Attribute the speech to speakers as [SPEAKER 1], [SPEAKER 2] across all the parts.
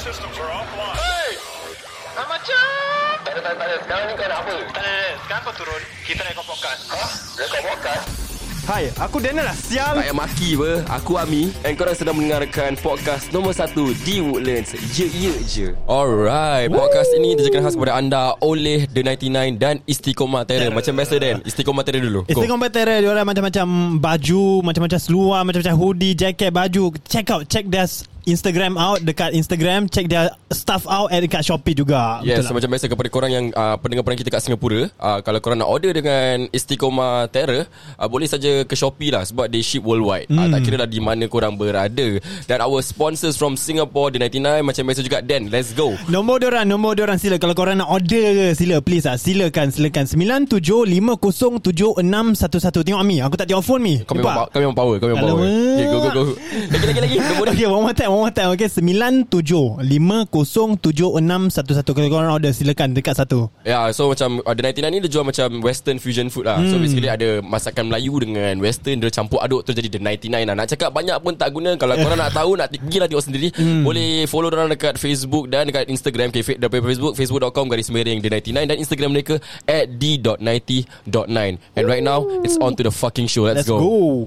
[SPEAKER 1] systems are offline.
[SPEAKER 2] Hey! Ah, macam.
[SPEAKER 3] Tak ada, tak ada, tak ada. Sekarang ni kau nak apa?
[SPEAKER 2] Tak ada, tak ada. Sekarang kau turun. Kita nak ikut podcast.
[SPEAKER 3] Hah? Rekod podcast?
[SPEAKER 4] Hai, aku Daniel lah sial.
[SPEAKER 5] Tak payah maki apa Aku Ami And korang sedang mendengarkan Podcast nombor 1 Di Woodlands Ye ye je Alright Podcast ini Dijakan khas kepada anda Oleh The 99 Dan Istiqomah Terror Macam biasa Dan Istiqomah Terror dulu Go.
[SPEAKER 6] Istiqom Batera Eh, dia orang macam-macam baju, macam-macam seluar, macam-macam hoodie, jaket, baju. Check out, check their Instagram out dekat Instagram, check their stuff out at dekat Shopee juga.
[SPEAKER 5] Yes,
[SPEAKER 6] Betul tak?
[SPEAKER 5] macam biasa kepada korang yang uh, pendengar-pendengar kita kat Singapura uh, Kalau korang nak order dengan Istiqomah Terror uh, Boleh saja ke Shopee lah Sebab they ship worldwide mm. uh,
[SPEAKER 6] Hmm.
[SPEAKER 5] Tak kira lah di mana korang berada Dan our sponsors from Singapore The 99 Macam biasa juga Dan, let's go
[SPEAKER 6] Nombor diorang Nombor diorang sila Kalau korang nak order ke Sila please lah Silakan Silakan 97507611 Tengok Ami Aku tak tengok phone Mi
[SPEAKER 5] Kau memang, pow- kau memang power Kau memang power
[SPEAKER 6] Alamak.
[SPEAKER 5] okay, Go go go Lagi lagi lagi Nombor dia
[SPEAKER 6] Okay one more time One more time Okay 97507611 Kalau korang order Silakan dekat satu
[SPEAKER 5] Ya, yeah, so macam uh, The 99 ni dia jual macam western fusion food lah. Hmm. So basically ada masakan Melayu dengan western dia campur aduk terus jadi The 99 lah. Nak cakap banyak pun tak guna. Kalau korang nak tahu nak pergilah tengok sendiri. Hmm. Boleh follow orang dekat Facebook dan dekat Instagram okay, fa- daripada Facebook facebook.com garis miring The 99 dan Instagram mereka at d.90.9. And right now it's on to the fucking show. Let's,
[SPEAKER 6] Let's go,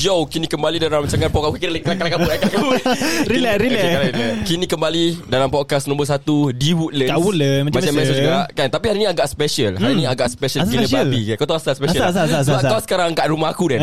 [SPEAKER 5] Yo, kini kembali dalam rancangan podcast kita kena kena kabut. kelak kabut.
[SPEAKER 6] Relax, relax.
[SPEAKER 5] Kini- okay, kelak, relax. Kini kembali dalam podcast nombor satu di Woodlands.
[SPEAKER 6] Kat Woodlands, macam
[SPEAKER 5] macam
[SPEAKER 6] biasa.
[SPEAKER 5] biasa juga kan. Tapi hari ni agak special. Hari ni agak special
[SPEAKER 6] Hmm. Asal
[SPEAKER 5] gila
[SPEAKER 6] special?
[SPEAKER 5] babi. kan. Kau tahu asal special.
[SPEAKER 6] Asal,
[SPEAKER 5] tak?
[SPEAKER 6] asal, asal,
[SPEAKER 5] Sebab
[SPEAKER 6] asal.
[SPEAKER 5] kau sekarang kat rumah aku Dan.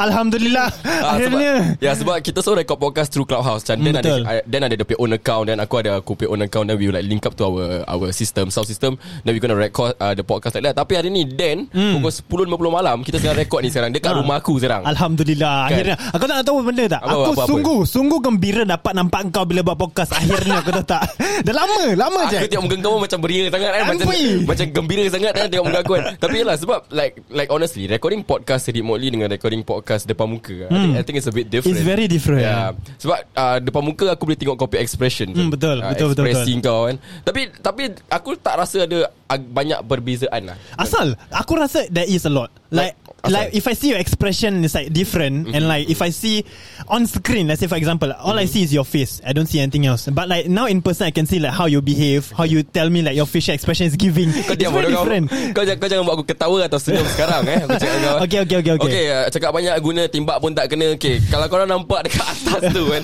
[SPEAKER 6] Alhamdulillah
[SPEAKER 5] Ah,
[SPEAKER 6] Akhirnya
[SPEAKER 5] sebab, Ya sebab kita so record podcast Through Clubhouse Macam Dan
[SPEAKER 6] Hmm,
[SPEAKER 5] ada
[SPEAKER 6] betul.
[SPEAKER 5] I- Dan ada dia punya own account Dan aku ada aku punya own account Then we will like link up to our Our system Sound system Then we gonna record uh, The podcast like that Tapi hari ni Dan Pukul 10.50 malam Kita sekarang record ni sekarang Dekat
[SPEAKER 6] Hmm. Ah.
[SPEAKER 5] rumah aku sekarang
[SPEAKER 6] Alhamdulillah
[SPEAKER 5] Kan?
[SPEAKER 6] kan. Akhirnya Aku tak nak tahu benda tak
[SPEAKER 5] Apa,
[SPEAKER 6] Aku
[SPEAKER 5] apa, apa?
[SPEAKER 6] sungguh Sungguh gembira dapat nampak kau Bila buat podcast Akhirnya aku tahu tak Dah lama Lama je
[SPEAKER 5] Aku tengok muka kau pun macam beria sangat kan Macam,
[SPEAKER 6] Ampui.
[SPEAKER 5] macam gembira sangat kan Tengok muka aku kan Tapi yelah sebab Like like honestly Recording podcast remotely Dengan recording podcast depan muka I, think, I think it's a bit different
[SPEAKER 6] Hmm. It's very different.
[SPEAKER 5] yeah. Sebab uh, depan muka Aku boleh tengok copy expression Uh,
[SPEAKER 6] Hmm, betul, betul, betul,
[SPEAKER 5] Expressing betul. kau kan Tapi tapi Aku tak rasa ada ag- Banyak perbezaan lah
[SPEAKER 6] Asal Aku rasa there is a lot Like
[SPEAKER 5] Asal? Mhm.
[SPEAKER 6] Like if I see your expression It's like different And like if I see On screen Let's say for example All I see is your face I don't see anything else But like now in person I can see like how you behave How you tell me like your facial expression is giving It's
[SPEAKER 5] kau diam
[SPEAKER 6] very
[SPEAKER 5] bodoh kau.
[SPEAKER 6] different
[SPEAKER 5] Kau, jangan, kau jangan buat aku ketawa lah atau senyum sekarang eh. Aku cakap kau.
[SPEAKER 6] Okay, okay, okay, okay.
[SPEAKER 5] Okay, uh, cakap banyak guna timbak pun tak kena. Okay, kalau korang nampak dekat atas tu kan.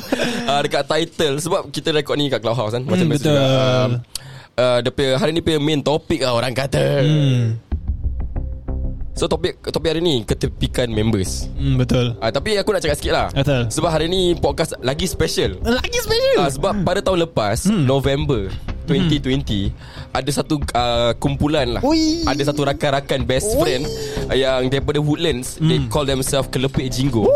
[SPEAKER 5] Uh, dekat title. Sebab kita rekod ni kat Clubhouse kan. Macam
[SPEAKER 6] Hmm,
[SPEAKER 5] biasa juga.
[SPEAKER 6] betul.
[SPEAKER 5] Um, uh, dia punya, hari ni punya main topik lah orang kata.
[SPEAKER 6] Hmm.
[SPEAKER 5] So topik topik hari ni ketepikan members.
[SPEAKER 6] hmm, Betul
[SPEAKER 5] Uh, tapi aku nak cakap sikit lah.
[SPEAKER 6] Betul.
[SPEAKER 5] Sebab hari ni podcast lagi special.
[SPEAKER 6] Lagi special
[SPEAKER 5] Ah, sebab pada tahun lepas
[SPEAKER 6] Hmm.
[SPEAKER 5] November 2020 ada satu uh, kumpulan lah.
[SPEAKER 6] Ui.
[SPEAKER 5] Ada satu rakan-rakan best friend ah, yang daripada Woodlands they
[SPEAKER 6] Hmm.
[SPEAKER 5] call themselves Kelepek Jinggo.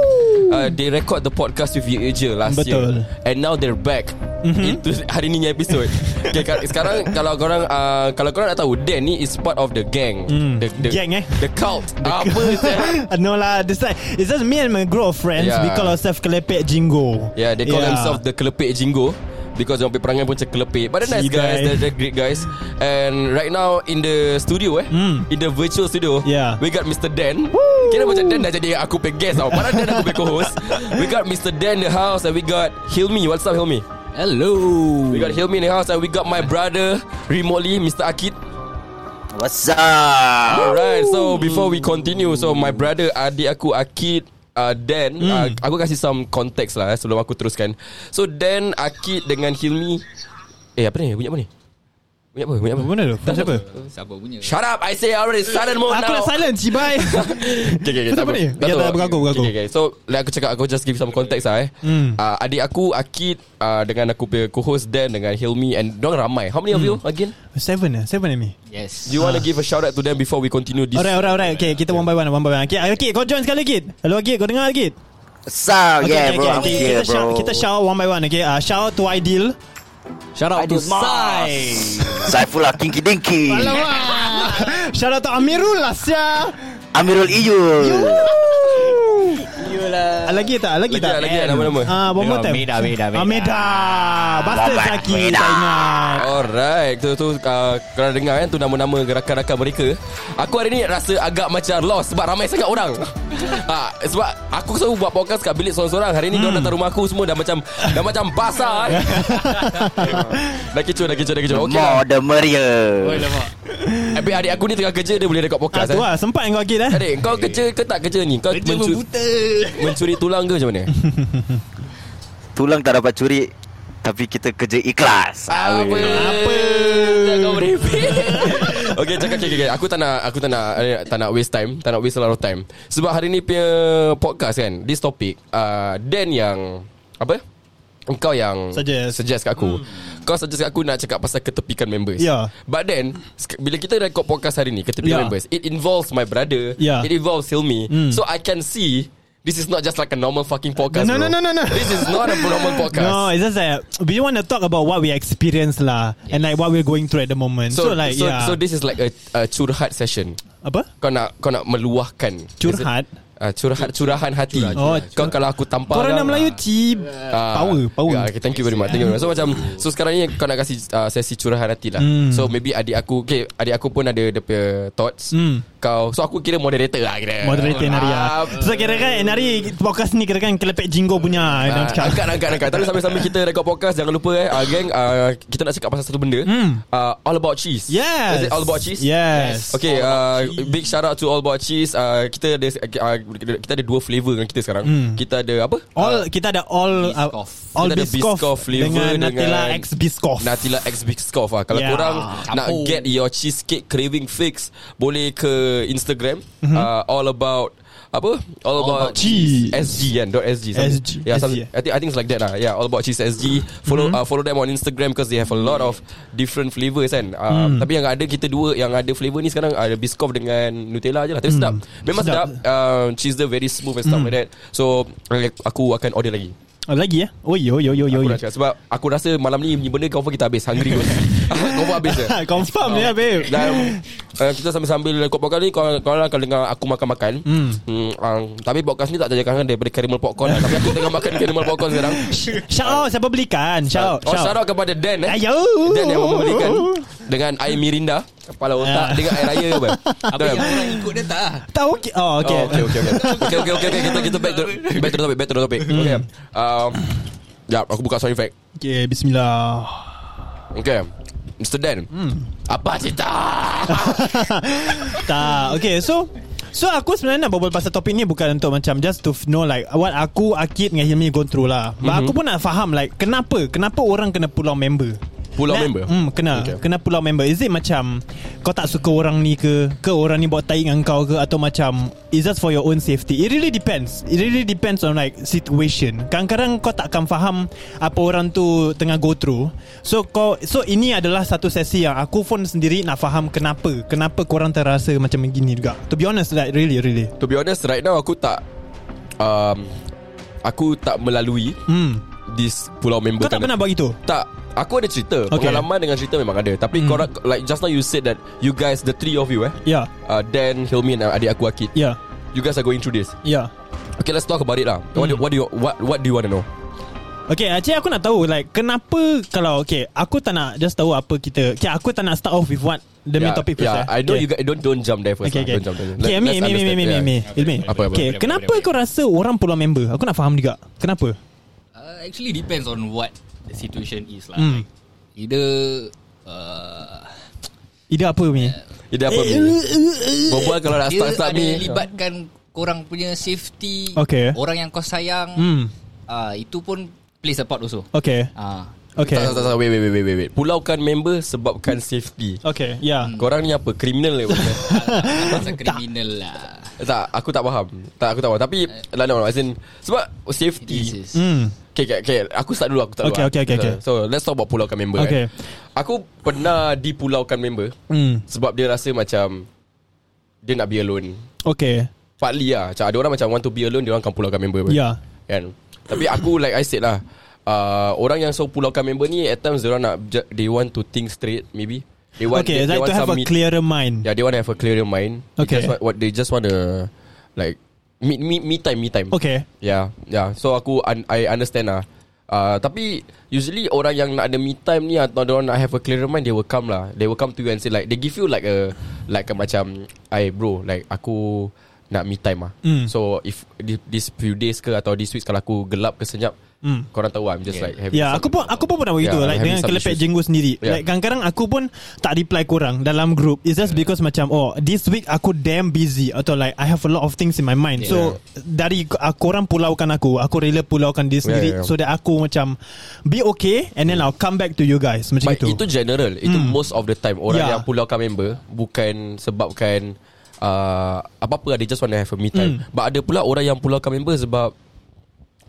[SPEAKER 5] Uh, they record the podcast with Ye Je last
[SPEAKER 6] Betul. Mm-hmm.
[SPEAKER 5] year and now they're back. Itu hari ni punya episode. okay, kar- sekarang kalau korang uh, kalau korang nak tahu Dan ni is part of the gang. The, the
[SPEAKER 6] Gang, eh?
[SPEAKER 5] The cult. Apa saya?
[SPEAKER 6] no lah This like It's just me and my group of friends
[SPEAKER 5] Yeah.
[SPEAKER 6] We call ourselves Kelepek Jingo
[SPEAKER 5] Yeah, Ya, they call
[SPEAKER 6] Ya.
[SPEAKER 5] yeah. themselves the Kelepek Jinggo because dia orang punya perangai pun macam kelepek. But they're nice
[SPEAKER 6] Cigai.
[SPEAKER 5] guys, they're, they're great guys. And right now in the studio eh, mm. in the virtual studio,
[SPEAKER 6] Yeah.
[SPEAKER 5] we got Mr. Dan. Kira macam Dan dah jadi aku punya guest tau. Padahal Dan aku punya co-host. We got Mr. Dan in the house and we got Hilmi. What's up Hilmi?
[SPEAKER 7] Hello.
[SPEAKER 5] We got Hilmi in the house and we got my brother remotely, Mr. Akid.
[SPEAKER 3] What's up?
[SPEAKER 5] Alright, so before we continue, so my brother, adik aku Akid, uh, Dan,
[SPEAKER 6] Hmm.
[SPEAKER 5] uh, aku kasih some context lah eh, sebelum aku teruskan. So Dan, Akid dengan Hilmi, eh apa ni? Bunyi apa ni? Bunyi apa? Bunyi apa?
[SPEAKER 6] Mana tu? Tak siapa?
[SPEAKER 7] Siapa punya?
[SPEAKER 5] Shut up! I say I already silent mode
[SPEAKER 6] Aku
[SPEAKER 5] now.
[SPEAKER 6] dah silent Cibai
[SPEAKER 5] Okay, okay, okay,
[SPEAKER 6] Siapa
[SPEAKER 5] apa.
[SPEAKER 6] ni?
[SPEAKER 5] Tak
[SPEAKER 6] Ya,
[SPEAKER 5] tahu.
[SPEAKER 6] tak, bergaku, bergaku.
[SPEAKER 5] Okay, okay. So, like aku cakap, aku just give some context lah eh.
[SPEAKER 6] Hmm.
[SPEAKER 5] Uh, adik aku, Akid, uh, dengan aku punya co-host Dan, dengan Hilmi, and diorang ramai. How many of
[SPEAKER 6] Hmm.
[SPEAKER 5] you again?
[SPEAKER 6] Seven eh Seven eh me
[SPEAKER 7] Yes.
[SPEAKER 5] Do you want to give a shout out to them before we continue this?
[SPEAKER 6] Alright alright alright Okay kita one by one One by one Okay Akid kau join sekali Akid Hello Akid kau dengar Akid
[SPEAKER 3] What's up? yeah, bro. I'm here,
[SPEAKER 6] kita, shout,
[SPEAKER 3] bro.
[SPEAKER 6] kita shout out one by one Okay uh, Shout out to Ideal
[SPEAKER 7] Shout out to Sai.
[SPEAKER 3] Saifullah Kinky Dinky.
[SPEAKER 6] Alamak Shout out to Amirul lah Sia
[SPEAKER 3] Amirul Iyul
[SPEAKER 7] Yulah.
[SPEAKER 6] Ah, Lagi tak? Lagi,
[SPEAKER 5] Lagi
[SPEAKER 6] tak?
[SPEAKER 5] tak, lagi tak nama-nama?
[SPEAKER 6] Ah, one more time.
[SPEAKER 1] Meda, Meda, Meda.
[SPEAKER 6] Ah, Meda. Bastard
[SPEAKER 3] Bobat
[SPEAKER 6] Saki.
[SPEAKER 3] Meda.
[SPEAKER 6] Tak ingat.
[SPEAKER 5] Alright Tu tu uh, Korang dengar kan Tu nama-nama rakan-rakan mereka Aku hari ni rasa agak macam lost Sebab ramai sangat orang ha, Sebab aku selalu buat podcast Kat bilik seorang-seorang Hari ni hmm. diorang datang rumah aku Semua dah macam Dah macam basah kan Dah kecoh dah kecoh dah kecoh Okay lah
[SPEAKER 3] More the merrier
[SPEAKER 7] Oi,
[SPEAKER 6] lah.
[SPEAKER 7] lemak.
[SPEAKER 5] Habis adik aku ni tengah kerja Dia boleh rekod
[SPEAKER 6] Ah,
[SPEAKER 5] podcast
[SPEAKER 6] tu
[SPEAKER 5] eh.
[SPEAKER 6] lah. Sempat kau Akid eh?
[SPEAKER 5] Adik kau kerja ke tak kerja ni Kau
[SPEAKER 7] Kerja
[SPEAKER 5] mencu-
[SPEAKER 7] membuta.
[SPEAKER 5] mencuri tulang ke macam mana
[SPEAKER 3] Tulang tak dapat curi Tapi kita kerja ikhlas
[SPEAKER 6] Ah,
[SPEAKER 5] Apa Apa Jangan kau merepek Okay cakap okay, okay, okay. Aku tak nak Aku tak nak eh, Tak nak waste time Tak nak waste a lot of time Sebab hari ni punya Podcast kan This topic uh, Dan yang Apa Engkau yang
[SPEAKER 6] Suggest. Hmm.
[SPEAKER 5] Suggest kat aku Kau suggest kat aku Nak cakap pasal ketepikan members
[SPEAKER 6] Ya.
[SPEAKER 5] But then sek- Bila kita record podcast hari ni Ketepikan
[SPEAKER 6] Ya.
[SPEAKER 5] members It involves my brother
[SPEAKER 6] Ya.
[SPEAKER 5] It involves Hilmi So I can see This is not just like a normal fucking podcast
[SPEAKER 6] No, no,
[SPEAKER 5] bro.
[SPEAKER 6] no, no, no.
[SPEAKER 5] This is not a normal podcast
[SPEAKER 6] No, it's just that we want to talk about what we experience lah, and like what we're going through at the moment. So, like,
[SPEAKER 5] so,
[SPEAKER 6] yeah,
[SPEAKER 5] so this is like a, a curhat session.
[SPEAKER 6] apa?
[SPEAKER 5] Kau nak kau nak meluahkan
[SPEAKER 6] Curhat?
[SPEAKER 5] Is it- Uh, curhat curahan hati.
[SPEAKER 6] Oh,
[SPEAKER 5] kau
[SPEAKER 6] curhat.
[SPEAKER 5] kalau aku tampar
[SPEAKER 6] Korang
[SPEAKER 5] orang-
[SPEAKER 6] nak Melayu cip
[SPEAKER 5] Ah,
[SPEAKER 6] Power Power
[SPEAKER 5] yeah, okay, Thank you very much Thank you very much So macam So sekarang ni Kau nak kasih uh, Sesi curahan hati lah
[SPEAKER 6] Hmm.
[SPEAKER 5] So maybe adik aku Okay adik aku pun ada Dia punya thoughts
[SPEAKER 6] Hmm.
[SPEAKER 5] Kau So aku kira moderator lah kira
[SPEAKER 6] Moderator Nari lah
[SPEAKER 5] Ah,
[SPEAKER 6] So kira kan Nari Podcast ni kira kan Kelepek jinggo punya
[SPEAKER 5] Ah,
[SPEAKER 6] uh,
[SPEAKER 5] angkat, angkat, angkat. Tapi sambil-sambil kita rekod podcast, jangan lupa eh, uh, geng, uh, kita nak cakap pasal satu benda.
[SPEAKER 6] Hmm.
[SPEAKER 5] Uh, all about cheese.
[SPEAKER 6] Yes
[SPEAKER 5] Is it all about cheese?
[SPEAKER 6] Yes
[SPEAKER 5] Okay, uh, big shout out to All About Cheese. Uh, kita ada uh, kita ada dua flavor dengan kita sekarang. Hmm. Kita ada apa?
[SPEAKER 6] All Kita ada all uh,
[SPEAKER 7] Biscoff.
[SPEAKER 6] All
[SPEAKER 5] Kita ada
[SPEAKER 6] Biscoff
[SPEAKER 5] Biscoff flavor
[SPEAKER 6] Dengan
[SPEAKER 5] dengan-
[SPEAKER 6] Nutella X Biscoff
[SPEAKER 5] Natila X Biscoff ah. Kalau
[SPEAKER 6] Yeah.
[SPEAKER 5] korang
[SPEAKER 7] Campur.
[SPEAKER 5] nak get your cheesecake craving fix, boleh ke Instagram uh, all about apa? All, about,
[SPEAKER 7] About
[SPEAKER 5] cheese SG kan dot .sg. something.
[SPEAKER 6] SG.
[SPEAKER 5] Yeah, some,
[SPEAKER 6] SG.
[SPEAKER 5] I think I think it's like that lah. Yeah, all about cheese SG. Follow uh, follow them on Instagram because they have a lot of different flavours kan. Uh, Tapi yang ada kita dua yang ada flavour ni sekarang ada Biscoff dengan Nutella je lah. Tapi sedap. Memang sedap. Mhm.
[SPEAKER 6] Sedap.
[SPEAKER 5] Uh, cheese dia very smooth and stuff like that. So aku akan order lagi.
[SPEAKER 6] oh, Lagi ya Oh yo yo yo yo
[SPEAKER 5] Aku
[SPEAKER 6] yo
[SPEAKER 5] nak cakap sebab aku rasa malam ni punya benda confirm kita habis hungry pun. confirm habis je. Ah.
[SPEAKER 6] Confirm ya babe
[SPEAKER 5] Dan uh, kita sambil-sambil record podcast ni kalau kalau akan dengar aku makan-makan. Hmm. um, tapi podcast ni tak terjaga daripada caramel popcorn. lah. tapi aku tengah makan caramel popcorn sekarang.
[SPEAKER 6] Shout out Siapa belikan Shout out
[SPEAKER 5] Oh, shout out kepada Dan eh.
[SPEAKER 6] Ayo.
[SPEAKER 5] Dan yang membelikan dengan air mirinda, kepala otak
[SPEAKER 6] Ah.
[SPEAKER 5] dengan air raya apa.
[SPEAKER 7] Apa yang orang ikut dia tak ah?
[SPEAKER 6] Tak okay Oh
[SPEAKER 5] Okay.
[SPEAKER 6] okay
[SPEAKER 5] Oh, okay, okay, okay. okay, okay, okay, okay. Kita, kita back to, back to the topic, back to the topic. Okay. Um, jap, aku buka sound effect.
[SPEAKER 6] Okay Bismillah
[SPEAKER 5] Okay Mr. Dan
[SPEAKER 6] Hmm.
[SPEAKER 5] Apa cerita
[SPEAKER 6] tak Okay so So aku sebenarnya nak berbual pasal topik ni Bukan untuk macam Just to f- know like What aku, Akid dengan Hilmi go through lah But aku pun nak faham like Kenapa Kenapa orang kena pulau member
[SPEAKER 5] Pulau
[SPEAKER 6] Nah,
[SPEAKER 5] member?
[SPEAKER 6] Hmm, kena
[SPEAKER 5] Okay.
[SPEAKER 6] okay. Kena pulau member Is it macam Kau tak suka orang ni ke Ke orang ni buat taik dengan kau ke Atau macam It's just for your own safety It really depends It really depends on like Situation Kadang-kadang kau takkan faham Apa orang tu Tengah go through So kau So ini adalah satu sesi yang Aku pun sendiri nak faham Kenapa Kenapa korang terasa Macam begini juga To be honest like Really really
[SPEAKER 5] To be honest Right now aku tak um, Aku tak melalui
[SPEAKER 6] Hmm
[SPEAKER 5] This pulau member
[SPEAKER 6] Kau tak
[SPEAKER 5] kind
[SPEAKER 6] pernah
[SPEAKER 5] of-
[SPEAKER 6] buat gitu
[SPEAKER 5] Tak Aku ada cerita
[SPEAKER 6] Okay.
[SPEAKER 5] okay.
[SPEAKER 6] Hmm.
[SPEAKER 5] Pengalaman dengan cerita memang ada Tapi korang Like just now you said that You guys The three of you eh
[SPEAKER 6] Ya
[SPEAKER 5] uh, Dan, Hilmi and adik aku Akid
[SPEAKER 6] Ya
[SPEAKER 5] You guys are going through this
[SPEAKER 6] Ya
[SPEAKER 5] Okay let's talk about it lah What,
[SPEAKER 6] Hmm.
[SPEAKER 5] do, what do you What, what do you want to know
[SPEAKER 6] Okay actually aku nak tahu Like kenapa Kalau okay Aku tak nak just tahu apa kita Okay aku tak nak start off with what The main topic first
[SPEAKER 5] yeah,
[SPEAKER 6] eh.
[SPEAKER 5] I know
[SPEAKER 6] okay.
[SPEAKER 5] you guys Don't don't jump there first
[SPEAKER 6] Okay,
[SPEAKER 5] lah.
[SPEAKER 6] okay.
[SPEAKER 5] Don't jump there
[SPEAKER 6] Okay,
[SPEAKER 5] Let-
[SPEAKER 6] Ami,
[SPEAKER 5] let's
[SPEAKER 6] Ami, Ami,
[SPEAKER 5] understand.
[SPEAKER 6] Ami,
[SPEAKER 5] Yeah.
[SPEAKER 6] Ami, Ilmi.
[SPEAKER 5] Apa, apa,
[SPEAKER 6] Okay,
[SPEAKER 5] apa,
[SPEAKER 6] kenapa kau rasa orang pulau member? Aku nak faham juga. Kenapa?
[SPEAKER 7] Uh, actually depends on what the situation is lah.
[SPEAKER 6] Hmm.
[SPEAKER 7] Like, either uh,
[SPEAKER 6] Ide apa, Mi? Eh,
[SPEAKER 5] Ida apa Mi? Berbual kalau nak
[SPEAKER 7] dia
[SPEAKER 5] start-start
[SPEAKER 7] ada
[SPEAKER 5] Mi
[SPEAKER 7] libatkan korang punya safety,
[SPEAKER 6] Okay.
[SPEAKER 7] orang yang kau sayang,
[SPEAKER 6] Hmm.
[SPEAKER 7] uh, itu pun plays a part also.
[SPEAKER 6] Okay.
[SPEAKER 7] Ah,
[SPEAKER 6] Okay.
[SPEAKER 5] Tak, tak, tak, tak. Wait, wait, wait, wait, wait, wait. Pulaukan member sebabkan safety.
[SPEAKER 6] Okay, ya.
[SPEAKER 5] Korang ni apa? Kriminal ke? bukan?
[SPEAKER 7] pasal kriminal lah.
[SPEAKER 5] tak, aku tak faham. Tak, aku tak faham. Tapi, lah, no, no, as in, sebab safety.
[SPEAKER 7] This is-
[SPEAKER 6] Hmm.
[SPEAKER 5] Okay, okay, okay. Aku start dulu, aku start
[SPEAKER 6] Okay,
[SPEAKER 5] dulu.
[SPEAKER 6] okay, okay, okay.
[SPEAKER 5] So, let's talk about pulaukan member.
[SPEAKER 6] Okay.
[SPEAKER 5] eh. Aku pernah dipulaukan member
[SPEAKER 6] Hmm.
[SPEAKER 5] sebab dia rasa macam dia nak be alone.
[SPEAKER 6] Okay.
[SPEAKER 5] Partly lah. Macam ada orang macam want to be alone, dia orang akan pulaukan member. apa.
[SPEAKER 6] Ya.
[SPEAKER 5] Kan? Tapi aku, like I said lah, Uh, orang yang so pulaukan member ni At times dia orang nak ju- They want to think straight Maybe They want,
[SPEAKER 6] okay,
[SPEAKER 5] they, they
[SPEAKER 6] like to
[SPEAKER 5] want
[SPEAKER 6] have a
[SPEAKER 5] some meet-
[SPEAKER 6] clearer mind.
[SPEAKER 5] Yeah, they want to have a clearer mind.
[SPEAKER 6] Okay.
[SPEAKER 5] They just want, what they just want to like me me me time me time.
[SPEAKER 6] Okay.
[SPEAKER 5] Yeah, yeah. Ya, So aku un, I understand lah. Uh, tapi usually orang yang nak ada me time ni atau orang nak have a clearer mind they will come lah. They will come to you and say like they give you like a like a macam I bro like aku nak me time lah.
[SPEAKER 6] Mm.
[SPEAKER 5] So if thi- this few days ke atau this week kalau aku gelap ke senyap
[SPEAKER 6] Mm.
[SPEAKER 5] korang tahu lah, I'm just like having
[SPEAKER 6] Ya,
[SPEAKER 5] some-
[SPEAKER 6] aku pun aku pun pernah begitu
[SPEAKER 5] Yeah,
[SPEAKER 6] yeah, like
[SPEAKER 5] having
[SPEAKER 6] dengan
[SPEAKER 5] some
[SPEAKER 6] kelepek
[SPEAKER 5] issues.
[SPEAKER 6] jenggot sendiri.
[SPEAKER 5] Yeah.
[SPEAKER 6] Yeah. Like kadang-kadang aku pun tak reply korang dalam group. It's just because macam oh, this week aku damn busy atau like I have a lot of things in my mind. So dari uh, korang pulaukan aku, aku rela pulaukan diri sendiri
[SPEAKER 5] yeah, yeah.
[SPEAKER 6] so that aku macam be okay and then I'll come back to you guys macam
[SPEAKER 5] But
[SPEAKER 6] itu. Hmm. Ya.
[SPEAKER 5] itu general Itu most of the time Orang
[SPEAKER 6] Yeah.
[SPEAKER 5] yang pulaukan member Bukan sebabkan uh, Apa-apa They just want to have a me time But ada pula orang yang pulaukan member Sebab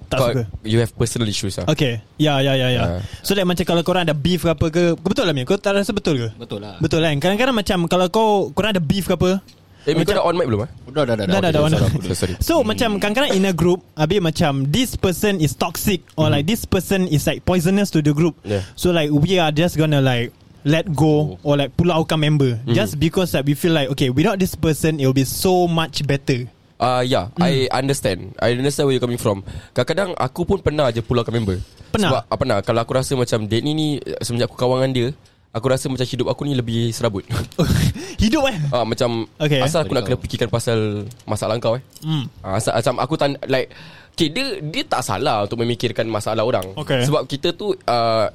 [SPEAKER 6] Hmm. tak
[SPEAKER 5] kau-
[SPEAKER 6] suka.
[SPEAKER 5] You have personal issues lah
[SPEAKER 6] Okay Ya ya ya ya
[SPEAKER 5] Ah.
[SPEAKER 6] So like macam kalau korang ada beef ke apa ke Betul lah Mia Kau tak rasa betul ke?
[SPEAKER 7] Betul lah.
[SPEAKER 6] Betul kan Kadang-kadang macam Kalau kau Korang ada beef ke apa
[SPEAKER 5] Eh, Mika dah on mic belum eh?
[SPEAKER 1] Dah dah dah
[SPEAKER 6] Dah dah dah dah.
[SPEAKER 1] Okay, sorry, aku dah-
[SPEAKER 5] Sorry Hmm.
[SPEAKER 6] So macam kadang-kadang in a group Habis macam This person is toxic Or like this person is like Poisonous to the group
[SPEAKER 5] Hmm. Yeah. Oh.
[SPEAKER 6] So like we are just gonna like Let go Or like pull out our member
[SPEAKER 5] Hmm.
[SPEAKER 6] Just because like we feel like Okay without this person It will be so much better
[SPEAKER 5] Uh, yeah,
[SPEAKER 6] Hmm.
[SPEAKER 5] mm. I understand. I understand where you coming from. Kadang-kadang aku pun pernah je pulaukan member.
[SPEAKER 6] Pernah?
[SPEAKER 5] Sebab uh, pernah. Kalau aku rasa macam date ni ni eh, semenjak aku kawan dengan dia, aku rasa macam hidup aku ni lebih serabut.
[SPEAKER 6] Hidup eh
[SPEAKER 5] Ah uh, macam
[SPEAKER 6] Okay.
[SPEAKER 5] okay. asal aku nak kena
[SPEAKER 7] Boleh
[SPEAKER 5] fikirkan pasal masalah kau eh. Hmm. Uh, asal macam aku tan like okay, dia dia tak salah untuk memikirkan masalah orang.
[SPEAKER 6] Okay.
[SPEAKER 5] Sebab kita tu uh,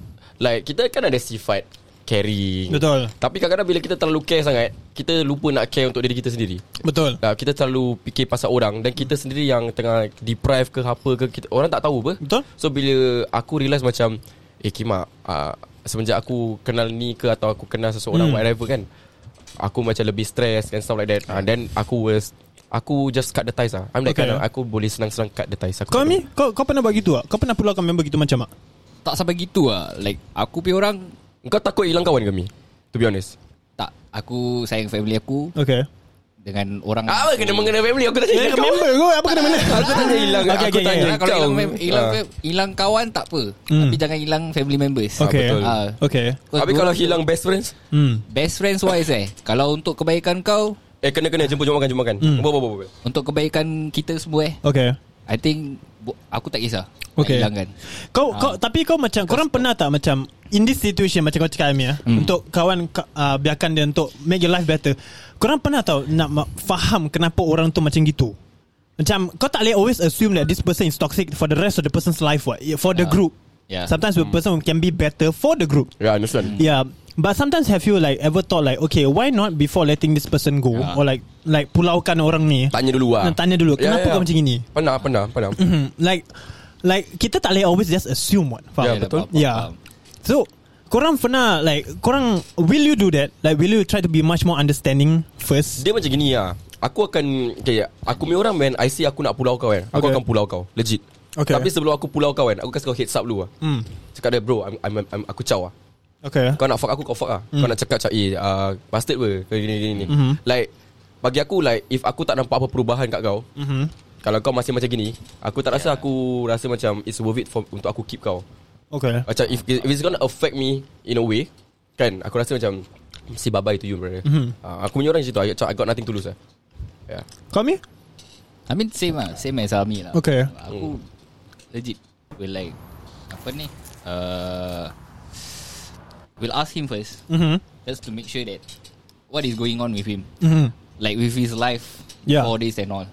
[SPEAKER 5] like kita kan ada sifat caring.
[SPEAKER 6] Betul.
[SPEAKER 5] Tapi kadang-kadang bila kita terlalu care sangat, kita lupa nak care untuk diri kita sendiri.
[SPEAKER 6] Betul
[SPEAKER 5] Uh, kita terlalu fikir pasal orang dan kita sendiri yang tengah deprive ke apa ke kita, orang tak tahu apa.
[SPEAKER 6] Betul.
[SPEAKER 5] So bila aku realise macam eh Kima uh, semenjak aku kenal ni ke atau aku kenal seseorang hmm. whatever kan aku macam lebih stress and stuff like that. Uh, then aku was aku just cut the ties ah. I'm like
[SPEAKER 6] Okay.
[SPEAKER 5] okay. aku boleh senang-senang cut the ties aku.
[SPEAKER 6] Kau
[SPEAKER 5] tak
[SPEAKER 6] Mi Kau, kau pernah buat gitu tak? Kau pernah pulaukan member gitu macam tak?
[SPEAKER 7] Tak sampai gitu lah Like aku punya orang
[SPEAKER 5] tahu. Kau takut hilang kawan ke Mi? To be honest.
[SPEAKER 7] Tak Aku sayang family aku
[SPEAKER 6] Okay
[SPEAKER 7] Dengan orang
[SPEAKER 5] Apa kena mengena family aku tak
[SPEAKER 6] Eh, member kau apa kena mana?
[SPEAKER 5] Aku tanya hilang
[SPEAKER 6] Okay,
[SPEAKER 5] Aku
[SPEAKER 6] okay,
[SPEAKER 5] tanya
[SPEAKER 6] okay.
[SPEAKER 7] Yelah, kalau
[SPEAKER 5] kau.
[SPEAKER 7] hilang, mem- hilang,
[SPEAKER 5] Ah.
[SPEAKER 7] fam- hilang kawan tak apa
[SPEAKER 6] Hmm.
[SPEAKER 7] Tapi jangan hilang family members
[SPEAKER 6] Okay.
[SPEAKER 5] betul.
[SPEAKER 7] Ah,
[SPEAKER 6] Okay.
[SPEAKER 7] Kau-
[SPEAKER 5] Habis
[SPEAKER 7] kau-
[SPEAKER 5] kalau hilang best friends
[SPEAKER 6] Hmm.
[SPEAKER 7] Best friends wise eh Kalau untuk kebaikan kau
[SPEAKER 5] Eh kena kena jemput jom makan jom makan.
[SPEAKER 6] Hmm.
[SPEAKER 5] Bo bo bo. bo.
[SPEAKER 7] Untuk kebaikan kita semua eh
[SPEAKER 6] Okay.
[SPEAKER 7] I think bu- Aku tak kisah
[SPEAKER 6] Okay.
[SPEAKER 7] Nak hilangkan
[SPEAKER 6] Kau
[SPEAKER 7] Ah.
[SPEAKER 6] kau tapi kau macam korang pernah tak macam in this situation macam kau cakap Amir hmm. untuk kawan ka- uh, biarkan dia untuk make your life better. Korang pernah tahu nak ma- faham kenapa orang tu macam gitu? Macam kau tak boleh always assume that this person is toxic for the rest of the person's life what for the group.
[SPEAKER 7] Ah. Yeah. Hmm.
[SPEAKER 6] Sometimes the person can be better for the group.
[SPEAKER 5] Yeah, understand.
[SPEAKER 6] Yeah. But sometimes have you like ever thought like okay why not before letting this person go
[SPEAKER 7] Yeah.
[SPEAKER 6] or like like pulaukan orang ni?
[SPEAKER 5] Tanya dulu lah
[SPEAKER 6] Nah, tanya dulu, kenapa kau macam gini?
[SPEAKER 5] Pernah pernah pernah
[SPEAKER 6] Hmm, like like kita tak boleh always just assume what. Faham?
[SPEAKER 5] Yeah,
[SPEAKER 7] Yelah,
[SPEAKER 5] betul.
[SPEAKER 7] faham, faham,
[SPEAKER 6] Yeah.
[SPEAKER 7] faham.
[SPEAKER 6] So korang pernah like korang will you do that? Like will you try to be much more understanding first?
[SPEAKER 5] Dia macam gini lah Aku akan okay, Aku punya orang man I say aku nak pulau kau kan Aku
[SPEAKER 6] Okay.
[SPEAKER 5] akan pulau kau Legit
[SPEAKER 6] Okay.
[SPEAKER 5] Tapi sebelum aku pulau kau kan Aku kasih kau heads up dulu lah
[SPEAKER 6] Hmm.
[SPEAKER 5] Cakap dia bro I'm, I'm, I'm, Aku caw lah
[SPEAKER 6] Okay.
[SPEAKER 5] Kau nak fuck aku Kau fuck lah
[SPEAKER 6] Hmm.
[SPEAKER 5] Kau nak cakap macam Eh uh, bastard apa Kau gini gini, gini. Like Bagi aku like If aku tak nampak apa perubahan kat kau
[SPEAKER 6] Hmm.
[SPEAKER 5] Kalau kau masih macam gini Aku tak rasa aku Rasa macam It's worth it for, Untuk aku keep kau
[SPEAKER 6] Okay.
[SPEAKER 5] Macam if, if it's gonna affect me In a way Kan Aku rasa macam Say bye bye to you brother mm-hmm. uh, Aku punya orang macam tu I, I got nothing to lose lah yeah.
[SPEAKER 6] Kau me?
[SPEAKER 7] I mean same lah Same as Ami lah
[SPEAKER 6] Okay.
[SPEAKER 7] Aku Legit Will like Apa ni uh, Will ask him first
[SPEAKER 6] Mhm.
[SPEAKER 7] Just to make sure that What is going on with him
[SPEAKER 6] Mhm.
[SPEAKER 7] Like with his life
[SPEAKER 6] Yeah.
[SPEAKER 7] All this and all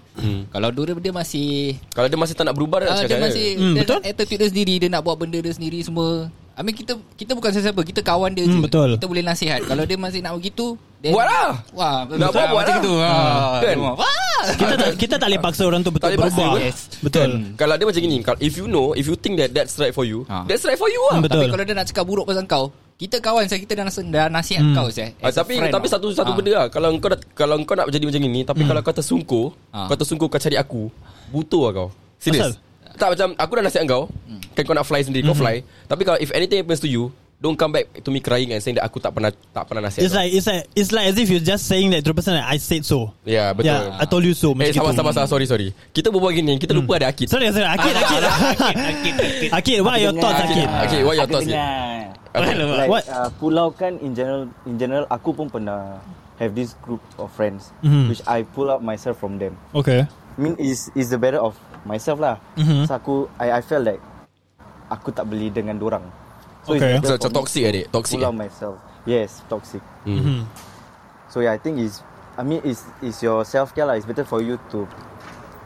[SPEAKER 7] Kalau dulu dia masih
[SPEAKER 5] Kalau dia masih tak nak berubah
[SPEAKER 7] Ah,
[SPEAKER 5] uh,
[SPEAKER 7] dia masih
[SPEAKER 6] Hmm,
[SPEAKER 7] dia
[SPEAKER 6] betul.
[SPEAKER 7] nak attitude dia sendiri Dia nak buat benda dia sendiri semua I mean kita Kita bukan sesiapa Kita kawan dia
[SPEAKER 6] Hmm,
[SPEAKER 7] je
[SPEAKER 6] betul.
[SPEAKER 7] Kita boleh nasihat Kalau dia masih nak begitu then,
[SPEAKER 5] Buat lah.
[SPEAKER 7] Wah
[SPEAKER 5] Nak buat, buat
[SPEAKER 7] macam
[SPEAKER 5] lah.
[SPEAKER 7] gitu.
[SPEAKER 6] Ah,
[SPEAKER 7] Ha,
[SPEAKER 5] Kan?
[SPEAKER 7] semua. Wah
[SPEAKER 6] Kita tak kita tak boleh paksa orang tu betul
[SPEAKER 5] Tak boleh paksa, Kan.
[SPEAKER 6] berubah.
[SPEAKER 5] betul.
[SPEAKER 6] Betul.
[SPEAKER 5] "Hmm." Kalau dia macam gini kalau, If you know If you think that That's right for you
[SPEAKER 7] Ah.
[SPEAKER 5] That's right for you lah
[SPEAKER 6] Hmm,
[SPEAKER 7] Tapi
[SPEAKER 6] Betul.
[SPEAKER 7] kalau dia nak cakap buruk pasal kau Kita kawan saya Kita dah, nas- dah nasihat
[SPEAKER 6] Hmm.
[SPEAKER 7] kau saya
[SPEAKER 5] Ah, tapi tapi satu satu benda lah kalau kau dah, kalau kau nak jadi macam ni tapi kalau kau tersungkur
[SPEAKER 7] Ah.
[SPEAKER 5] kau tersungkur kau cari aku butuh lah kau serius tak macam aku dah nasihat kau kan kau nak fly sendiri kau fly tapi kalau if anything happens to you don't come back to me crying and saying that aku tak pernah tak pernah nasihat
[SPEAKER 6] It's
[SPEAKER 5] kau.
[SPEAKER 6] like it's like it's like as if you're just saying that to the person that I said so.
[SPEAKER 5] Ya yeah, betul
[SPEAKER 6] Yeah, I told you so. macam
[SPEAKER 5] Eh sabar
[SPEAKER 6] gitu. Hmm.
[SPEAKER 5] sabar sabar Sorry sorry Kita berbual gini Kita lupa ada Akid
[SPEAKER 6] Sorry, sorry. Akid, Akid. Akid, what are your thoughts, Akid?
[SPEAKER 5] Ah, Okay what are your thoughts Akid? Apa?
[SPEAKER 1] Like
[SPEAKER 6] What?
[SPEAKER 1] Uh, pulau kan in general in general aku pun pernah have this group of friends
[SPEAKER 6] Mhm.
[SPEAKER 1] which I pull out myself from them.
[SPEAKER 6] Okay
[SPEAKER 1] I mean is is the better of myself lah.
[SPEAKER 6] Mhm.
[SPEAKER 1] So aku I I felt like aku tak beli dengan dorang.
[SPEAKER 6] Okay.
[SPEAKER 1] it's
[SPEAKER 5] So,
[SPEAKER 1] better
[SPEAKER 5] macam
[SPEAKER 1] for me
[SPEAKER 5] toxic adik
[SPEAKER 1] to
[SPEAKER 5] Toxic eh.
[SPEAKER 1] Pull out myself. Yes, toxic.
[SPEAKER 6] Mm-hmm.
[SPEAKER 5] mm.
[SPEAKER 1] So yeah, I think is I mean is is your self care lah. It's better for you to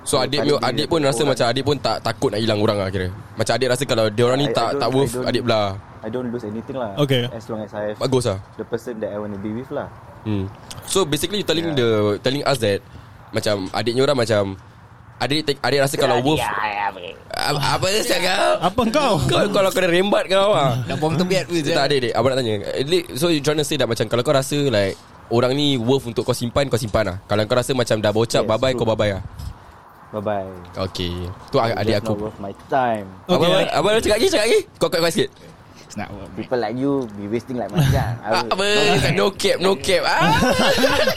[SPEAKER 5] So adik
[SPEAKER 1] Kali dia
[SPEAKER 5] adik pun rasa
[SPEAKER 1] orang.
[SPEAKER 5] macam Adik pun tak takut nak hilang orang lah kira Macam adik rasa kalau dia orang ni
[SPEAKER 1] I- I
[SPEAKER 5] tak
[SPEAKER 1] don't-
[SPEAKER 5] tak
[SPEAKER 1] I
[SPEAKER 5] worth
[SPEAKER 1] don't-
[SPEAKER 5] adik belah
[SPEAKER 1] I don't lose anything lah.
[SPEAKER 6] Okay.
[SPEAKER 1] As long as I have
[SPEAKER 5] Bagus lah
[SPEAKER 1] the person that I want to be with lah.
[SPEAKER 5] Hmm. So basically you telling
[SPEAKER 1] Ya.
[SPEAKER 5] yeah. the telling us that macam adiknya orang macam adik take, adik rasa kalau wolf
[SPEAKER 1] eh.
[SPEAKER 5] Ab- apa cakap?
[SPEAKER 6] Apa kau?
[SPEAKER 5] Kau kalau kena rembat kau ah.
[SPEAKER 7] Nak buang tempat pun
[SPEAKER 5] tak ada dek, abang nak tanya. Eh, Lik, So you trying to say that macam kalau kau rasa like orang ni worth untuk kau simpan kau simpan lah. Kalau kau rasa macam dah bocap
[SPEAKER 1] Yes,
[SPEAKER 5] babai kau
[SPEAKER 1] true.
[SPEAKER 5] babai lah.
[SPEAKER 1] Bye bye.
[SPEAKER 5] Okay. Tu adik
[SPEAKER 1] Not
[SPEAKER 5] aku.
[SPEAKER 1] worth my time.
[SPEAKER 5] Abang,
[SPEAKER 6] Okay.
[SPEAKER 5] abang, abang nak cakap lagi, cakap lagi. Kau kau kau sikit.
[SPEAKER 7] Nak buang
[SPEAKER 1] People like you be wasting like my time.
[SPEAKER 5] Ah, Apa? No cap, no cap. Ah.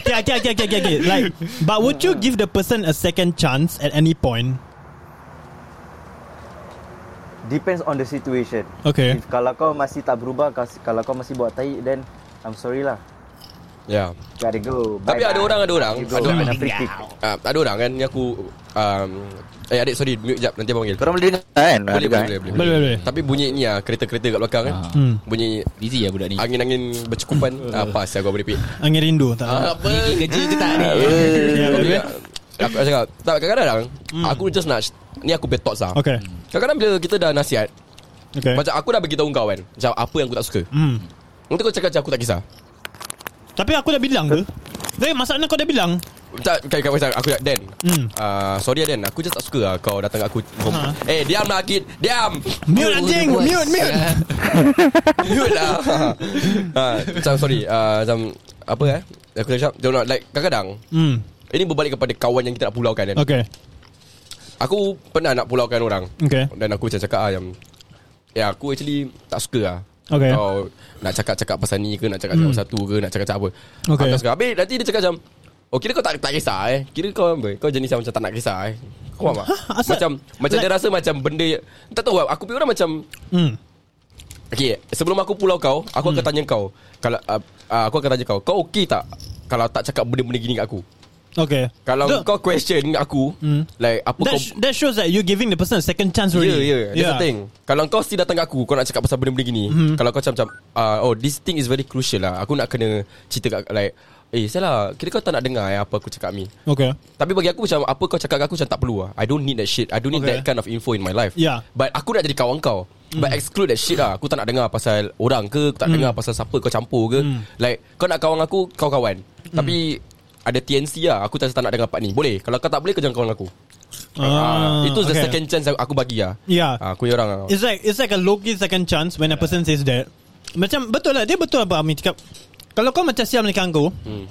[SPEAKER 6] okay, okay, okay, okay, okay, okay. Like, but would you give the person a second chance at any point?
[SPEAKER 1] Depends on the situation.
[SPEAKER 6] Okay.
[SPEAKER 1] If kalau kau masih tak berubah, kas- kalau kau masih buat tai, then I'm sorry lah.
[SPEAKER 5] Yeah.
[SPEAKER 1] Gotta go. Bye
[SPEAKER 5] Tapi ada orang ada orang.
[SPEAKER 1] You go.
[SPEAKER 5] Ada
[SPEAKER 1] Ada free kick.
[SPEAKER 5] Ah, ada orang kan yang aku um, Eh adik sorry Mute jap Nanti abang panggil
[SPEAKER 3] Korang boleh dengar kan? Ah, dengar,
[SPEAKER 5] boleh, boleh, boleh,
[SPEAKER 3] eh?
[SPEAKER 5] boleh,
[SPEAKER 6] Boleh, boleh.
[SPEAKER 5] Tapi bunyi ni lah Kereta-kereta kat belakang kan
[SPEAKER 7] Ah.
[SPEAKER 6] Hmm.
[SPEAKER 5] Bunyi
[SPEAKER 7] Busy lah budak ni
[SPEAKER 5] Angin-angin bercukupan Apa sih aku boleh pik
[SPEAKER 6] Angin rindu tak?
[SPEAKER 5] Apa
[SPEAKER 7] Ha? Kerja je tak ni
[SPEAKER 6] Ya,
[SPEAKER 5] Aku
[SPEAKER 6] boleh.
[SPEAKER 5] cakap- Aku nak cakap Tak kadang-kadang
[SPEAKER 7] Hmm.
[SPEAKER 5] Aku just nak Ni aku punya thoughts lah
[SPEAKER 6] Okay.
[SPEAKER 5] Kadang-kadang bila kita dah nasihat
[SPEAKER 6] Okay.
[SPEAKER 5] Macam aku dah beritahu kau kan Macam apa yang aku tak suka
[SPEAKER 6] Hmm.
[SPEAKER 5] Nanti kau cakap macam aku tak kisah
[SPEAKER 6] Tapi aku dah bilang ke? Eh, masalahnya kau dah bilang.
[SPEAKER 5] Tak, kau kau aku cakap Dan.
[SPEAKER 6] Hmm.
[SPEAKER 5] Ah, sorry Dan, aku just tak suka lah kau datang kat aku.
[SPEAKER 6] Ha.
[SPEAKER 5] Eh, diam lah Akid. Diam.
[SPEAKER 6] Mute anjing,
[SPEAKER 5] Oh,
[SPEAKER 7] Voice.
[SPEAKER 6] mute, mute.
[SPEAKER 7] Ah,
[SPEAKER 5] Mute lah. ha, macam sorry. ah, macam apa eh? Aku cakap, dia nak like kadang-kadang
[SPEAKER 6] Hmm.
[SPEAKER 5] ini berbalik kepada kawan yang kita nak pulaukan kan.
[SPEAKER 6] Okay.
[SPEAKER 5] Aku pernah nak pulaukan orang.
[SPEAKER 6] Okay.
[SPEAKER 5] Dan aku macam cakap ah yang Ya aku actually tak suka lah
[SPEAKER 6] Okay.
[SPEAKER 5] Kau nak cakap-cakap pasal ni ke Nak cakap-cakap
[SPEAKER 6] Hmm.
[SPEAKER 5] pasal tu ke Nak cakap-cakap apa
[SPEAKER 6] Okay.
[SPEAKER 5] Aku tak suka Habis nanti dia cakap macam Oh kira kau tak, tak kisah eh Kira kau apa Kau jenis yang macam tak nak kisah eh Kau faham tak?
[SPEAKER 6] Asal-
[SPEAKER 5] macam Macam dia
[SPEAKER 6] like-
[SPEAKER 5] rasa macam benda yang- Tak tahu lah, Aku punya orang macam
[SPEAKER 6] Hmm.
[SPEAKER 5] Okay sebelum aku pulau kau Aku akan tanya kau Kalau uh, uh, Aku akan tanya kau Kau okay tak Kalau tak cakap benda-benda gini kat aku
[SPEAKER 6] Okay.
[SPEAKER 5] Kalau
[SPEAKER 6] Look,
[SPEAKER 5] kau question aku
[SPEAKER 6] Hmm.
[SPEAKER 5] Like apa
[SPEAKER 6] that,
[SPEAKER 5] kau
[SPEAKER 6] sh- that shows that you're giving the person a second chance
[SPEAKER 5] Ya,
[SPEAKER 6] already.
[SPEAKER 5] ya. Yeah, yeah. That's the thing. Kalau kau still datang kat aku, kau nak cakap pasal benda-benda gini. Mm-hmm. Kalau kau macam-macam, uh, oh, this thing is very crucial lah. Aku nak kena cerita kat, like, eh, salah. Kira kau tak nak dengar eh, apa aku cakap ni.
[SPEAKER 6] Okay.
[SPEAKER 5] Tapi bagi aku macam, apa kau cakap kat aku macam tak perlu lah. I don't need that shit. I don't need
[SPEAKER 6] Okay.
[SPEAKER 5] okay. that kind of info in my life.
[SPEAKER 6] Yeah.
[SPEAKER 5] But aku nak jadi kawan kau. But exclude that shit lah Aku tak nak dengar pasal orang ke Aku tak dengar pasal siapa Kau campur ke Like Kau nak kawan aku Kau kawan Tapi Ada TNC lah Aku tak, tak nak dengar part ni Boleh Kalau kau tak boleh Kau jangan kawan aku
[SPEAKER 6] Ah,
[SPEAKER 5] ah, Itu the
[SPEAKER 6] okay. Ya.
[SPEAKER 5] second chance Aku aku bagi lah
[SPEAKER 6] Yeah.
[SPEAKER 5] ah, Aku punya orang lah
[SPEAKER 6] It's like it's like a low-key second chance when a person says that. Macam betul lah dia betul apa Amin cakap. Kalau kau macam siam dengan aku, hmm.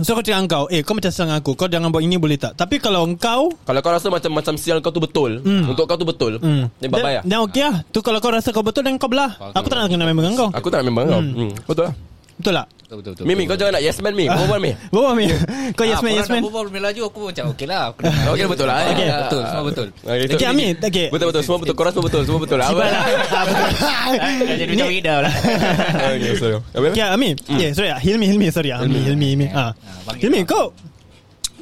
[SPEAKER 6] So kau cakap dengan kau Eh kau macam siang aku Kau jangan buat ini boleh tak Tapi kalau engkau
[SPEAKER 5] Kalau kau rasa macam macam sial kau tu betul,
[SPEAKER 6] Hmm.
[SPEAKER 5] mm. untuk kau tu betul, mm. then bye bye lah.
[SPEAKER 6] Then okay lah Tu kalau kau rasa kau betul Dan kau belah Aku tak nak kena main dengan kau
[SPEAKER 5] Aku tak nak memang kau.
[SPEAKER 6] Hmm.
[SPEAKER 5] Mm. Betul lah.
[SPEAKER 6] Betul tak
[SPEAKER 7] Betul betul betul
[SPEAKER 5] Mimi kau jangan nak yes man Mimi. Kau Mimi.
[SPEAKER 6] Bawa Amin Kau yes
[SPEAKER 7] Ah,
[SPEAKER 6] man
[SPEAKER 7] korang
[SPEAKER 6] yes man
[SPEAKER 7] nak berbual Bila laju aku macam Okay lah aku
[SPEAKER 5] Okey betul lah. eh.
[SPEAKER 6] Okey.
[SPEAKER 5] Ah,
[SPEAKER 7] Betul, semua betul.
[SPEAKER 5] Okey, betul.
[SPEAKER 6] Okay Amin Okay
[SPEAKER 5] Betul betul semua betul. Korang semua betul, semua betul lah.
[SPEAKER 6] Sibat lah Ah, betul.
[SPEAKER 7] Jadi macam
[SPEAKER 6] Ni-
[SPEAKER 7] kita lah
[SPEAKER 5] Okey, sorry. Apa?
[SPEAKER 6] Okay Ya, Amin
[SPEAKER 7] Hmm.
[SPEAKER 6] Okay sorry ah, Hilmi Hilmi sorry ah, Hilmi Hilmi
[SPEAKER 7] Ya,
[SPEAKER 6] Hilmi Ah,
[SPEAKER 7] panggil
[SPEAKER 6] Hilmi
[SPEAKER 7] lah.
[SPEAKER 6] kau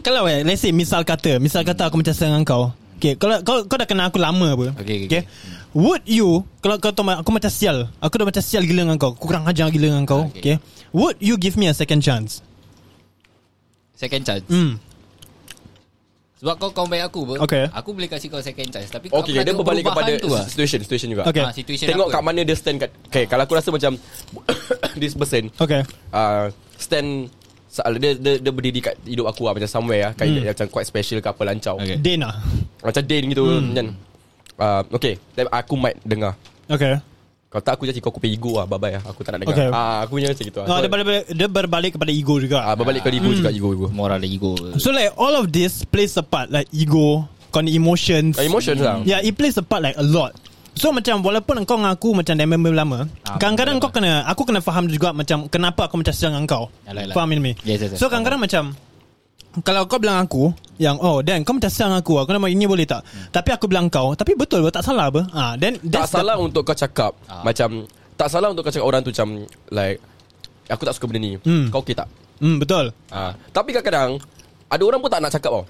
[SPEAKER 6] Kalau eh Let's say misal kata Misal kata aku macam sayang kau Okay kalau kau, kau dah kenal aku lama apa
[SPEAKER 7] Okay, okay, okay. Hmm.
[SPEAKER 6] Would you Kalau kau tahu ma- aku macam sial Aku dah macam sial gila dengan kau Aku kurang ajar gila dengan kau okay.
[SPEAKER 7] Ah, Okay.
[SPEAKER 6] Would you give me a second chance
[SPEAKER 7] Second chance
[SPEAKER 6] Hmm
[SPEAKER 7] Sebab kau kawan baik aku pun
[SPEAKER 6] Okey.
[SPEAKER 7] Aku boleh kasih kau second chance Tapi kau
[SPEAKER 5] Okey, okay, dia berbalik kepada situation, situation juga.
[SPEAKER 6] Okay.
[SPEAKER 7] Ah, situation
[SPEAKER 5] Tengok
[SPEAKER 7] apa?
[SPEAKER 5] kat mana dia stand kat. Okay, kalau aku rasa macam this person
[SPEAKER 6] Okay
[SPEAKER 5] uh, stand sa- uh, dia, dia, dia berdiri kat hidup aku lah Macam somewhere lah Kat
[SPEAKER 6] Hmm.
[SPEAKER 5] hidup- Macam quite special ke apa lancau
[SPEAKER 7] Okay.
[SPEAKER 6] Dana
[SPEAKER 5] Macam Dane gitu
[SPEAKER 6] Hmm.
[SPEAKER 5] Macam uh, Okay Then aku might dengar
[SPEAKER 6] Okay
[SPEAKER 5] Kalau tak aku jadi kau aku punya ego lah Bye-bye lah Aku tak nak dengar
[SPEAKER 6] Okay.
[SPEAKER 5] okay. ah, Aku punya macam gitu lah
[SPEAKER 6] oh, dia, Hmm. berbalik, dia berbalik kepada ego juga
[SPEAKER 5] ah, Berbalik ke ego juga ego, ego.
[SPEAKER 7] Moral ego
[SPEAKER 6] So like all of this plays a part like ego, kau ni emotions.
[SPEAKER 5] Ah, Emotion lah
[SPEAKER 6] Yeah, Ya, it plays a part like a lot. So macam walaupun kau dengan aku macam dah member lama,
[SPEAKER 7] Ah,
[SPEAKER 6] kadang-kadang
[SPEAKER 7] member
[SPEAKER 6] kau kena aku kena faham juga macam kenapa aku macam sedang dengan kau.
[SPEAKER 7] Yalah, yalah.
[SPEAKER 6] Faham ini?
[SPEAKER 7] Ya, Yes, yes, yes.
[SPEAKER 6] So kadang-kadang macam kalau kau bilang aku yang oh dan kau macam sedang aku, aku nama ini boleh tak?
[SPEAKER 7] Hmm.
[SPEAKER 6] Tapi aku bilang kau, tapi betul apa tak salah apa? Ah, then
[SPEAKER 5] Tak
[SPEAKER 6] that's the- Ah.
[SPEAKER 5] salah untuk kau cakap Macam tak salah untuk kau cakap orang tu macam like aku tak suka benda ni.
[SPEAKER 6] Hmm.
[SPEAKER 5] Kau okey tak?
[SPEAKER 6] Hmm, betul.
[SPEAKER 5] Ha. Tapi kadang-kadang ada orang pun tak nak cakap tau.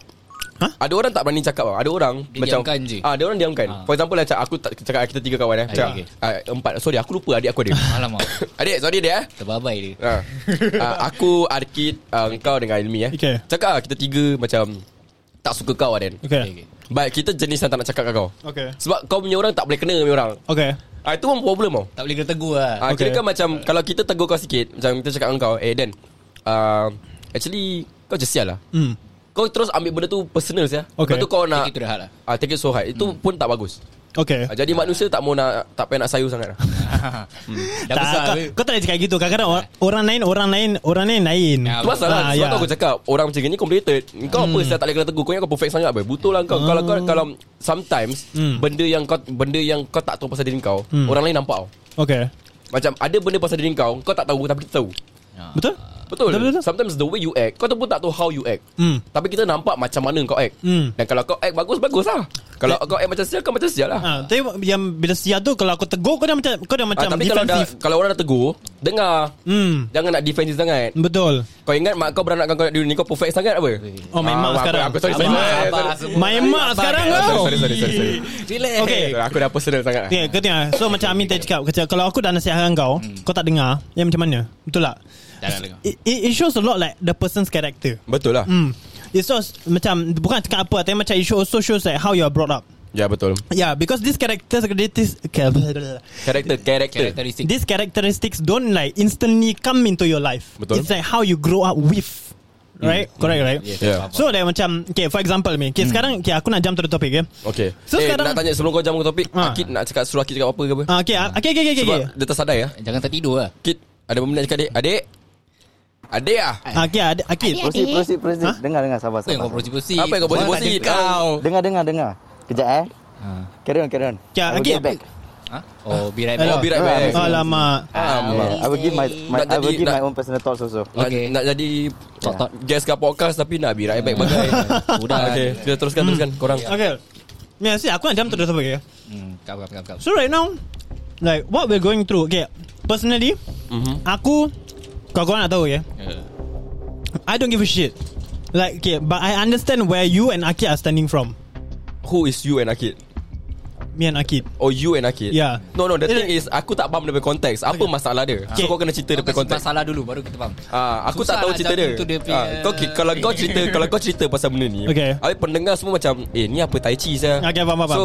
[SPEAKER 6] Ha?
[SPEAKER 5] Ada orang tak berani cakap tau. Ada orang
[SPEAKER 7] Dia
[SPEAKER 5] macam
[SPEAKER 7] diamkan je.
[SPEAKER 5] Ah, ada orang diamkan.
[SPEAKER 7] Ah.
[SPEAKER 5] For example macam aku tak cakap kita tiga kawan eh.
[SPEAKER 7] Okay,
[SPEAKER 5] Cakap,
[SPEAKER 7] okay.
[SPEAKER 5] ah, empat. Sorry aku lupa adik aku ada.
[SPEAKER 7] Alamak
[SPEAKER 5] adik sorry dia eh.
[SPEAKER 7] Terbabai dia
[SPEAKER 6] Ya.
[SPEAKER 5] Ha. Ah, aku Arkid, ah, engkau dengan Ilmi eh.
[SPEAKER 6] Okay.
[SPEAKER 5] Cakap lah, kita tiga macam tak suka kau Aden.
[SPEAKER 7] Okay,
[SPEAKER 6] Okay.
[SPEAKER 7] okay.
[SPEAKER 5] But kita jenis yang tak nak cakap kat kau.
[SPEAKER 6] Okay.
[SPEAKER 5] Sebab kau punya orang tak boleh kena punya orang.
[SPEAKER 6] Okay.
[SPEAKER 5] Ah itu pun problem tau.
[SPEAKER 7] Tak boleh kena tegur lah
[SPEAKER 5] Ah
[SPEAKER 6] Okay.
[SPEAKER 5] okay. kira kan macam kalau kita tegur kau sikit, macam kita cakap dengan kau, eh Dan, ah, actually kau je sial lah.
[SPEAKER 6] Hmm.
[SPEAKER 5] Kau terus ambil benda tu personal ya.
[SPEAKER 6] Okay.
[SPEAKER 5] Lepas tu kau nak
[SPEAKER 7] Take it to the heart lah
[SPEAKER 5] ah, take it so hard. Itu pun tak bagus.
[SPEAKER 6] Okay.
[SPEAKER 5] Ah, jadi manusia tak mau nak tak payah nak sayur sangat lah.
[SPEAKER 7] Hmm. Dah besar
[SPEAKER 6] kau,
[SPEAKER 7] ke?
[SPEAKER 6] kau tak boleh cakap gitu Kadang-kadang or, orang lain Orang lain Orang lain lain
[SPEAKER 7] Ya,
[SPEAKER 5] Itu pasal lah
[SPEAKER 6] Ah,
[SPEAKER 5] Sebab
[SPEAKER 6] ya. Hmm.
[SPEAKER 5] tu aku cakap Orang macam ni complicated Kau apa saya tak boleh kena tegur Kau ingat kau perfect sangat apa Betul lah kau Kalau kau kalau Sometimes
[SPEAKER 6] Hmm.
[SPEAKER 5] Benda yang kau Benda yang kau tak tahu pasal diri kau
[SPEAKER 6] Hmm.
[SPEAKER 5] Orang lain nampak tau
[SPEAKER 6] Okay
[SPEAKER 5] Macam ada benda pasal diri kau Kau tak tahu Tapi kita tahu
[SPEAKER 6] Betul?
[SPEAKER 7] Ah.
[SPEAKER 5] Betul,
[SPEAKER 6] Betul, betul.
[SPEAKER 5] Sometimes the way you act Kau tu pun tak tahu how you act
[SPEAKER 6] Hmm.
[SPEAKER 5] Tapi kita nampak macam mana kau act
[SPEAKER 6] Hmm. Eh.
[SPEAKER 5] Dan kalau kau act bagus Bagus lah Kalau kau act macam sial Kau macam sial lah
[SPEAKER 6] Ah, tapi yang bila siap tu kalau aku tegur kau dah macam kau dah
[SPEAKER 5] Ah,
[SPEAKER 6] macam
[SPEAKER 5] Tapi kalau dah,
[SPEAKER 6] defensif.
[SPEAKER 5] kalau orang dah tegur Dengar
[SPEAKER 6] Hmm.
[SPEAKER 5] Jangan nak defensif sangat
[SPEAKER 6] Betul.
[SPEAKER 5] Kau ingat mak kau beranak kau dulu ni Kau perfect sangat apa
[SPEAKER 6] Oh, my
[SPEAKER 5] Ah,
[SPEAKER 6] mak
[SPEAKER 5] apa-
[SPEAKER 6] sekarang.
[SPEAKER 5] Aku sorry
[SPEAKER 6] Abang,
[SPEAKER 5] sorry, sorry,
[SPEAKER 7] abang,
[SPEAKER 5] sorry.
[SPEAKER 7] abang.
[SPEAKER 6] My mak sekarang kau.
[SPEAKER 5] Sorry, sorry, sorry, sorry.
[SPEAKER 7] Relax
[SPEAKER 6] Okay.
[SPEAKER 5] Eh, Aku dah personal sangat lah.
[SPEAKER 6] Ya, kau tengok. So macam Amin tadi cakap, kata, kalau aku dah nasihatkan kau,
[SPEAKER 5] Hmm.
[SPEAKER 6] kau tak dengar, ya macam mana? Betul tak?
[SPEAKER 7] Dah nak dengar
[SPEAKER 6] It, it, it shows a lot like the person's character.
[SPEAKER 5] Betul lah
[SPEAKER 6] Hmm. It shows macam bukan cakap apa, tapi macam it shows, also shows like how you are brought up.
[SPEAKER 5] Ya betul
[SPEAKER 6] Yeah, because these characters, this,
[SPEAKER 5] Karakter Karakter
[SPEAKER 7] Karakteristik
[SPEAKER 6] these characteristics don't like instantly come into your life.
[SPEAKER 5] Betul. Hmm.
[SPEAKER 6] It's like how you grow up with, right? Correct, right?
[SPEAKER 7] Yes,
[SPEAKER 5] Yeah. Hmm.
[SPEAKER 7] faham, faham.
[SPEAKER 6] So like macam Okay for example ni Okay sekarang okay, Aku nak jump to the topic okay?
[SPEAKER 5] Okay
[SPEAKER 6] So
[SPEAKER 5] Eh
[SPEAKER 6] sekarang-
[SPEAKER 5] nak tanya sebelum kau jam ke topik
[SPEAKER 6] Ah.
[SPEAKER 5] Akid nak cakap Suruh Akid cakap apa ke apa
[SPEAKER 6] Ah, okay, ah, okay Okay okay okay
[SPEAKER 5] Sebab
[SPEAKER 6] okay.
[SPEAKER 5] dia tersadai lah
[SPEAKER 7] Jangan tertidur lah
[SPEAKER 5] Akid Ada benda nak cakap adik Adik Adik ah
[SPEAKER 6] Ah, okay ad- Akid
[SPEAKER 1] Proceed, proceed, proceed.
[SPEAKER 6] Hah?
[SPEAKER 1] Dengar, dengar, sabar,
[SPEAKER 7] Apa
[SPEAKER 1] sabar.
[SPEAKER 7] yang kau bosi-bosi
[SPEAKER 5] Apa yang kau Ah. bosi-bosi kau
[SPEAKER 1] Dengar, dengar, dengar. Kejap eh. Carry on, carry on.
[SPEAKER 6] Okay,
[SPEAKER 1] I will
[SPEAKER 6] Akid.
[SPEAKER 1] get back.
[SPEAKER 7] Ha? Ah. Oh be right
[SPEAKER 5] Oh
[SPEAKER 7] back
[SPEAKER 5] be right back
[SPEAKER 1] Ah,
[SPEAKER 6] Alamak
[SPEAKER 5] Alamak.
[SPEAKER 1] I will give my, my
[SPEAKER 5] Nak
[SPEAKER 1] I will
[SPEAKER 5] jadi-
[SPEAKER 1] give my
[SPEAKER 5] nak-
[SPEAKER 1] own personal thoughts also.
[SPEAKER 5] Nak-
[SPEAKER 7] Okay.
[SPEAKER 5] Nak jadi
[SPEAKER 7] Tok, tok.
[SPEAKER 5] Guest kat podcast Tapi nak be right back bagai
[SPEAKER 7] Udah
[SPEAKER 5] Okay Kita teruskan teruskan Korang
[SPEAKER 6] Okay Yeah see aku nak jump to the topic okay?
[SPEAKER 7] Hmm, Kap kap kap kap
[SPEAKER 6] So right now Like what we're going through Okay Personally
[SPEAKER 5] Mhm.
[SPEAKER 6] Aku Kau kau nak tahu okay
[SPEAKER 7] Yeah.
[SPEAKER 6] I don't give a shit Like okay But I understand where you and Akid are standing from
[SPEAKER 5] Who is you and Akid
[SPEAKER 6] Me and Akid
[SPEAKER 5] Oh you and Akid
[SPEAKER 7] Ya.
[SPEAKER 6] Yeah.
[SPEAKER 5] No no the
[SPEAKER 6] Eh,
[SPEAKER 5] thing is Aku tak faham dia punya konteks Apa masalah dia So
[SPEAKER 6] Okay.
[SPEAKER 5] kau kena cerita dia punya
[SPEAKER 7] Kau kasi
[SPEAKER 5] konteks
[SPEAKER 7] masalah dulu Baru kita faham
[SPEAKER 5] Ah, aku tak
[SPEAKER 7] Susah
[SPEAKER 5] tahu
[SPEAKER 7] nak
[SPEAKER 5] cerita
[SPEAKER 7] jump
[SPEAKER 5] dia.
[SPEAKER 7] into the
[SPEAKER 5] Ah,
[SPEAKER 7] punya-
[SPEAKER 5] kau ki- kalau kau cerita kalau kau cerita pasal benda ni,
[SPEAKER 6] Okay.
[SPEAKER 5] habis pendengar semua macam, "Eh, ni apa tai chi saya?"
[SPEAKER 6] Okay, faham, faham,
[SPEAKER 5] So,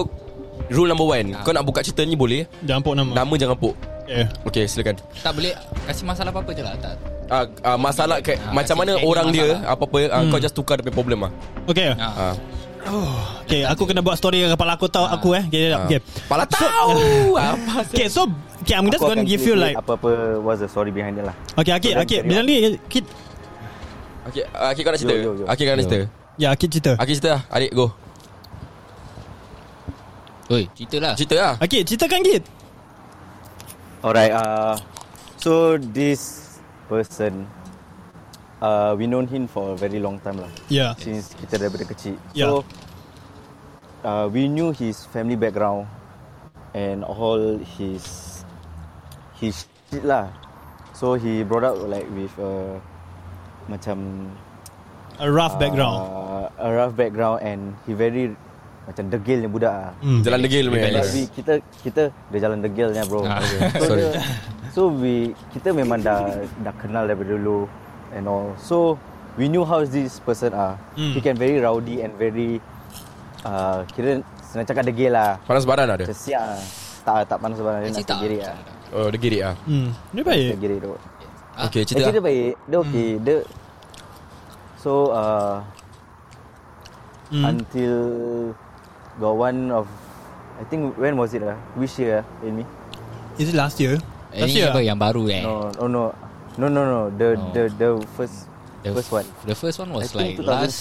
[SPEAKER 5] rule number
[SPEAKER 7] Ah.
[SPEAKER 5] one, kau nak buka cerita ni boleh,
[SPEAKER 6] Jangan pok nama
[SPEAKER 5] nama jangan pok.
[SPEAKER 6] yeah.
[SPEAKER 5] Okay, silakan.
[SPEAKER 7] Tak boleh Kasih masalah apa-apa je lah Tak
[SPEAKER 5] Ah, ah, masalah ke,
[SPEAKER 7] Ah,
[SPEAKER 5] macam mana
[SPEAKER 7] kasi any
[SPEAKER 5] orang dia
[SPEAKER 7] masalah. Hmm.
[SPEAKER 5] apa-apa ah, kau just tukar dia punya problem ah.
[SPEAKER 6] Okay
[SPEAKER 7] Ha.
[SPEAKER 5] Ah.
[SPEAKER 6] Okay aku kena buat story Kepala aku tahu aku eh Okay
[SPEAKER 5] Ah.
[SPEAKER 6] okay
[SPEAKER 5] Pala tahu apa sih?
[SPEAKER 6] Okay so Okay I'm just
[SPEAKER 1] Aku
[SPEAKER 6] gonna
[SPEAKER 1] akan
[SPEAKER 6] give you like
[SPEAKER 1] tweet apa-apa was the story behind it lah.
[SPEAKER 6] Okay Akid
[SPEAKER 1] So,
[SPEAKER 6] Akid
[SPEAKER 1] then
[SPEAKER 6] Bila
[SPEAKER 1] carry
[SPEAKER 6] ni Akid
[SPEAKER 5] Okay, ah, Akid kau nak cerita.
[SPEAKER 1] Yo, yo, yo.
[SPEAKER 5] Akid kau nak cerita.
[SPEAKER 6] Ya Akid cerita
[SPEAKER 5] Akid cerita lah. Adik go.
[SPEAKER 7] Oi cerita lah
[SPEAKER 5] Cerita lah.
[SPEAKER 6] Akid ceritakan Akid
[SPEAKER 1] Alright, uh, so this person, uh, we known him for a very long time lah.
[SPEAKER 6] Ya
[SPEAKER 1] Since kita daripada kecil.
[SPEAKER 6] Yeah.
[SPEAKER 1] So, uh, we knew his family background and all his his shit lah. So he brought up like with a macam
[SPEAKER 6] A rough background
[SPEAKER 1] uh, a rough background and he very macam degil ni budak ah.
[SPEAKER 6] Hmm.
[SPEAKER 5] Jalan degil punya.
[SPEAKER 1] But we, kita kita dia jalan degilnya bro.
[SPEAKER 6] Ah,
[SPEAKER 1] Okay. So,
[SPEAKER 5] Sorry.
[SPEAKER 1] Dia, so we kita memang dah dah kenal daripada dulu and all. So we knew how this person are.
[SPEAKER 6] Hmm.
[SPEAKER 1] He can very rowdy and very uh, kira senang cakap degil lah.
[SPEAKER 5] Panas badan ada.
[SPEAKER 1] Macam siap lah. Tak tak panas sebenarnya dia nak
[SPEAKER 7] Cerita
[SPEAKER 1] sendiri ah.
[SPEAKER 5] Oh, degil ah.
[SPEAKER 6] Hmm. Dia baik
[SPEAKER 1] Sendiri tu.
[SPEAKER 7] Ah.
[SPEAKER 5] Okay, cerita.
[SPEAKER 1] Actually
[SPEAKER 5] lah.
[SPEAKER 1] dia baik. Dia
[SPEAKER 7] Hmm.
[SPEAKER 1] okay. Dia So uh,
[SPEAKER 6] Hmm.
[SPEAKER 1] until got one of I think when was it lah? Which year ah, Ilmi?
[SPEAKER 6] Is it last year
[SPEAKER 7] Eh,
[SPEAKER 6] Last
[SPEAKER 7] Ini
[SPEAKER 6] year
[SPEAKER 7] apa yang baru eh
[SPEAKER 1] No, no, no, no, no, no. The
[SPEAKER 7] No.
[SPEAKER 1] the the first
[SPEAKER 7] The
[SPEAKER 1] first one.
[SPEAKER 7] The first one was like
[SPEAKER 1] 2000
[SPEAKER 7] last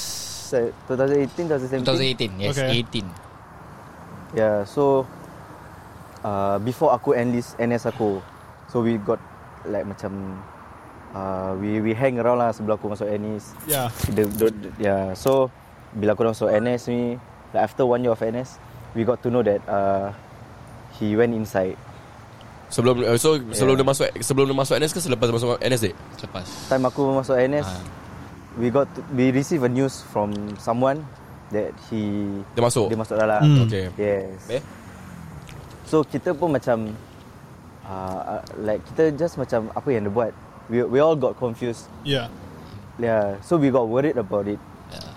[SPEAKER 1] se- 2018, 2017.
[SPEAKER 7] 2018 Yes
[SPEAKER 6] Okay.
[SPEAKER 1] Yeah.
[SPEAKER 7] 18
[SPEAKER 1] Ya, So, uh, before aku enlist NS aku, so we got like macam uh, we we hang around lah sebelum aku masuk NS.
[SPEAKER 6] Yeah
[SPEAKER 1] The, the, the yeah. So bila aku dah masuk NS ni, like after one year of NS, we got to know that uh, he went inside.
[SPEAKER 5] Sebelum uh, so sebelum dia masuk sebelum dia masuk NS ke selepas dia masuk NS dek?
[SPEAKER 7] Selepas
[SPEAKER 1] Time aku masuk NS,
[SPEAKER 7] Ah.
[SPEAKER 1] we got to, we receive a news from someone that he
[SPEAKER 5] Dia masuk.
[SPEAKER 1] dia masuk dalam.
[SPEAKER 6] Hmm.
[SPEAKER 5] Okay.
[SPEAKER 1] Yes.
[SPEAKER 5] Eh?
[SPEAKER 1] So kita pun macam uh, uh, like kita just macam apa yang dia buat. We we all got confused.
[SPEAKER 6] Yeah
[SPEAKER 1] Yeah. So we got worried about it.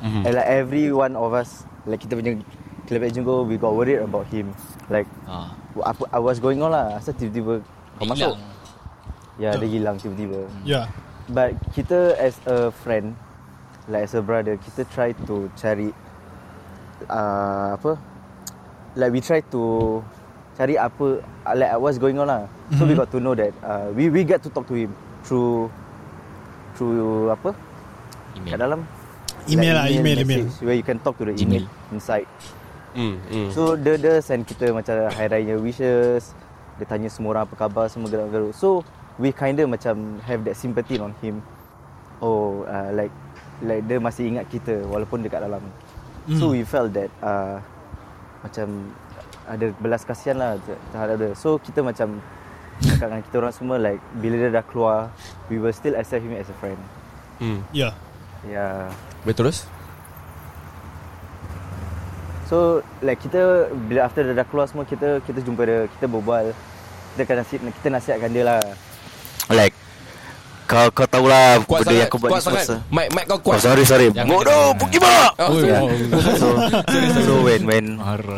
[SPEAKER 5] Mhm.
[SPEAKER 1] And like every one of us like kita punya Kelebek Jenggo we got worried about him. Like
[SPEAKER 7] ah,
[SPEAKER 1] apa I was going on lah. Asal tiba-tiba kau
[SPEAKER 7] dia
[SPEAKER 1] masuk.
[SPEAKER 7] hilang.
[SPEAKER 1] Ya, yeah, dia hilang tiba-tiba.
[SPEAKER 6] Yeah
[SPEAKER 1] But kita as a friend Like as a brother Kita try to cari uh, Apa Like we try to Cari apa uh, Like what's going on lah So we got to know that uh, We we get to talk to him Through Through apa Kat
[SPEAKER 7] Email.
[SPEAKER 1] dalam
[SPEAKER 6] Email lah, email, email.
[SPEAKER 1] message Where you can talk to the email Inside
[SPEAKER 5] Hmm. hmm.
[SPEAKER 1] So dia dia send kita macam hari raya wishes. Dia tanya semua orang apa khabar semua gerak-geruk. So we kinda macam have that sympathy on him. Oh uh, like like dia masih ingat kita walaupun dekat dalam. Mm.
[SPEAKER 6] Hmm.
[SPEAKER 1] So we felt that uh, macam ada belas kasihan lah ter- terhadap dia. So kita macam cakap dengan kita orang semua like bila dia dah keluar we will still accept him as a friend.
[SPEAKER 5] Hmm.
[SPEAKER 6] Yeah
[SPEAKER 1] Yeah.
[SPEAKER 5] Baik terus?
[SPEAKER 1] So like kita bila after dia dah keluar semua kita kita jumpa dia, kita berbual. Kita akan nasihat kita nasihatkan dia lah.
[SPEAKER 3] Like Kau kau tahulah
[SPEAKER 5] Kuat
[SPEAKER 3] Benda
[SPEAKER 5] sangat.
[SPEAKER 3] yang aku buat
[SPEAKER 5] kuat
[SPEAKER 3] ni semua
[SPEAKER 5] sangat.
[SPEAKER 3] se-
[SPEAKER 5] Mic mic kau
[SPEAKER 3] Oh,
[SPEAKER 5] kuat.
[SPEAKER 3] sorry sorry
[SPEAKER 7] Jangan
[SPEAKER 3] Bodoh
[SPEAKER 7] jangan.
[SPEAKER 3] Pergi bawa
[SPEAKER 5] Oh,
[SPEAKER 3] yeah.
[SPEAKER 5] sorry.
[SPEAKER 3] So So when when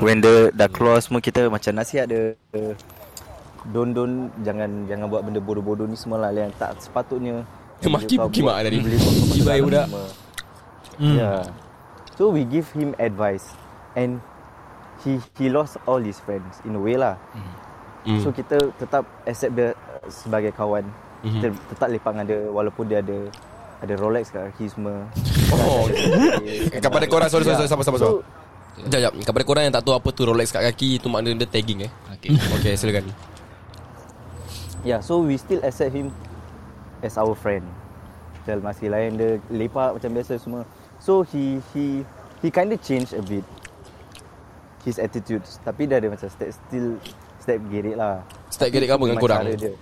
[SPEAKER 3] When dia dah keluar semua Kita macam
[SPEAKER 1] Nasihat dia eh, Don don jangan jangan buat benda bodoh-bodoh ni semua lah yang tak sepatutnya.
[SPEAKER 5] Dia maki pergi mak tadi.
[SPEAKER 1] Boleh kau buat
[SPEAKER 5] Pergi baik budak. Hmm.
[SPEAKER 1] semua. Yeah. So we give him advice and he he lost all his friends in a way lah.
[SPEAKER 5] Hmm.
[SPEAKER 1] So kita tetap accept dia uh, sebagai kawan.
[SPEAKER 5] Hmm.
[SPEAKER 1] Mm-hmm. Kita tetap lepak dengan dia walaupun dia ada ada Rolex kat kaki semua.
[SPEAKER 5] Oh,
[SPEAKER 1] Okay.
[SPEAKER 5] kepada korang sorry sorry sorry sama sama.
[SPEAKER 1] Ya.
[SPEAKER 5] So,
[SPEAKER 1] So,
[SPEAKER 5] Sekejap, sekejap. Kepada korang yang tak tahu apa tu Rolex kat kaki Itu makna dia tagging eh
[SPEAKER 7] Okay.
[SPEAKER 5] Okay silakan
[SPEAKER 1] yeah, Ya, so we still accept him as our friend. Kita masih lain dia lepak macam biasa semua. So he he he kind of change a bit his attitudes tapi dia ada macam step still step gerik lah.
[SPEAKER 5] Step gerik apa dengan
[SPEAKER 1] Macam
[SPEAKER 5] korang?
[SPEAKER 1] cara dia.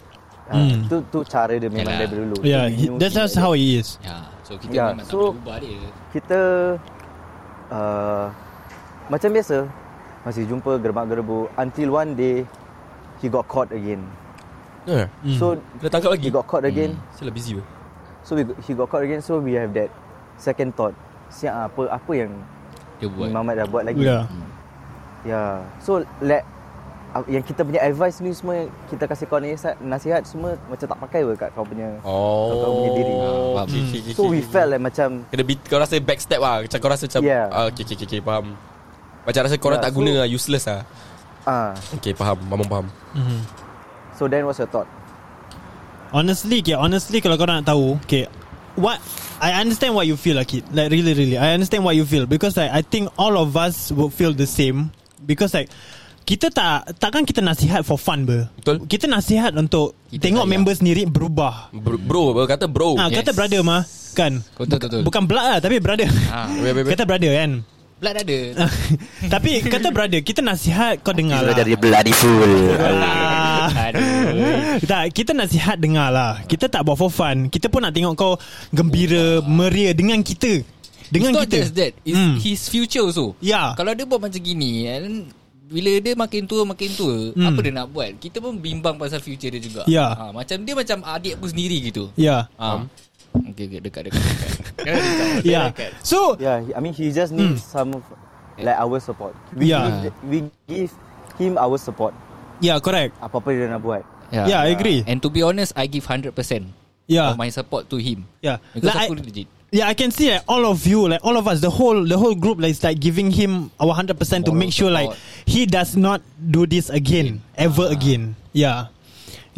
[SPEAKER 1] Hmm. tu tu cara dia memang
[SPEAKER 7] Yalah.
[SPEAKER 1] dari dulu.
[SPEAKER 6] Yeah
[SPEAKER 1] So, we
[SPEAKER 6] Ya, he,
[SPEAKER 1] knew
[SPEAKER 6] That's
[SPEAKER 1] he
[SPEAKER 6] just
[SPEAKER 1] like
[SPEAKER 6] how he is
[SPEAKER 7] Ya, so kita
[SPEAKER 1] Ya,
[SPEAKER 7] memang tak
[SPEAKER 1] so-
[SPEAKER 7] boleh ubah dia.
[SPEAKER 1] kita uh, macam biasa masih jumpa gerbak-gerbu until one day he got caught again.
[SPEAKER 5] yeah.
[SPEAKER 6] Hmm.
[SPEAKER 1] Mm. So
[SPEAKER 5] Kena tangkap lagi
[SPEAKER 1] he got caught again. Mm.
[SPEAKER 5] Saya lah busy weh
[SPEAKER 1] So we, he got caught again so we have that second thought. Siap apa apa yang
[SPEAKER 7] Dia buat.
[SPEAKER 1] Muhammad dah buat lagi.
[SPEAKER 6] Yeah
[SPEAKER 1] Yeah. So let uh, yang kita punya advice ni semua kita kasih kau nasihat, nasihat semua macam tak pakai pun kat kau punya.
[SPEAKER 5] Oh
[SPEAKER 1] Kau punya diri.
[SPEAKER 5] Ah, faham. Okay, okay,
[SPEAKER 1] So
[SPEAKER 5] okay,
[SPEAKER 1] we
[SPEAKER 5] okay.
[SPEAKER 1] felt like macam
[SPEAKER 5] Kena beat, kau rasa backstep lah Macam kau rasa macam
[SPEAKER 1] Yeah.
[SPEAKER 5] yeah. okay, okay, okay, okay, faham Macam rasa korang
[SPEAKER 1] Yeah,
[SPEAKER 5] tak guna
[SPEAKER 1] so-
[SPEAKER 5] lah Useless lah
[SPEAKER 1] ah. Uh,
[SPEAKER 5] Okay faham Mamam faham
[SPEAKER 6] mm-hmm.
[SPEAKER 1] so then what's your thought?
[SPEAKER 6] Honestly, okay, honestly kalau kau nak tahu, okay, what I understand what you feel like it. Like really really. I understand what you feel because like I think all of us would feel the same because like kita tak takkan kita nasihat for fun ber.
[SPEAKER 5] Betul.
[SPEAKER 6] Kita nasihat untuk
[SPEAKER 7] Kita
[SPEAKER 6] tengok
[SPEAKER 7] sayang.
[SPEAKER 6] member sendiri berubah.
[SPEAKER 5] Bro, bro kata bro
[SPEAKER 6] Ah,
[SPEAKER 7] yes.
[SPEAKER 6] kata brother mah kan.
[SPEAKER 7] Betul, betul, betul.
[SPEAKER 6] Bukan blood lah tapi brother.
[SPEAKER 7] Ah,
[SPEAKER 5] wait, wait, wait.
[SPEAKER 6] kata brother kan.
[SPEAKER 7] Blood ada.
[SPEAKER 6] tapi kata brother kita nasihat kau dengar
[SPEAKER 3] Kita
[SPEAKER 6] lah.
[SPEAKER 3] jadi bloody fool
[SPEAKER 6] Ah.
[SPEAKER 7] Aduh.
[SPEAKER 6] Eh, tak, kita nasihat dengar lah Kita tak buat for fun Kita pun nak tengok kau Gembira, meriah Dengan kita Dengan
[SPEAKER 7] It's not
[SPEAKER 6] kita
[SPEAKER 7] just that It's
[SPEAKER 6] Hmm.
[SPEAKER 7] mm. his future also
[SPEAKER 6] Ya.
[SPEAKER 7] Kalau dia buat macam gini and Bila dia makin tua Makin tua
[SPEAKER 6] Hmm.
[SPEAKER 7] Apa dia nak buat Kita pun bimbang pasal future dia juga
[SPEAKER 6] Ya.
[SPEAKER 7] ha, Macam dia macam adik aku sendiri gitu
[SPEAKER 6] Ya
[SPEAKER 7] ha. Okay, okay, dekat dekat dekat. Dekat, dekat.
[SPEAKER 6] Ya So
[SPEAKER 1] Yeah, he- I mean he just needs some like our support. We
[SPEAKER 6] Yeah.
[SPEAKER 1] give, we give him our support
[SPEAKER 6] Ya yeah, correct
[SPEAKER 1] apa-apa dia nak buat.
[SPEAKER 6] Ya yeah, I agree
[SPEAKER 7] Ha. And to be honest I give 100%
[SPEAKER 6] Ya
[SPEAKER 7] Of my support to him
[SPEAKER 6] Ya
[SPEAKER 7] Because
[SPEAKER 6] Like,
[SPEAKER 7] aku
[SPEAKER 6] I-
[SPEAKER 7] legit
[SPEAKER 6] Yeah, I can see like all of you, like all of us, the whole the whole group, like it's like giving him our hundred percent to
[SPEAKER 7] Moral
[SPEAKER 6] make sure like
[SPEAKER 7] support. Ah.
[SPEAKER 6] he does not do this again, ever again. Yeah.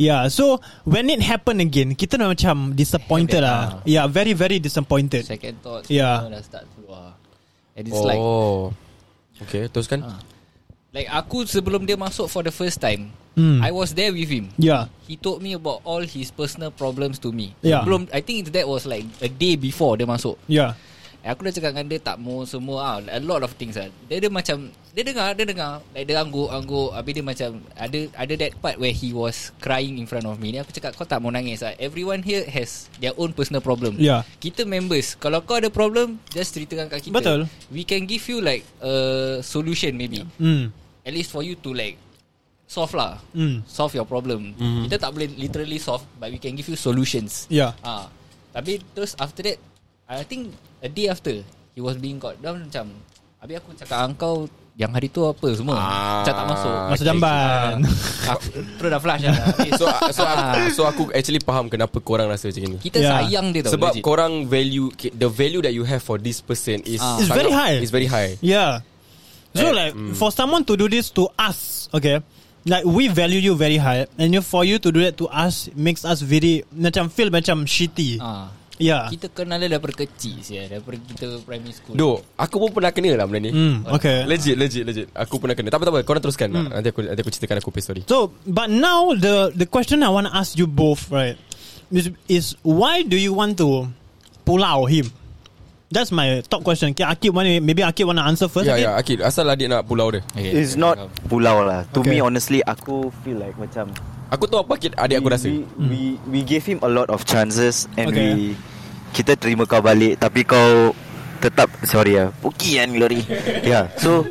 [SPEAKER 6] Yeah, so when it happened again, kita dah macam disappointed lah.
[SPEAKER 7] Headache,
[SPEAKER 6] Yeah, very very disappointed.
[SPEAKER 7] Ah. Second thought
[SPEAKER 6] Ya.
[SPEAKER 7] semua Dah start keluar And it's
[SPEAKER 5] Oh
[SPEAKER 7] like
[SPEAKER 5] Okay teruskan
[SPEAKER 7] Ah. Like aku sebelum dia masuk for the first time,
[SPEAKER 6] Hmm.
[SPEAKER 7] I was there with him.
[SPEAKER 6] Yeah.
[SPEAKER 7] He told me about all his personal problems to me.
[SPEAKER 6] Yeah.
[SPEAKER 7] Sebelum I think that was like a day before dia masuk.
[SPEAKER 6] Yeah.
[SPEAKER 7] Eh, Aku dah cakap dengan dia tak mau semua ah. A lot of things ah. Dia dia macam dia dengar, dia dengar. Like dia angguk-angguk habis dia macam ada ada that part where he was crying in front of me. Ni aku cakap kau tak mau nangis ah. Everyone here has their own personal problem.
[SPEAKER 6] Yeah.
[SPEAKER 7] Kita members. Kalau kau ada problem, just ceritakan kat kita.
[SPEAKER 6] Betul.
[SPEAKER 7] We can give you like a solution maybe. Yeah.
[SPEAKER 6] Hmm.
[SPEAKER 7] At least for you to like solve lah.
[SPEAKER 6] Hmm.
[SPEAKER 7] Solve your problem.
[SPEAKER 5] Hmm.
[SPEAKER 7] Kita tak boleh literally solve but we can give you solutions.
[SPEAKER 6] Yeah.
[SPEAKER 7] Ah, tapi terus after that, I think a day after he was being caught down macam, habis aku cakap dengan kau yang hari tu apa semua.
[SPEAKER 5] Ah.
[SPEAKER 7] macam tak masuk.
[SPEAKER 6] Masuk jamban.
[SPEAKER 7] Ah, aku, terus dah flash lah.
[SPEAKER 5] Eh,
[SPEAKER 7] Habis.
[SPEAKER 5] So so
[SPEAKER 7] Ah.
[SPEAKER 5] aku, so aku actually faham kenapa korang rasa macam ni.
[SPEAKER 7] kita
[SPEAKER 6] Yeah.
[SPEAKER 7] sayang dia tau.
[SPEAKER 5] Sebab
[SPEAKER 7] legit.
[SPEAKER 5] korang value the value that you have for this person is
[SPEAKER 7] Ah.
[SPEAKER 6] It's
[SPEAKER 5] sangat-
[SPEAKER 6] very high.
[SPEAKER 5] It's very high.
[SPEAKER 6] Yeah. So
[SPEAKER 5] Eh,
[SPEAKER 6] like for someone to do this to us, okay, like we value you very high, and you for you to do that to us makes us very macam feel macam shitty.
[SPEAKER 7] Ah.
[SPEAKER 6] Yeah.
[SPEAKER 7] Kita kenal dia daripada kecil ya, daripada kita primary school.
[SPEAKER 5] Duh, aku pun pernah kena lah benda ni.
[SPEAKER 6] Hmm. Okay.
[SPEAKER 5] Legit, legit, legit. Aku pernah kena. Tak apa, tak apa. Korang teruskan. Hmm. Nanti aku nanti aku ceritakan aku punya story.
[SPEAKER 6] So, but now the the question I want to ask you both, right, is, is why do you want to pull out him? That's my top question. Okay, Akib want to, maybe Akib want to answer first.
[SPEAKER 5] Ya,
[SPEAKER 6] okay?
[SPEAKER 5] ya, Akid. Asal adik nak pulau dia.
[SPEAKER 7] Okay,
[SPEAKER 1] It's
[SPEAKER 7] okay,
[SPEAKER 1] not
[SPEAKER 7] faham.
[SPEAKER 3] Pulau lah To
[SPEAKER 6] Okay.
[SPEAKER 3] me honestly Aku
[SPEAKER 1] Aku feel like macam
[SPEAKER 5] Aku tahu apa Akid adik aku
[SPEAKER 1] we,
[SPEAKER 5] rasa.
[SPEAKER 1] we, we, we gave him
[SPEAKER 3] a lot of chances And we
[SPEAKER 6] Okay.
[SPEAKER 3] Kita terima kau balik Tapi kau Tetap Sorry lah Puki kan Glory Yeah So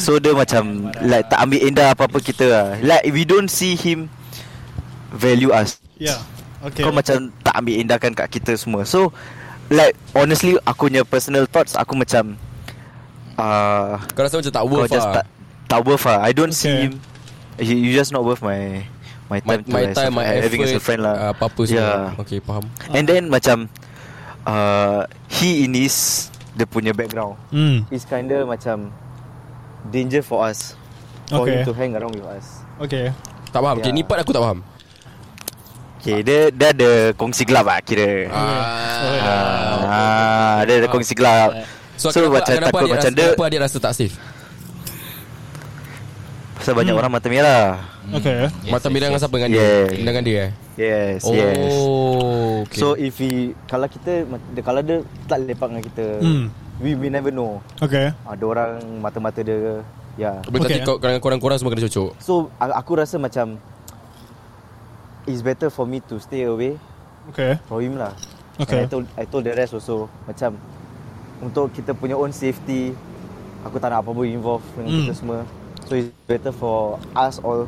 [SPEAKER 3] So dia macam Like tak ambil indah Apa-apa kita lah Like we don't see him Value us
[SPEAKER 6] Yeah. Okay.
[SPEAKER 3] Kau macam tak ambil indahkan kat kita semua So Like honestly Aku punya personal thoughts Aku macam uh,
[SPEAKER 5] Kau rasa macam tak
[SPEAKER 3] Kau
[SPEAKER 5] worth
[SPEAKER 3] just tak
[SPEAKER 5] lah.
[SPEAKER 3] Tak worth lah I don't
[SPEAKER 6] Okay.
[SPEAKER 3] see him he, You just not worth my My
[SPEAKER 5] My,
[SPEAKER 3] time to
[SPEAKER 5] my
[SPEAKER 3] as-
[SPEAKER 5] time, my effort,
[SPEAKER 3] Having as a friend
[SPEAKER 5] uh,
[SPEAKER 3] lah
[SPEAKER 5] apa-apa
[SPEAKER 3] yeah.
[SPEAKER 5] semua. Okay, faham.
[SPEAKER 3] And then macam uh, He in his Dia punya background
[SPEAKER 6] Mm.
[SPEAKER 1] is kinda macam danger for us for
[SPEAKER 6] Okay.
[SPEAKER 1] him to hang around with us.
[SPEAKER 6] Okay.
[SPEAKER 5] Tak faham. Okay, ni
[SPEAKER 1] Yeah.
[SPEAKER 5] part aku tak faham.
[SPEAKER 3] Okay dia, dia ada Kongsi gelap lah kira ah, ah, Dia ada kongsi gelap
[SPEAKER 5] So, so kenapa,
[SPEAKER 3] macam
[SPEAKER 5] kenapa,
[SPEAKER 3] takut
[SPEAKER 5] adik
[SPEAKER 3] macam
[SPEAKER 5] rasa,
[SPEAKER 3] dia
[SPEAKER 5] kenapa adik rasa tak safe?
[SPEAKER 3] Pasal banyak
[SPEAKER 5] Hmm.
[SPEAKER 3] orang mata merah
[SPEAKER 6] Okay.
[SPEAKER 7] Yes,
[SPEAKER 5] Mata
[SPEAKER 7] yes,
[SPEAKER 5] merah dengan
[SPEAKER 7] yes.
[SPEAKER 5] siapa dengan dia?
[SPEAKER 3] Yeah.
[SPEAKER 5] Dengan dia eh?
[SPEAKER 3] Yes yes
[SPEAKER 5] Oh, okay.
[SPEAKER 1] Okay. So if he kalau kita dia- kalau dia tak lepak dengan kita,
[SPEAKER 6] Hmm.
[SPEAKER 1] we we never know.
[SPEAKER 6] Okay.
[SPEAKER 1] Ada orang mata-mata dia ke. Yeah.
[SPEAKER 6] Okay.
[SPEAKER 5] Berarti kau korang korang-korang semua kena cocok.
[SPEAKER 1] So a- aku rasa macam it's better for me to stay away
[SPEAKER 6] Okay.
[SPEAKER 1] from him lah.
[SPEAKER 6] Okay.
[SPEAKER 1] And I told I told the rest also macam untuk kita punya own safety aku tak nak apa pun involve dengan
[SPEAKER 6] Hmm.
[SPEAKER 1] kita semua. So it's better for us all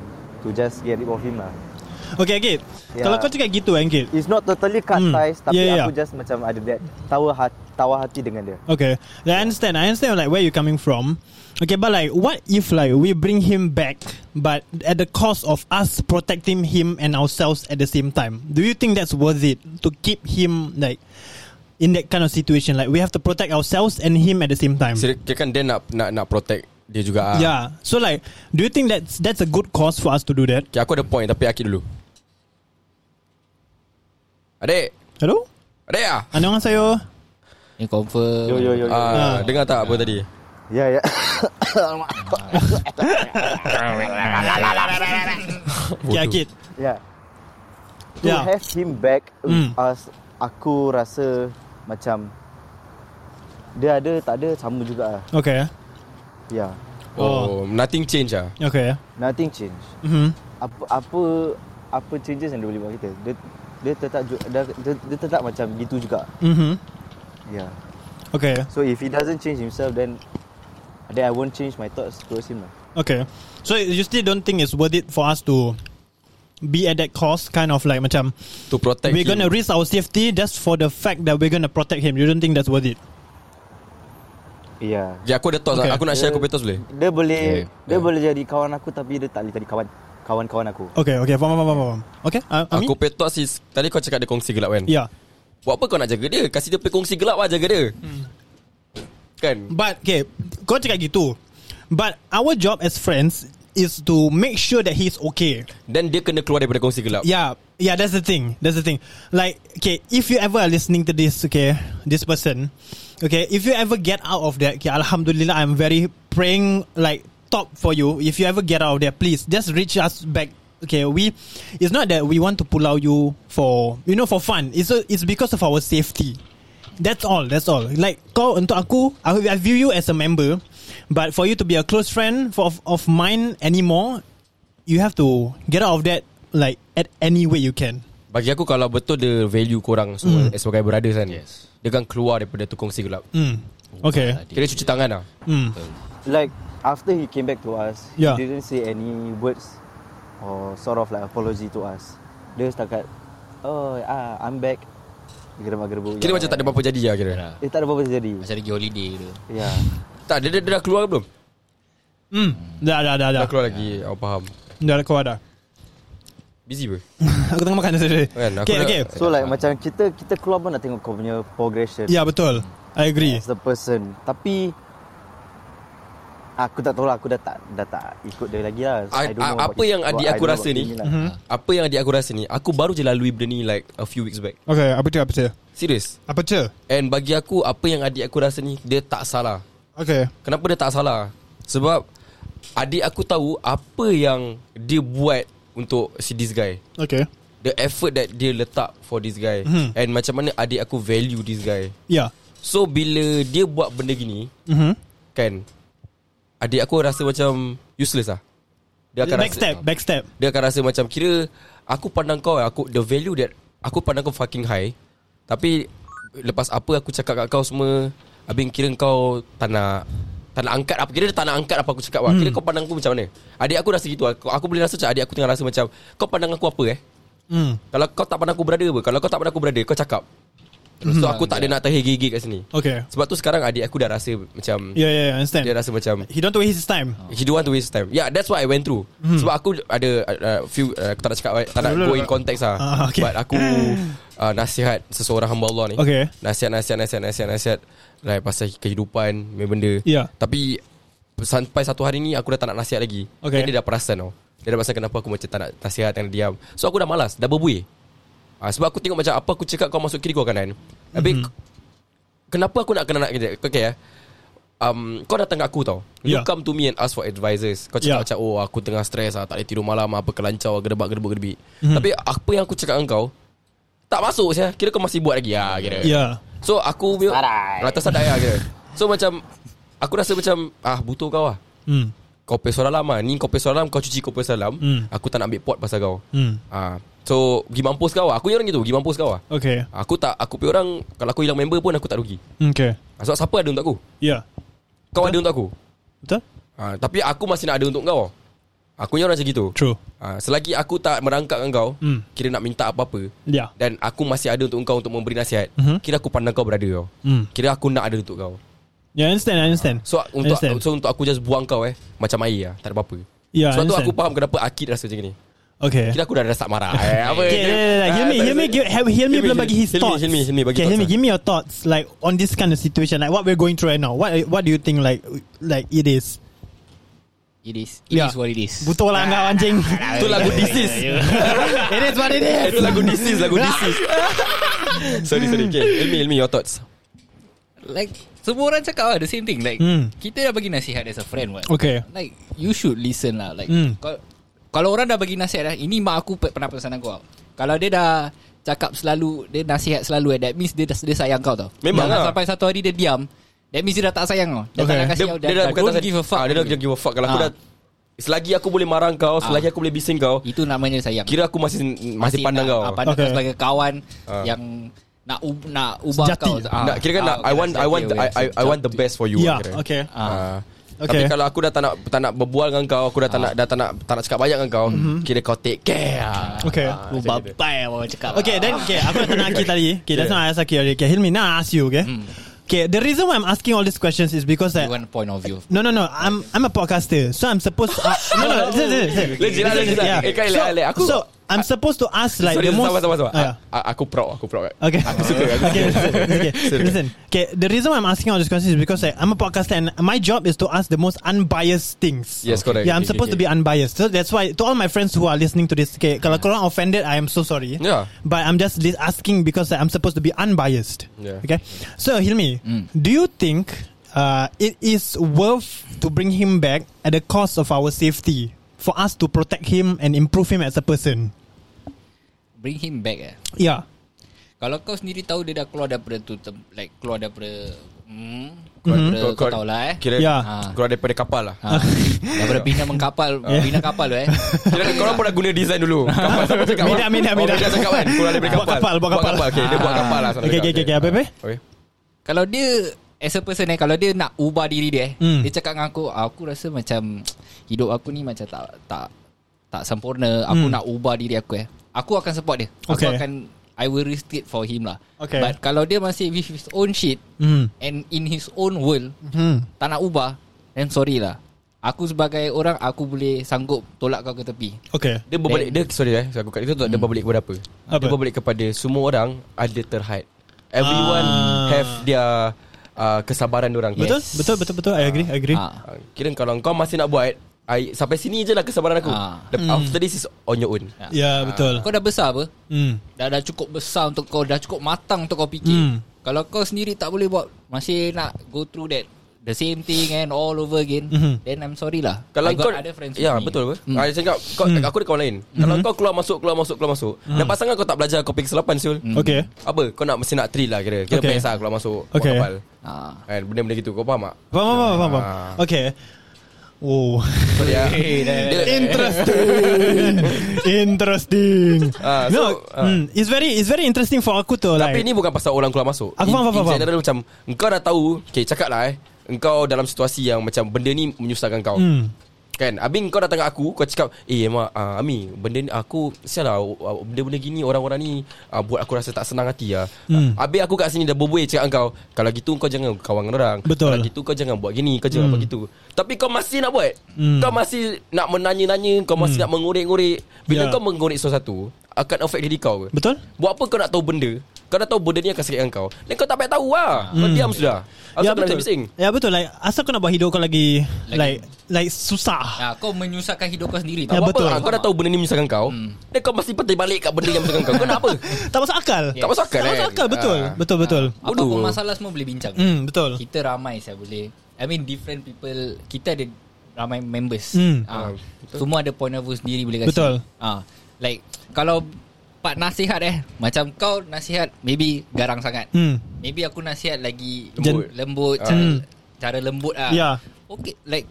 [SPEAKER 1] to just get rid of him lah.
[SPEAKER 6] Okay, Akib.
[SPEAKER 1] Yeah.
[SPEAKER 6] Kalau kau cakap gitu, eh, Akib.
[SPEAKER 1] It's not totally cut
[SPEAKER 6] Hmm.
[SPEAKER 1] mm. ties Tapi
[SPEAKER 6] Yeah, yeah,
[SPEAKER 1] yeah, aku
[SPEAKER 6] yeah.
[SPEAKER 1] just macam ada that Tawa hati, tawa hati dengan dia
[SPEAKER 6] Okay, I understand. I understand like where you're coming from. Okay, but like, what if like we bring him back, but at the cost of us protecting him and ourselves at the same time? Do you think that's worth it to keep him like in that kind of situation? Like we have to protect ourselves and him at the same time.
[SPEAKER 5] So, dia kan dia nak nak nak protect dia juga ah.
[SPEAKER 6] Yeah. So like, do you think that's that's a good cause for us to do that?
[SPEAKER 5] Okay, aku ada point tapi Akid dulu. Adik,
[SPEAKER 6] Hello,
[SPEAKER 5] adik ah.
[SPEAKER 6] anong sayo?
[SPEAKER 7] Ni confirm.
[SPEAKER 1] Yo yo yo, yo.
[SPEAKER 5] Ah,
[SPEAKER 1] Uh,
[SPEAKER 5] dengar tak apa tadi?
[SPEAKER 1] Ya ya
[SPEAKER 6] Okay, Akib.
[SPEAKER 1] Ya To
[SPEAKER 5] Ya.
[SPEAKER 6] Yeah.
[SPEAKER 1] yeah. have him back
[SPEAKER 6] Hmm.
[SPEAKER 1] with us Aku rasa Macam Dia ada tak ada sama juga lah
[SPEAKER 6] Okay.
[SPEAKER 1] Ya yeah.
[SPEAKER 5] Oh, nothing change ah.
[SPEAKER 6] Okay.
[SPEAKER 1] Nothing change
[SPEAKER 5] Hmm.
[SPEAKER 6] Mm-hmm.
[SPEAKER 1] Apa Apa Apa changes yang dia boleh buat kita Dia dia tetap ju- dia, dia, dia tetap macam gitu juga
[SPEAKER 5] Hmm.
[SPEAKER 6] Mm-hmm.
[SPEAKER 1] Ya yeah.
[SPEAKER 6] Okay.
[SPEAKER 1] So if he doesn't change himself Then Then I won't change my thoughts towards him lah
[SPEAKER 6] Okay. So you still don't think it's worth it for us to be at that cost kind of like macam
[SPEAKER 5] To protect
[SPEAKER 6] we're
[SPEAKER 5] him.
[SPEAKER 6] going to risk our safety just for the fact that we're going to protect him. You don't think that's worth it?
[SPEAKER 1] Ya
[SPEAKER 5] Ya,
[SPEAKER 1] yeah.
[SPEAKER 5] aku ada thoughts.
[SPEAKER 6] Okay.
[SPEAKER 5] ah. Aku nak share aku punya thoughts boleh?
[SPEAKER 1] Dia boleh
[SPEAKER 5] Okay.
[SPEAKER 1] Dia boleh jadi kawan aku Tapi dia tak boleh jadi kawan Kawan-kawan aku
[SPEAKER 6] Okay, okay. Faham, faham, faham, faham. Okay, uh, Ami?
[SPEAKER 5] Aku punya thoughts is Tadi kau cakap dia kongsi gelap kan
[SPEAKER 6] Yeah.
[SPEAKER 5] Buat apa kau nak jaga dia Kasih dia pergi kongsi gelap lah jaga dia Kan
[SPEAKER 6] But, okay, kau cakap gitu. But our job as friends is to make sure that he's okay.
[SPEAKER 5] Dan dia kena keluar daripada kongsi gelap
[SPEAKER 6] Yeah, yeah, that's the thing. That's the thing. Like, okay, if you ever are listening to this, okay, this person, okay, if you ever get out of that, okay, Alhamdulillah, I'm very praying, like, top for you. If you ever get out of there, please just reach us back. Okay, we, uh, it's not that we want to pull out you for, you know, for fun. It's, it's because of our safety. That's all That's all Like kau untuk aku I, I view you as a member But for you to be a close friend for, of, of mine anymore You have to Get out of that Like at any way you can
[SPEAKER 5] Bagi aku kalau betul dia value korang semua mm. sebagai brothers kan. Yes. Dia kan keluar daripada tukang si gelap.
[SPEAKER 6] Hmm.
[SPEAKER 5] Mm.
[SPEAKER 6] Okay
[SPEAKER 5] Kira cuci tangan lah.
[SPEAKER 6] Hmm.
[SPEAKER 1] Like after he came back to us,
[SPEAKER 6] Yeah.
[SPEAKER 1] he didn't say any words or sort of like apology to us. Dia setakat, oh ah, I'm back. Gerbak gerbu.
[SPEAKER 5] Kira macam tak ada apa-apa jadi lah kira.
[SPEAKER 1] Eh tak ada apa-apa jadi.
[SPEAKER 7] Macam lagi holiday gitu
[SPEAKER 1] Ya.
[SPEAKER 5] Tak, dia, dia, dia dah keluar ke belum?
[SPEAKER 6] Hmm. Dah dah dah dah
[SPEAKER 5] Dah keluar lagi, aku faham.
[SPEAKER 6] Dah keluar dah
[SPEAKER 5] Busy ber.
[SPEAKER 6] Aku tengah makan sorry.
[SPEAKER 5] Kan, aku
[SPEAKER 6] Okay
[SPEAKER 5] dah-
[SPEAKER 6] okay
[SPEAKER 1] So like macam kita kita keluar pun nak tengok kau punya progression.
[SPEAKER 6] Ya yeah, betul I agree
[SPEAKER 1] As a person. Tapi aku tak tahu lah aku dah tak dah tak ikut dia lagi lah.
[SPEAKER 5] I-
[SPEAKER 1] don't know
[SPEAKER 5] a- apa
[SPEAKER 1] about his-
[SPEAKER 5] yang adik
[SPEAKER 1] I
[SPEAKER 5] aku
[SPEAKER 1] don't know
[SPEAKER 5] rasa
[SPEAKER 1] about
[SPEAKER 5] ni,
[SPEAKER 1] him lah.
[SPEAKER 6] Mhm.
[SPEAKER 5] Apa yang adik aku rasa ni, aku baru je lalui benda ni like a few weeks back.
[SPEAKER 6] Okay apa tu apa tu
[SPEAKER 5] Serius.
[SPEAKER 6] Apa tu
[SPEAKER 5] And bagi aku, apa yang adik aku rasa ni, dia tak salah.
[SPEAKER 6] Okay
[SPEAKER 5] Kenapa dia tak salah? Sebab adik aku tahu apa yang dia buat untuk si this guy.
[SPEAKER 6] Okay
[SPEAKER 5] The effort that dia letak for this guy.
[SPEAKER 6] Mhm.
[SPEAKER 5] And macam mana adik aku value this guy.
[SPEAKER 6] Yeah
[SPEAKER 5] So bila dia buat benda gini,
[SPEAKER 6] mm-hmm.
[SPEAKER 5] kan, adik aku rasa macam useless lah. Dia akan rasa,
[SPEAKER 6] Backstep Backstep
[SPEAKER 5] dia akan rasa macam kira aku pandang kau aku the value that aku pandang kau fucking high tapi lepas apa aku cakap kat kau semua abang kira kau tak nak tak nak angkat apa kira dia tak nak angkat apa aku cakap hmm. kira kau pandang aku macam mana adik aku rasa gitu aku, aku boleh rasa macam adik aku tengah rasa macam kau pandang aku apa eh
[SPEAKER 6] mm.
[SPEAKER 5] kalau kau tak pandang aku berada apa kalau kau tak pandang aku berada kau cakap so aku tak ada nak terhegi-hegi kat sini
[SPEAKER 6] Okay
[SPEAKER 5] sebab tu sekarang adik aku dah rasa macam
[SPEAKER 6] Yeah yeah, yeah understand
[SPEAKER 5] dia rasa macam
[SPEAKER 6] He don't waste his time
[SPEAKER 5] He don't want to waste time Yeah that's what I went through hmm. Sebab aku ada uh, few, uh, Aku tak nak cakap Tak nak go in context lah
[SPEAKER 6] Ah, okay.
[SPEAKER 5] But aku uh, Nasihat Seseorang hamba Allah ni
[SPEAKER 6] Okay.
[SPEAKER 5] Nasihat nasihat nasihat nasihat nasihat Like pasal kehidupan Main benda
[SPEAKER 6] Yeah.
[SPEAKER 5] Tapi Sampai satu hari ni Aku dah tak nak nasihat lagi
[SPEAKER 6] Okay.
[SPEAKER 5] Dan dia dah perasan tau Dia dah perasan kenapa aku macam tak nak nasihat Dan diam So aku dah malas Dah berbuih uh, Sebab aku tengok macam Apa aku cakap kau masuk kiri kau kanan Habis
[SPEAKER 6] Hmm.
[SPEAKER 5] mm-hmm. Kenapa aku nak kena nak kerja Okay eh um, Kau datang kat aku tau You
[SPEAKER 6] Yeah.
[SPEAKER 5] come to me and ask for advices Kau cakap
[SPEAKER 6] Yeah.
[SPEAKER 5] yeah. macam Oh aku tengah stres lah Tak boleh tidur malam lah, Apa kelancau lah, Gedebak gedebuk gedebi
[SPEAKER 6] Mhm.
[SPEAKER 5] Tapi apa yang aku cakap dengan kau Tak masuk saya Kira kau masih buat lagi lah kira.
[SPEAKER 6] Yeah
[SPEAKER 5] So aku punya Rata sadai lah kira So macam Aku rasa macam Ah butuh kau lah
[SPEAKER 6] mm.
[SPEAKER 5] Kau pay suara lama Ni kau pay suara lama Kau cuci kau pay suara lama
[SPEAKER 6] Hmm.
[SPEAKER 5] Aku tak nak ambil pot pasal kau
[SPEAKER 6] Hmm.
[SPEAKER 5] ah, So Pergi mampus kau lah Aku ni orang gitu Pergi mampus kau lah
[SPEAKER 6] Okay
[SPEAKER 5] Aku tak Aku punya orang Kalau aku hilang member pun Aku tak rugi
[SPEAKER 6] Okay
[SPEAKER 5] Sebab siapa ada untuk aku
[SPEAKER 6] Yeah
[SPEAKER 5] Kau ada untuk aku
[SPEAKER 6] Betul
[SPEAKER 5] Ah, tapi aku masih nak ada untuk kau. Aku ni orang macam gitu.
[SPEAKER 6] True
[SPEAKER 5] Ah, selagi aku tak merangkak dengan kau,
[SPEAKER 6] Hmm.
[SPEAKER 5] kira nak minta apa-apa
[SPEAKER 6] Yeah
[SPEAKER 5] dan aku masih ada untuk kau untuk memberi nasihat,
[SPEAKER 6] Mhm.
[SPEAKER 5] kira aku pandang kau berada kau.
[SPEAKER 6] Hmm.
[SPEAKER 5] Kira aku nak ada untuk kau.
[SPEAKER 6] Yeah understand understand
[SPEAKER 5] So untuk
[SPEAKER 6] Understand.
[SPEAKER 5] so untuk aku just buang kau eh macam air lah, tak ada apa-apa.
[SPEAKER 6] Yeah,
[SPEAKER 5] Sebab tu aku
[SPEAKER 6] understand.
[SPEAKER 5] faham kenapa Akid rasa macam ni.
[SPEAKER 6] Okay
[SPEAKER 5] Kira aku dah rasa marah. eh, apa?
[SPEAKER 6] Okay, ya, yeah, yeah, yeah. Hear me,
[SPEAKER 5] Ah,
[SPEAKER 6] hear me,
[SPEAKER 5] tak-
[SPEAKER 6] give, have, hear me
[SPEAKER 5] Hilmi,
[SPEAKER 6] belum bagi his
[SPEAKER 5] Hilmi,
[SPEAKER 6] thoughts.
[SPEAKER 5] Hilmi, Hilmi, bagi
[SPEAKER 6] okay,
[SPEAKER 5] thoughts,
[SPEAKER 6] Hilmi,
[SPEAKER 5] ah.
[SPEAKER 6] give me your thoughts, like on this kind of situation, like what we're going through right now. What what do you think, like like it is?
[SPEAKER 7] It is It
[SPEAKER 6] Yeah.
[SPEAKER 7] is what it is Ya,
[SPEAKER 6] Butuh lah kau anjing.
[SPEAKER 5] Itu lagu disease.
[SPEAKER 6] it is what it is.
[SPEAKER 5] Itu Eh, lagu disease, lagu disease. sorry, sorry. Okay, Ilmi, Ilmi, your thoughts.
[SPEAKER 7] Like Semua orang cakap lah The same thing Like
[SPEAKER 6] Hmm.
[SPEAKER 7] Kita dah bagi nasihat As a friend what
[SPEAKER 6] Okay.
[SPEAKER 7] Like You should listen lah Like
[SPEAKER 6] Hmm.
[SPEAKER 7] kalau, kalau orang dah bagi nasihat dah Ini mak aku pe- pernah pesan aku tau. Kalau dia dah Cakap selalu Dia nasihat selalu eh, That means dia, dah- dia sayang kau tau
[SPEAKER 5] Memang
[SPEAKER 7] Jangan
[SPEAKER 5] lah.
[SPEAKER 7] Sampai satu hari dia diam That means dia dah tak sayang kau
[SPEAKER 6] Okay.
[SPEAKER 7] Dia tak nak
[SPEAKER 5] dia,
[SPEAKER 7] kasih kau
[SPEAKER 5] dia, dia dah bukan
[SPEAKER 7] Don't
[SPEAKER 5] tak-
[SPEAKER 7] give a fuck
[SPEAKER 5] ah, Dia dah don't give a fuck Kalau aku
[SPEAKER 7] Ah.
[SPEAKER 5] dah Selagi aku boleh marah kau Selagi aku boleh bising kau
[SPEAKER 7] Itu namanya sayang
[SPEAKER 5] Kira aku masih Masih pandang kau
[SPEAKER 7] ah, Pandang
[SPEAKER 6] Okay.
[SPEAKER 7] kau sebagai kawan
[SPEAKER 5] Ah.
[SPEAKER 7] Yang Nak u- nak ubah
[SPEAKER 6] Sejati.
[SPEAKER 7] kau Ah.
[SPEAKER 5] Nak- Kira kan nak-
[SPEAKER 7] Ah,
[SPEAKER 5] I want
[SPEAKER 7] okay,
[SPEAKER 5] I want
[SPEAKER 7] okay,
[SPEAKER 5] I I- I want the
[SPEAKER 7] sejati.
[SPEAKER 5] best for you
[SPEAKER 6] Yeah.
[SPEAKER 5] kira.
[SPEAKER 6] Okay.
[SPEAKER 5] Ah.
[SPEAKER 6] Okay.
[SPEAKER 5] Tapi kalau aku dah tak nak tak nak berbual dengan kau, aku dah
[SPEAKER 7] Ah.
[SPEAKER 5] tak nak dah tak nak tak nak cakap banyak dengan kau.
[SPEAKER 6] Mhm.
[SPEAKER 5] Kira kau take care.
[SPEAKER 6] Okay.
[SPEAKER 7] Aku babai orang
[SPEAKER 6] Ah,
[SPEAKER 7] cakap
[SPEAKER 6] Okay, then okay, aku nak tanya Akid tadi. Okay, that's
[SPEAKER 5] Yeah.
[SPEAKER 6] not I ask Akid already. Okay, Hilmi, now I ask you, okay? Okay, the reason why I'm asking all these questions is because
[SPEAKER 7] Hmm. Ah, You
[SPEAKER 6] that
[SPEAKER 7] want point of view
[SPEAKER 6] No, no, no. I'm I'm a podcaster, so I'm supposed. To, uh, no, no. listen, listen, listen.
[SPEAKER 5] Legit lah, legit lah.
[SPEAKER 6] Yeah.
[SPEAKER 5] Eh, kau elak,
[SPEAKER 6] So-
[SPEAKER 5] elak. Aku-
[SPEAKER 6] So I'm supposed to ask like the
[SPEAKER 5] Sorry,
[SPEAKER 6] most.
[SPEAKER 5] sabar, sabar, sabar.
[SPEAKER 6] Ah, yeah.
[SPEAKER 5] A- Aku proud, aku proud.
[SPEAKER 6] Okay.
[SPEAKER 5] Aku suka, aku suka.
[SPEAKER 6] okay, listen, okay.
[SPEAKER 5] Sorry.
[SPEAKER 6] listen. Okay, the reason why I'm asking all these questions is because like, I'm a podcaster and my job is to ask the most unbiased things.
[SPEAKER 5] Yes, correct.
[SPEAKER 6] Yeah, I'm
[SPEAKER 5] Okay,
[SPEAKER 6] supposed to be
[SPEAKER 5] okay,
[SPEAKER 6] unbiased. So that's why to all my friends who are listening to this, okay, kalau korang offended, I am so sorry.
[SPEAKER 5] Yeah.
[SPEAKER 6] But I'm just li- asking because I'm supposed to be unbiased.
[SPEAKER 5] Yeah.
[SPEAKER 6] Okay. So Hilmi, do you think uh, it is worth to bring him back at the cost of our safety for us to protect him and improve him as a person?
[SPEAKER 7] Bring him back eh
[SPEAKER 6] Yeah.
[SPEAKER 7] Kalau kau sendiri tahu dia dah keluar daripada tu tem- like keluar daripada
[SPEAKER 6] Mhm.
[SPEAKER 7] hmm, keluar daripada
[SPEAKER 5] Kau-
[SPEAKER 7] kau
[SPEAKER 5] kau-
[SPEAKER 7] tahu lah eh.
[SPEAKER 5] Kira
[SPEAKER 6] Ya.
[SPEAKER 5] ha. Keluar daripada kapal lah
[SPEAKER 7] Ha, daripada bina mengkapal, bina kapal tu eh.
[SPEAKER 5] Kira korang pun dah guna design dulu Kapal siapa cakap
[SPEAKER 6] Minda,
[SPEAKER 5] Wan?
[SPEAKER 6] minda,
[SPEAKER 5] Oh,
[SPEAKER 6] minda.
[SPEAKER 5] Minda cakap kan Keluar daripada
[SPEAKER 6] Buat
[SPEAKER 5] kapal
[SPEAKER 6] kapal, buat kapal.
[SPEAKER 5] Okay dia buat kapal lah
[SPEAKER 6] Okay, okay, okay, okay. Apa, apa?
[SPEAKER 5] Okay.
[SPEAKER 7] Kalau dia As a person eh Kalau dia nak ubah diri dia eh,
[SPEAKER 6] Hmm.
[SPEAKER 7] Dia cakap dengan aku Aku rasa macam Hidup aku ni macam tak Tak tak sempurna Aku
[SPEAKER 6] Hmm.
[SPEAKER 7] nak ubah diri aku eh Aku akan support dia Aku
[SPEAKER 6] Okay.
[SPEAKER 7] akan I will risk it for him lah
[SPEAKER 6] Okay.
[SPEAKER 7] But kalau dia masih With his own shit
[SPEAKER 6] Hmm.
[SPEAKER 7] And in his own world
[SPEAKER 6] Hmm.
[SPEAKER 7] Tak nak ubah Then sorry lah Aku sebagai orang Aku boleh sanggup Tolak kau ke tepi
[SPEAKER 6] Okay.
[SPEAKER 5] Dia berbalik Dia sorry eh so Aku kat itu tak Dia berbalik kepada apa
[SPEAKER 6] Apa?
[SPEAKER 5] Dia berbalik kepada Semua orang Ada terhad Everyone
[SPEAKER 6] Ah.
[SPEAKER 5] Have their uh, Kesabaran orang
[SPEAKER 6] Betul? Betul, betul, betul.
[SPEAKER 5] Ah.
[SPEAKER 6] I agree, I agree.
[SPEAKER 7] ha.
[SPEAKER 5] Kira kalau kau masih nak buat I, Sampai sini je lah kesabaran aku
[SPEAKER 7] Ah.
[SPEAKER 5] The- After this is on your own
[SPEAKER 6] Ya, yeah, betul.
[SPEAKER 5] Ah.
[SPEAKER 7] Kau dah besar apa
[SPEAKER 6] Hmm.
[SPEAKER 7] dah dah cukup besar untuk kau dah cukup matang untuk kau fikir.
[SPEAKER 6] Hmm.
[SPEAKER 7] Hmm. Kalau kau sendiri tak boleh buat masih nak go through that the same thing and all over again,
[SPEAKER 6] Mhm.
[SPEAKER 7] mm-hmm. then I'm sorry lah.
[SPEAKER 5] Kalau
[SPEAKER 7] I got
[SPEAKER 5] kau
[SPEAKER 7] other friends.
[SPEAKER 5] Ya
[SPEAKER 7] with me.
[SPEAKER 5] betul hmm. I cakap kau,
[SPEAKER 6] Hmm.
[SPEAKER 5] Aku ada kawan lain Kalau kau keluar masuk Keluar masuk keluar masuk Dan pasangan kau tak belajar Kau pergi selapan Syul
[SPEAKER 7] Hmm.
[SPEAKER 6] Okay.
[SPEAKER 5] Apa kau nak Mesti nak thrill lah kira Kira
[SPEAKER 6] Okay.
[SPEAKER 5] okay. lah keluar masuk
[SPEAKER 6] Okay.
[SPEAKER 5] kapal.
[SPEAKER 7] Ah.
[SPEAKER 5] Kan benda-benda gitu Kau faham tak?
[SPEAKER 6] Faham, faham, faham, faham, faham.
[SPEAKER 5] Ah.
[SPEAKER 6] Okay. Oh.
[SPEAKER 5] Sorry ah. Dia-
[SPEAKER 6] Interesting. interesting.
[SPEAKER 5] Ah, so,
[SPEAKER 6] no,
[SPEAKER 5] ah.
[SPEAKER 6] mm, it's very it's very interesting for aku tu like.
[SPEAKER 5] Tapi ni bukan pasal orang keluar masuk
[SPEAKER 6] Aku
[SPEAKER 5] In-
[SPEAKER 6] faham, faham,
[SPEAKER 5] in
[SPEAKER 6] faham.
[SPEAKER 5] general macam Engkau dah tahu Okay cakap lah eh Engkau dalam situasi yang Macam benda ni menyusahkan kau
[SPEAKER 6] Hmm.
[SPEAKER 5] Kan Abi kau datang kat aku Kau cakap Eh Mak uh, Ami Benda ni aku Sial lah uh, Benda-benda gini orang-orang ni uh, Buat aku rasa tak senang hati lah
[SPEAKER 6] Hmm.
[SPEAKER 5] uh, Abi aku kat sini dah berbuih Cakap kau Kalau gitu kau jangan kawan dengan orang
[SPEAKER 6] Betul.
[SPEAKER 5] Kalau gitu kau jangan buat gini Kau jangan
[SPEAKER 6] Hmm.
[SPEAKER 5] buat gitu Tapi kau masih nak buat
[SPEAKER 6] Hmm.
[SPEAKER 5] Kau masih nak menanya-nanya Kau masih nak mengorek-ngorek
[SPEAKER 6] Ya.
[SPEAKER 5] Bila kau mengorek sesuatu Akan affect diri kau ke?
[SPEAKER 6] Betul?
[SPEAKER 5] Buat apa kau nak tahu benda Kau dah tahu benda ni akan sakitkan kau Dan kau tak payah tahu lah Kau diam sudah Asal kau nak
[SPEAKER 6] betul.
[SPEAKER 5] Oh, bising
[SPEAKER 6] Hmm. Ya betul like asal kau nak buat hidup kau lagi,
[SPEAKER 7] Lagi.
[SPEAKER 6] like like susah.
[SPEAKER 7] Ah, kau menyusahkan hidup kau sendiri.
[SPEAKER 5] tak
[SPEAKER 6] Ya,
[SPEAKER 5] apa
[SPEAKER 6] betul.
[SPEAKER 5] Kau dah tahu benda ni menyusahkan kau
[SPEAKER 7] Hmm.
[SPEAKER 5] Dan kau mesti patah balik kat benda yang menyusahkan kau Kau nak apa
[SPEAKER 6] Tak masuk akal.
[SPEAKER 5] Tak masuk akal
[SPEAKER 6] Tak masuk
[SPEAKER 5] kan?
[SPEAKER 6] akal betul.
[SPEAKER 5] Ah.
[SPEAKER 6] Betul betul.
[SPEAKER 7] Apa
[SPEAKER 5] Bodoh.
[SPEAKER 7] pun masalah semua boleh bincang.
[SPEAKER 6] Hmm, betul.
[SPEAKER 7] Kita ramai saya boleh. I mean different people kita ada ramai members.
[SPEAKER 6] Hmm.
[SPEAKER 7] Ah, semua ada point of view sendiri boleh kasi.
[SPEAKER 6] Betul.
[SPEAKER 7] Ah, like kalau part nasihat eh macam kau nasihat maybe garang sangat.
[SPEAKER 6] Hmm.
[SPEAKER 7] Maybe aku nasihat lagi
[SPEAKER 5] Lembut.
[SPEAKER 7] lembut, lembut
[SPEAKER 5] Ah.
[SPEAKER 7] cara,
[SPEAKER 6] Hmm.
[SPEAKER 7] cara lembut ah.
[SPEAKER 6] Ya.
[SPEAKER 7] Okay, like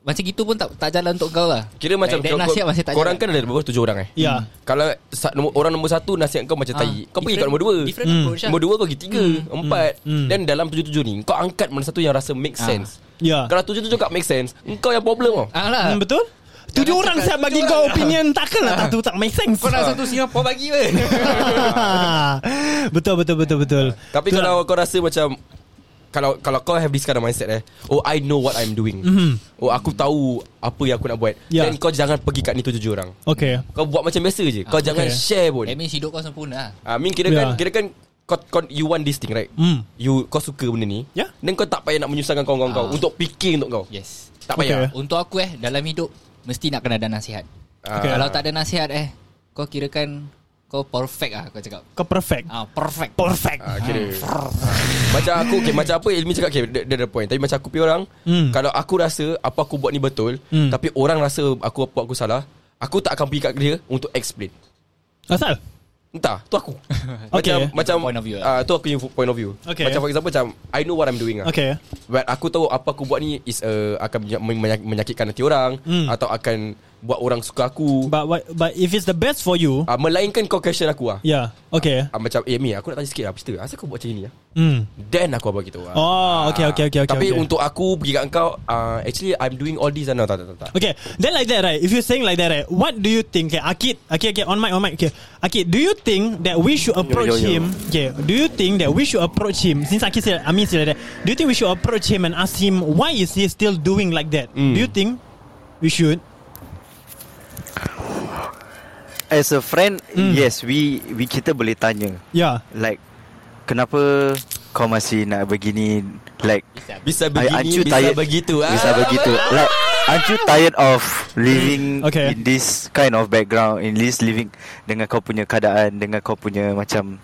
[SPEAKER 7] macam gitu pun tak tak jalan untuk kau lah.
[SPEAKER 5] Kira macam
[SPEAKER 7] like, that nasihat masih tak
[SPEAKER 5] Korang
[SPEAKER 7] jalan.
[SPEAKER 5] kan ada berapa tujuh orang eh
[SPEAKER 6] Ya.
[SPEAKER 5] Kalau sa- nombor, orang nombor satu Nasihat kau macam
[SPEAKER 7] Ah,
[SPEAKER 5] tai kan Kau pergi kat
[SPEAKER 7] different-
[SPEAKER 5] nombor dua
[SPEAKER 7] Different
[SPEAKER 6] Hmm.
[SPEAKER 7] approach lah.
[SPEAKER 5] Nombor dua kau pergi tiga Empat
[SPEAKER 6] Hmm.
[SPEAKER 5] Dan dalam tujuh-tujuh ni Kau angkat mana satu yang rasa make
[SPEAKER 7] Ah.
[SPEAKER 5] sense
[SPEAKER 6] Ya.
[SPEAKER 5] Kalau tujuh-tujuh kat make sense Engkau yang problem tau
[SPEAKER 7] Ah lah.
[SPEAKER 6] Hmm, betul? Tujuh orang
[SPEAKER 7] cakap-
[SPEAKER 6] saya bagi
[SPEAKER 7] tujuh
[SPEAKER 6] kau
[SPEAKER 7] orang. Ah.
[SPEAKER 6] opinion takkanlah tak tu tak make sense.
[SPEAKER 7] Kau
[SPEAKER 5] Ah.
[SPEAKER 7] nak satu Singapore bagi ke?
[SPEAKER 6] betul betul betul betul.
[SPEAKER 7] Ah,
[SPEAKER 5] Tapi
[SPEAKER 6] Itulah.
[SPEAKER 5] kalau kau rasa macam kalau kalau kau have this kind of mindset eh oh i know what i'm doing
[SPEAKER 6] Mhm.
[SPEAKER 5] oh aku tahu apa yang aku nak buat
[SPEAKER 6] Ya.
[SPEAKER 5] then kau jangan pergi kat ni tu tujuh orang
[SPEAKER 6] Okay.
[SPEAKER 5] kau buat macam biasa je kau
[SPEAKER 7] Ah,
[SPEAKER 5] jangan
[SPEAKER 6] okay.
[SPEAKER 5] share pun
[SPEAKER 7] That means hidup kau sempurna lah.
[SPEAKER 5] ah mean kira
[SPEAKER 6] Ya.
[SPEAKER 5] kan kira kan kau, kau you want this thing right
[SPEAKER 6] Hmm.
[SPEAKER 5] you kau suka benda ni
[SPEAKER 6] Ya.
[SPEAKER 5] then kau tak payah nak menyusahkan kawan-kawan kau
[SPEAKER 7] Ah.
[SPEAKER 5] untuk fikir untuk kau
[SPEAKER 7] Yes.
[SPEAKER 5] tak payah
[SPEAKER 6] Okay.
[SPEAKER 7] Untuk aku eh Dalam hidup Mesti nak kena ada nasihat
[SPEAKER 5] Ah.
[SPEAKER 6] Okay.
[SPEAKER 7] Kalau tak ada nasihat eh Kau kirakan Kau perfect lah Kau cakap
[SPEAKER 6] Kau perfect.
[SPEAKER 7] Ah Perfect
[SPEAKER 6] Perfect.
[SPEAKER 5] Ah, kira Macam aku okay, Macam apa Ilmi cakap okay, dia, dia ada point Tapi macam aku punya orang
[SPEAKER 6] Hmm.
[SPEAKER 5] Kalau aku rasa Apa aku buat ni betul
[SPEAKER 6] Hmm.
[SPEAKER 5] Tapi orang rasa Aku apa aku salah Aku tak akan pergi kat dia Untuk explain
[SPEAKER 6] Asal?
[SPEAKER 5] Entah Tu aku
[SPEAKER 6] Okay.
[SPEAKER 5] Macam, macam
[SPEAKER 7] Point of view
[SPEAKER 5] ah,
[SPEAKER 7] lah.
[SPEAKER 5] Tu aku punya point of view
[SPEAKER 6] Okay.
[SPEAKER 5] Macam for example Macam I know what I'm doing lah.
[SPEAKER 7] Ah.
[SPEAKER 6] Okay.
[SPEAKER 5] But aku tahu Apa aku buat ni is uh, Akan menya- menya- menyakitkan hati orang
[SPEAKER 6] Hmm.
[SPEAKER 5] Atau akan Buat orang suka aku
[SPEAKER 6] But what, but if it's the best for you,
[SPEAKER 5] Ah, Melainkan kau question aku lah
[SPEAKER 6] yeah. Okay.
[SPEAKER 5] Ah, Macam Eh Mi aku nak tanya sikit lah Cerita Asal kau buat macam ni lah
[SPEAKER 6] Hmm.
[SPEAKER 5] Then aku abang gitu ah.
[SPEAKER 6] Oh, okay, okay, okay, okay,
[SPEAKER 5] Tapi
[SPEAKER 6] okay.
[SPEAKER 5] untuk aku Pergi kat kau uh, Actually I'm doing all this ah. No tak tak tak, tak.
[SPEAKER 6] Okay Then like that right If you're saying like that right What do you think okay, Akid Okay okay on mic on mic okay. Akid do you think That we should approach
[SPEAKER 3] yo, yo.
[SPEAKER 6] him Okay Do you think that we should approach him Since Akid said I mean said like that Do you think we should approach him And ask him Why is he still doing like that
[SPEAKER 5] Mm.
[SPEAKER 6] Do you think We should
[SPEAKER 3] As a friend
[SPEAKER 6] Hmm.
[SPEAKER 3] Yes we, we Kita boleh tanya
[SPEAKER 6] Yeah
[SPEAKER 3] Like Kenapa Kau masih nak begini Like
[SPEAKER 6] ya.
[SPEAKER 3] I-
[SPEAKER 5] Bisa begini Bisa
[SPEAKER 3] tired-
[SPEAKER 5] begitu ah.
[SPEAKER 3] Bisa begitu Like Aren't you tired of Living
[SPEAKER 6] Mm, Okay.
[SPEAKER 3] In this kind of background In this living Dengan kau punya keadaan Dengan kau punya macam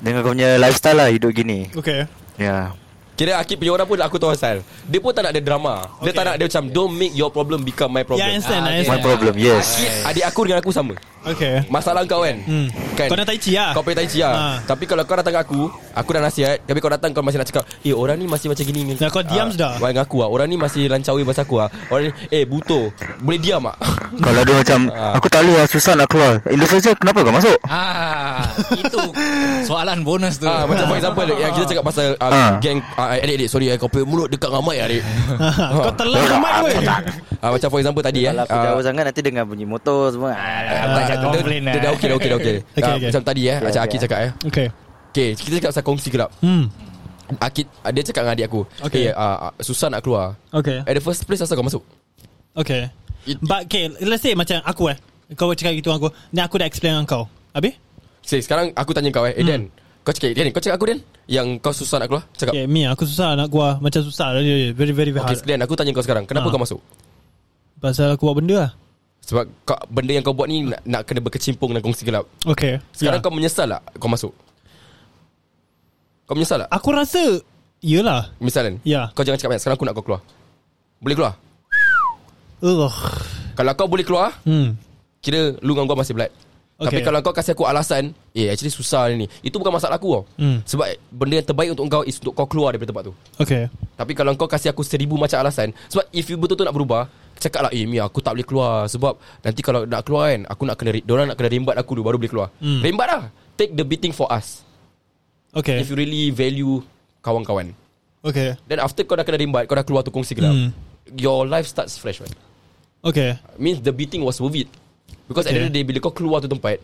[SPEAKER 3] Dengan kau punya lifestyle lah Hidup gini
[SPEAKER 6] Okay
[SPEAKER 3] Ya
[SPEAKER 5] Kira Akib punya orang pun Aku tahu asal Dia pun tak nak ada drama Dia
[SPEAKER 6] Okay.
[SPEAKER 5] tak nak Dia macam Don't make your problem Become my problem
[SPEAKER 6] Yeah I understand,
[SPEAKER 7] Ah,
[SPEAKER 6] I
[SPEAKER 7] okay.
[SPEAKER 3] My
[SPEAKER 6] understand.
[SPEAKER 3] problem Yes
[SPEAKER 5] Adik aku dengan aku sama
[SPEAKER 6] Okay
[SPEAKER 5] Masalah kau kan
[SPEAKER 6] Hmm.
[SPEAKER 5] kan?
[SPEAKER 6] Kau nak tai chi lah.
[SPEAKER 5] Kau pengen tai chi lah
[SPEAKER 6] Ha.
[SPEAKER 5] Tapi kalau kau datang kat aku Aku dah nasihat Tapi kau datang kau masih nak cakap Eh orang ni masih macam gini ni
[SPEAKER 6] Nah,
[SPEAKER 5] Ah,
[SPEAKER 6] kau diam sudah.
[SPEAKER 5] Dengan aku lah Orang ni masih lancawi pasal aku lah Orang ni Eh buto Boleh diam tak
[SPEAKER 3] Kalau dia macam
[SPEAKER 5] Ah.
[SPEAKER 3] Aku tak boleh lah Susah nak keluar Indonesia kenapa kau masuk
[SPEAKER 7] Ah, itu soalan bonus tu.
[SPEAKER 5] Ah, macam for example yang kita cakap pasal uh,
[SPEAKER 3] Ah.
[SPEAKER 5] geng uh, adik adik sorry eh, kau punya mulut dekat ramai adik.
[SPEAKER 6] Kau telan amat weh
[SPEAKER 5] Ah, macam for example tadi eh.
[SPEAKER 1] Kalau aku
[SPEAKER 5] ah,
[SPEAKER 1] jauh sangat Nanti dengar bunyi motor
[SPEAKER 5] ah,
[SPEAKER 1] semua
[SPEAKER 5] tak,
[SPEAKER 7] Jangan
[SPEAKER 5] dia-
[SPEAKER 7] complain
[SPEAKER 5] dia-
[SPEAKER 7] lah.
[SPEAKER 5] Dia okey dah okey dah okey.
[SPEAKER 6] Okay,
[SPEAKER 5] Ah,
[SPEAKER 6] okay.
[SPEAKER 5] Macam tadi eh macam
[SPEAKER 1] okay,
[SPEAKER 5] Aki
[SPEAKER 1] ah.
[SPEAKER 5] cakap eh.
[SPEAKER 6] Okay
[SPEAKER 5] Okay kita cakap pasal kongsi gelap.
[SPEAKER 6] Hmm
[SPEAKER 5] Aki dia cakap dengan adik aku.
[SPEAKER 6] Okay.
[SPEAKER 5] Okay. Eh, ah, ah, susah nak keluar.
[SPEAKER 6] Okay
[SPEAKER 5] At the first place asal kau masuk?
[SPEAKER 6] Okay
[SPEAKER 5] Eh. It-
[SPEAKER 6] But okay Let's say macam aku eh Kau cakap gitu dengan aku Dan aku dah explain dengan kau Habis?
[SPEAKER 5] Say, sekarang aku tanya kau eh, eh Dan, kau cakap Dan, kau cakap aku Dan yang kau susah nak keluar? Cakap.
[SPEAKER 6] Okay
[SPEAKER 5] Okay,
[SPEAKER 6] me aku susah nak gua Macam susah lah dia Very very
[SPEAKER 5] okay
[SPEAKER 6] hard
[SPEAKER 5] Dan, aku tanya kau sekarang, kenapa
[SPEAKER 6] Ah.
[SPEAKER 5] kau masuk?
[SPEAKER 6] Pasal aku buat benda lah
[SPEAKER 5] Sebab kau, benda yang kau buat ni nak, nak kena berkecimpung dengan kongsi gelap.
[SPEAKER 6] Okay
[SPEAKER 5] Sekarang kau menyesal tak kau masuk? Kau menyesal tak?
[SPEAKER 6] Aku rasa Yelah
[SPEAKER 5] Misal Dan,
[SPEAKER 6] Ya.
[SPEAKER 5] kau jangan cakap banyak, sekarang aku nak kau keluar. Boleh keluar?
[SPEAKER 6] Ugh.
[SPEAKER 5] Kalau kau boleh keluar,
[SPEAKER 6] Hmm
[SPEAKER 5] kira lu dengan gua masih blood.
[SPEAKER 6] Okay.
[SPEAKER 5] Okay. Tapi kalau kau kasih aku alasan Eh actually susah ni Itu bukan masalah aku tau
[SPEAKER 6] Hmm.
[SPEAKER 5] Sebab benda yang terbaik untuk kau Is untuk kau keluar daripada tempat tu
[SPEAKER 6] Okay
[SPEAKER 5] Tapi kalau kau kasih aku seribu macam alasan Sebab if you betul-betul nak berubah Cakap lah Eh Mia aku tak boleh keluar Sebab nanti kalau nak keluar kan Aku nak kena re- Diorang nak kena rembat aku dulu Baru boleh keluar
[SPEAKER 6] Hmm.
[SPEAKER 5] Rembat lah Take the beating for us
[SPEAKER 6] Okay
[SPEAKER 5] If you really value Kawan-kawan
[SPEAKER 6] Okay
[SPEAKER 5] Then after kau dah kena rembat Kau dah keluar tu kongsi gelap
[SPEAKER 6] Hmm.
[SPEAKER 5] Your life starts fresh right
[SPEAKER 6] Okay
[SPEAKER 5] Means the beating was worth it Because okay. at the end of the day Bila kau keluar tu tempat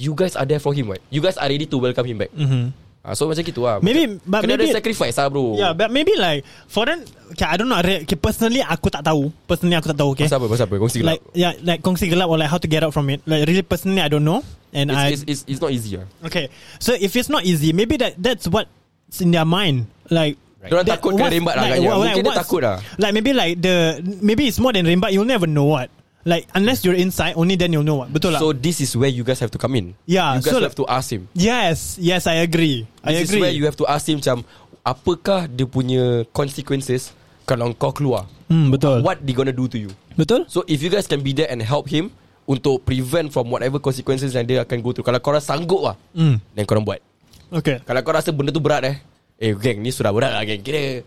[SPEAKER 5] You guys are there for him right You guys are ready to welcome him back
[SPEAKER 6] Mhm.
[SPEAKER 5] Ah, So macam gitu lah
[SPEAKER 6] Maybe- but
[SPEAKER 5] Kena
[SPEAKER 6] maybe-
[SPEAKER 5] ada sacrifice lah
[SPEAKER 6] Yeah,
[SPEAKER 5] bro
[SPEAKER 6] Ya, but maybe like foreign. Okay, I don't know. re- Okay, personally, aku tak tahu. Personally, aku tak tahu. Okay,
[SPEAKER 5] Pasal apa Pasal apa Kongsi gelap
[SPEAKER 6] like yeah, like kongsi gelap or like how to get out from it. Like really, personally, I don't know. And I
[SPEAKER 5] it's, it's, it's, it's not easy lah
[SPEAKER 6] okay. So if it's not easy, maybe that that's what's in their mind. Like.
[SPEAKER 5] Right. Diorang
[SPEAKER 6] that-
[SPEAKER 5] takut kena
[SPEAKER 6] what's-
[SPEAKER 5] rembat lah agaknya.
[SPEAKER 6] what-
[SPEAKER 5] Mungkin dia
[SPEAKER 6] what's-
[SPEAKER 5] takut lah.
[SPEAKER 6] Like maybe like the Maybe it's more than rembat You'll never know what Like unless you're inside Only then you'll know what Betul lah
[SPEAKER 5] So this is where you guys have to come in
[SPEAKER 6] Yeah,
[SPEAKER 5] You
[SPEAKER 6] so
[SPEAKER 5] guys have to ask him
[SPEAKER 6] Yes Yes I agree I
[SPEAKER 5] This is
[SPEAKER 6] agree
[SPEAKER 5] where you have to ask him macam Apakah dia punya consequences Kalau kau keluar
[SPEAKER 6] Hmm, betul
[SPEAKER 5] What they gonna do to you
[SPEAKER 6] Betul
[SPEAKER 5] So if you guys can be there and help him Untuk prevent from whatever consequences Yang dia akan go through Kalau korang sanggup lah
[SPEAKER 6] Hmm.
[SPEAKER 5] Then korang buat
[SPEAKER 6] Okay
[SPEAKER 5] Kalau kau rasa benda tu berat eh Eh geng ni sudah berat lah geng Kira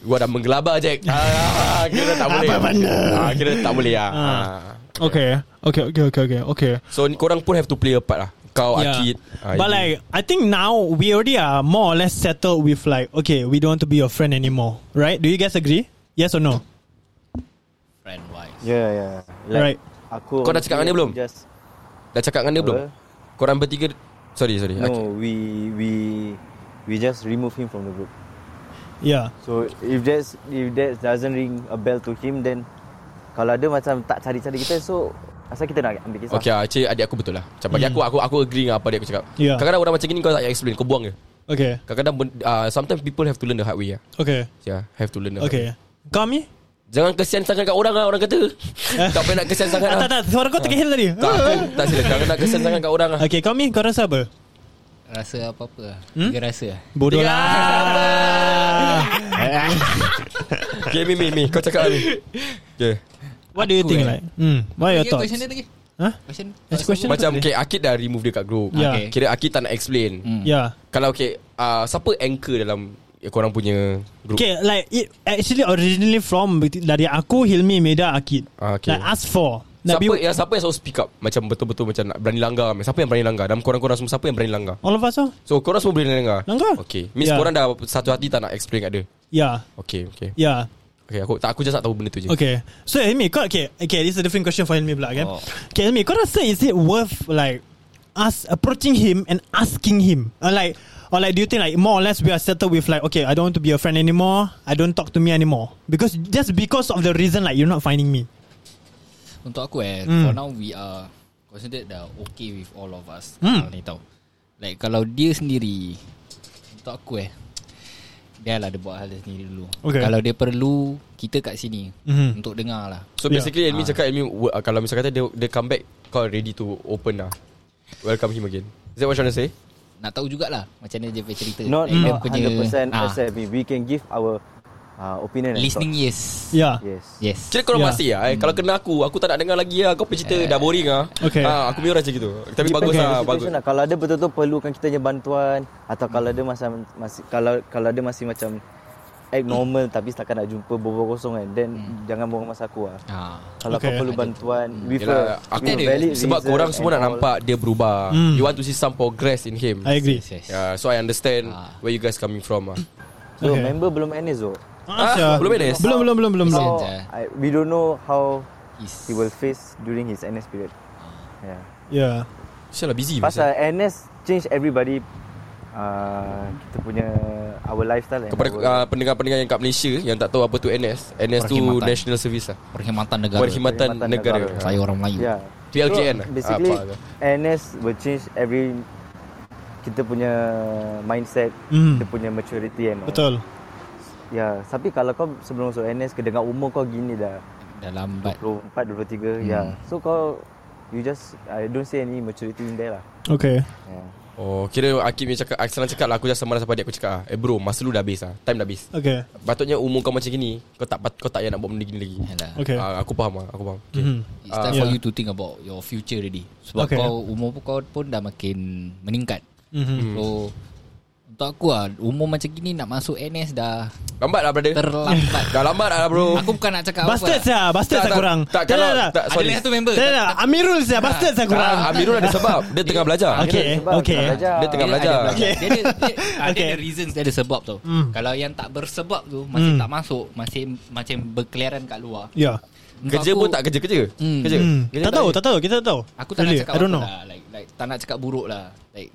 [SPEAKER 5] Gua dah menggelabah je ah, Kira tak boleh
[SPEAKER 6] Apa benda?
[SPEAKER 5] ah, Kira tak boleh lah
[SPEAKER 6] Ah.
[SPEAKER 5] ah.
[SPEAKER 6] Okay Okay okay okay okay, okay.
[SPEAKER 5] So ni korang pun have to play a part lah Kau
[SPEAKER 6] Ya.
[SPEAKER 5] yeah. Akid ah,
[SPEAKER 6] But
[SPEAKER 5] you.
[SPEAKER 6] like I think now we already are more or less settled with like okay, we don't want to be your friend anymore. Right? Do you guys agree? Yes or no?
[SPEAKER 7] Friend wise.
[SPEAKER 1] Yeah yeah
[SPEAKER 6] Right.
[SPEAKER 1] Ya, Aku
[SPEAKER 5] Kau dah cakap dengan dia belum?
[SPEAKER 1] Just
[SPEAKER 5] Dah cakap dengan dia belum?
[SPEAKER 1] Apa?
[SPEAKER 5] Korang bertiga Sorry sorry Akid.
[SPEAKER 1] No we We We just remove him from the group
[SPEAKER 6] Yeah.
[SPEAKER 1] So if that's if that doesn't ring a bell to him then kalau dia macam tak cari-cari kita so asal kita nak ambil kisah.
[SPEAKER 5] Okay lah Cik adik aku betul lah Macam bagi
[SPEAKER 1] Hmm.
[SPEAKER 5] aku Aku aku agree dengan apa adik aku cakap
[SPEAKER 6] Yeah.
[SPEAKER 5] Kadang-kadang orang macam ni Kau tak payah explain Kau buang je
[SPEAKER 6] Okay.
[SPEAKER 5] Kadang-kadang ben- ah, Sometimes people have to learn the hard way lah
[SPEAKER 6] Okay.
[SPEAKER 5] Yeah, have to learn the hard way
[SPEAKER 6] Okay. Kami?
[SPEAKER 5] Jangan kesian sangat kat orang lah Orang kata Tak payah nak kesian sangat
[SPEAKER 6] Ah,
[SPEAKER 5] lah
[SPEAKER 6] tak tak suara kau terkehil tadi.
[SPEAKER 5] Tak aku tak sila Jangan nak kesian sangat kat orang lah
[SPEAKER 6] Okay, Kami kau rasa apa?
[SPEAKER 7] Rasa apa-apa lah. Hmm? Dia rasa lah.
[SPEAKER 6] Bodoh
[SPEAKER 5] Tiga.
[SPEAKER 6] lah.
[SPEAKER 5] Okay Mi Mi Mi Kau cakap lah Mi Okay
[SPEAKER 6] What do you
[SPEAKER 7] Aku
[SPEAKER 6] think
[SPEAKER 7] eh.
[SPEAKER 6] like? Hmm. What are your
[SPEAKER 7] Lagi
[SPEAKER 6] thoughts?
[SPEAKER 7] question dia lagi.
[SPEAKER 6] Huh?
[SPEAKER 7] Question.
[SPEAKER 6] Next question.
[SPEAKER 5] Macam okay Akid dah remove dia kat group
[SPEAKER 6] Yeah.
[SPEAKER 5] okay. Kira Akid tak nak explain
[SPEAKER 7] Hmm.
[SPEAKER 6] Yeah.
[SPEAKER 5] Kalau okay uh, Siapa anchor dalam eh, Korang punya group
[SPEAKER 6] Okay, like it actually originally from dari aku Hilmi Meda Akid.
[SPEAKER 5] Ah, okay.
[SPEAKER 6] Like us four. Like,
[SPEAKER 5] Siapa
[SPEAKER 6] we-
[SPEAKER 5] yang siapa yang selalu speak up Macam betul-betul macam nak berani langgar Siapa yang berani langgar Dalam korang-korang semua Siapa yang berani langgar
[SPEAKER 6] all of us oh?
[SPEAKER 5] So korang semua berani langgar
[SPEAKER 6] Langgar. Ya.
[SPEAKER 5] Okay Means
[SPEAKER 6] Yeah.
[SPEAKER 5] korang dah satu hati tak nak explain kat dia
[SPEAKER 6] Yeah.
[SPEAKER 5] Okay okay
[SPEAKER 6] Yeah.
[SPEAKER 5] Okay aku tak aku just nak tahu benda tu je
[SPEAKER 6] Ya. Okay So Helmi kau okay Okay this is a different question for Helmi pula kan
[SPEAKER 7] Oh.
[SPEAKER 6] Okay Helmi kau rasa is it worth like Us approaching him and asking him or like Or like do you think like more or less we are settled with like Okay I don't want to be your friend anymore I don't talk to me anymore Because just because of the reason like you're not finding me
[SPEAKER 7] Untuk aku eh
[SPEAKER 6] Hmm.
[SPEAKER 7] For now we are Considered dah okay with all of us
[SPEAKER 6] Hmm.
[SPEAKER 7] hmm. Ni tau Like kalau dia sendiri Untuk aku eh Dia lah dia buat hal dia sendiri dulu
[SPEAKER 6] Okay.
[SPEAKER 7] Kalau dia perlu Kita kat sini
[SPEAKER 6] Mhm.
[SPEAKER 7] Untuk dengar lah
[SPEAKER 5] So
[SPEAKER 6] Yeah.
[SPEAKER 5] basically Elmi cakap Elmi wo- uh, Kalau misalkan kata dia, dia come back Kau ready to open lah Welcome him again Is that what you want to say?
[SPEAKER 7] Nak tahu jugalah Macam mana dia punya cerita
[SPEAKER 1] Not,
[SPEAKER 7] Like, dia
[SPEAKER 1] not 100%
[SPEAKER 7] Ah.
[SPEAKER 1] accept me. We can give our uh, opinion and
[SPEAKER 7] Listening
[SPEAKER 1] thoughts.
[SPEAKER 7] yes
[SPEAKER 6] Yeah.
[SPEAKER 5] Mm.
[SPEAKER 1] Yes.
[SPEAKER 7] Yes
[SPEAKER 5] Kira
[SPEAKER 6] Ya.
[SPEAKER 5] korang yeah. masih lah eh? Kalau kena aku Aku tak nak dengar lagi lah Kau punya cerita dah boring lah
[SPEAKER 6] Okay.
[SPEAKER 5] ha, Aku punya orang macam gitu Tapi bagus
[SPEAKER 1] Depends on
[SPEAKER 5] lah
[SPEAKER 1] the
[SPEAKER 5] Bagus
[SPEAKER 1] situation lah. Kalau dia betul-betul perlukan kita punya bantuan atau kalau dia masih, masih kalau kalau dia masih macam act normal tapi setakat nak jumpa bobo kosong kan then jangan buang masa aku lah.
[SPEAKER 7] Ah.
[SPEAKER 1] Kalau
[SPEAKER 6] Okay.
[SPEAKER 1] kau perlu bantuan with
[SPEAKER 5] Yelah,
[SPEAKER 1] a,
[SPEAKER 5] Hmm. aku
[SPEAKER 1] with a
[SPEAKER 5] ada
[SPEAKER 1] valid
[SPEAKER 5] sebab
[SPEAKER 1] reason
[SPEAKER 5] korang semua
[SPEAKER 1] and
[SPEAKER 5] nak
[SPEAKER 1] all.
[SPEAKER 5] nampak dia berubah.
[SPEAKER 6] Hmm.
[SPEAKER 5] You want to see some progress in him.
[SPEAKER 6] I agree.
[SPEAKER 7] Yes, yes.
[SPEAKER 5] Yeah, Ya, so I understand
[SPEAKER 7] Ah.
[SPEAKER 5] where you guys coming from. Ah.
[SPEAKER 1] So
[SPEAKER 6] Okay.
[SPEAKER 1] member belum NS though.
[SPEAKER 5] Ah,
[SPEAKER 6] Sia.
[SPEAKER 5] belum Oh. NS?
[SPEAKER 6] Belum belum belum belum.
[SPEAKER 7] How-
[SPEAKER 1] So,
[SPEAKER 7] Senja.
[SPEAKER 1] I, we don't know how
[SPEAKER 7] Yes.
[SPEAKER 1] he will face during his NS period.
[SPEAKER 5] Ah.
[SPEAKER 1] Yeah.
[SPEAKER 6] Yeah.
[SPEAKER 5] Sial lah busy
[SPEAKER 1] Pasal NS change everybody uh, kita punya our lifestyle and
[SPEAKER 5] kepada
[SPEAKER 1] our,
[SPEAKER 5] uh, pendengar-pendengar yang kat Malaysia yang tak tahu apa tu NS. NS tu
[SPEAKER 7] Perkhidmatan.
[SPEAKER 5] National Service lah.
[SPEAKER 7] Perkhidmatan negara
[SPEAKER 5] Perkhidmatan
[SPEAKER 1] Perkhidmatan
[SPEAKER 5] Negara.
[SPEAKER 1] Negara.
[SPEAKER 7] Saya orang Melayu
[SPEAKER 1] yeah.
[SPEAKER 5] PLKN lah.
[SPEAKER 1] So, basically
[SPEAKER 5] Apa ke?
[SPEAKER 1] NS will change every kita punya mindset,
[SPEAKER 6] Mm.
[SPEAKER 1] kita punya maturity and all.
[SPEAKER 6] Betul.
[SPEAKER 1] Ya, tapi kalau kau sebelum masuk NS ke dengan umur kau gini dah
[SPEAKER 7] Dah lambat
[SPEAKER 1] 24 23 hmm. ya. So kau you just I don't see any maturity in there lah.
[SPEAKER 6] Okay.
[SPEAKER 1] Yeah.
[SPEAKER 5] Oh, kira Akib ni cakap Aksan cakap lah aku just sama sama adik aku cakap ah, eh bro, masa lu dah habis ah. Time dah habis.
[SPEAKER 6] Okay.
[SPEAKER 5] Patutnya umur kau macam gini, kau tak pat- kau tak payah nak buat benda gini lagi.
[SPEAKER 7] Yalah.
[SPEAKER 6] Okay.
[SPEAKER 5] Ah, aku faham ah, aku faham. Okay.
[SPEAKER 6] Mhm.
[SPEAKER 7] It's time
[SPEAKER 5] Ah,
[SPEAKER 7] for
[SPEAKER 6] yeah.
[SPEAKER 7] you to think about your future already. Sebab
[SPEAKER 6] Okay.
[SPEAKER 7] okay. kau umur pun kau pun dah makin meningkat.
[SPEAKER 6] Mhm.
[SPEAKER 7] So untuk aku lah umur macam gini nak masuk NS dah
[SPEAKER 5] Lambat lah brother.
[SPEAKER 7] terlambat.
[SPEAKER 5] Dah lambat lah bro.
[SPEAKER 7] aku bukan nak cakap
[SPEAKER 6] Oh. Bastard
[SPEAKER 7] apa-apa. lah.
[SPEAKER 6] sia, bastard
[SPEAKER 5] Tak,
[SPEAKER 6] sia
[SPEAKER 5] tak,
[SPEAKER 6] korang.
[SPEAKER 5] tak, kalau- tak,
[SPEAKER 7] Ada
[SPEAKER 5] sorry.
[SPEAKER 7] lagi satu member.
[SPEAKER 6] Tak tak, tak. Amirul sia, bastard sia korang.
[SPEAKER 5] Ah, Amirul ada sebab Dia tengah belajar
[SPEAKER 6] Okay,
[SPEAKER 1] Sebab
[SPEAKER 6] okay.
[SPEAKER 1] kena belajar.
[SPEAKER 5] Dia tengah belajar
[SPEAKER 7] Dia ada,
[SPEAKER 6] Okay.
[SPEAKER 7] dia, ada, dia, ah, dia
[SPEAKER 6] Okay.
[SPEAKER 7] ada reasons, dia ada sebab tau.
[SPEAKER 6] Mm.
[SPEAKER 7] Kalau yang tak bersebab tu masih
[SPEAKER 6] Mm.
[SPEAKER 7] tak masuk, masih macam berkeliaran kat luar.
[SPEAKER 6] Yeah.
[SPEAKER 7] Untuk
[SPEAKER 5] Kerja
[SPEAKER 7] aku-
[SPEAKER 5] pun tak kerja-kerja
[SPEAKER 7] Hmm.
[SPEAKER 5] Kerja
[SPEAKER 6] Ya. Hmm.
[SPEAKER 5] Kerja
[SPEAKER 6] Tak tahu, tak tahu, kita tak tahu.
[SPEAKER 7] Aku tak
[SPEAKER 6] Really,
[SPEAKER 7] nak cakap
[SPEAKER 6] I don't
[SPEAKER 7] apa
[SPEAKER 6] know.
[SPEAKER 7] Lah. Like, like, tak nak cakap buruk lah. Like,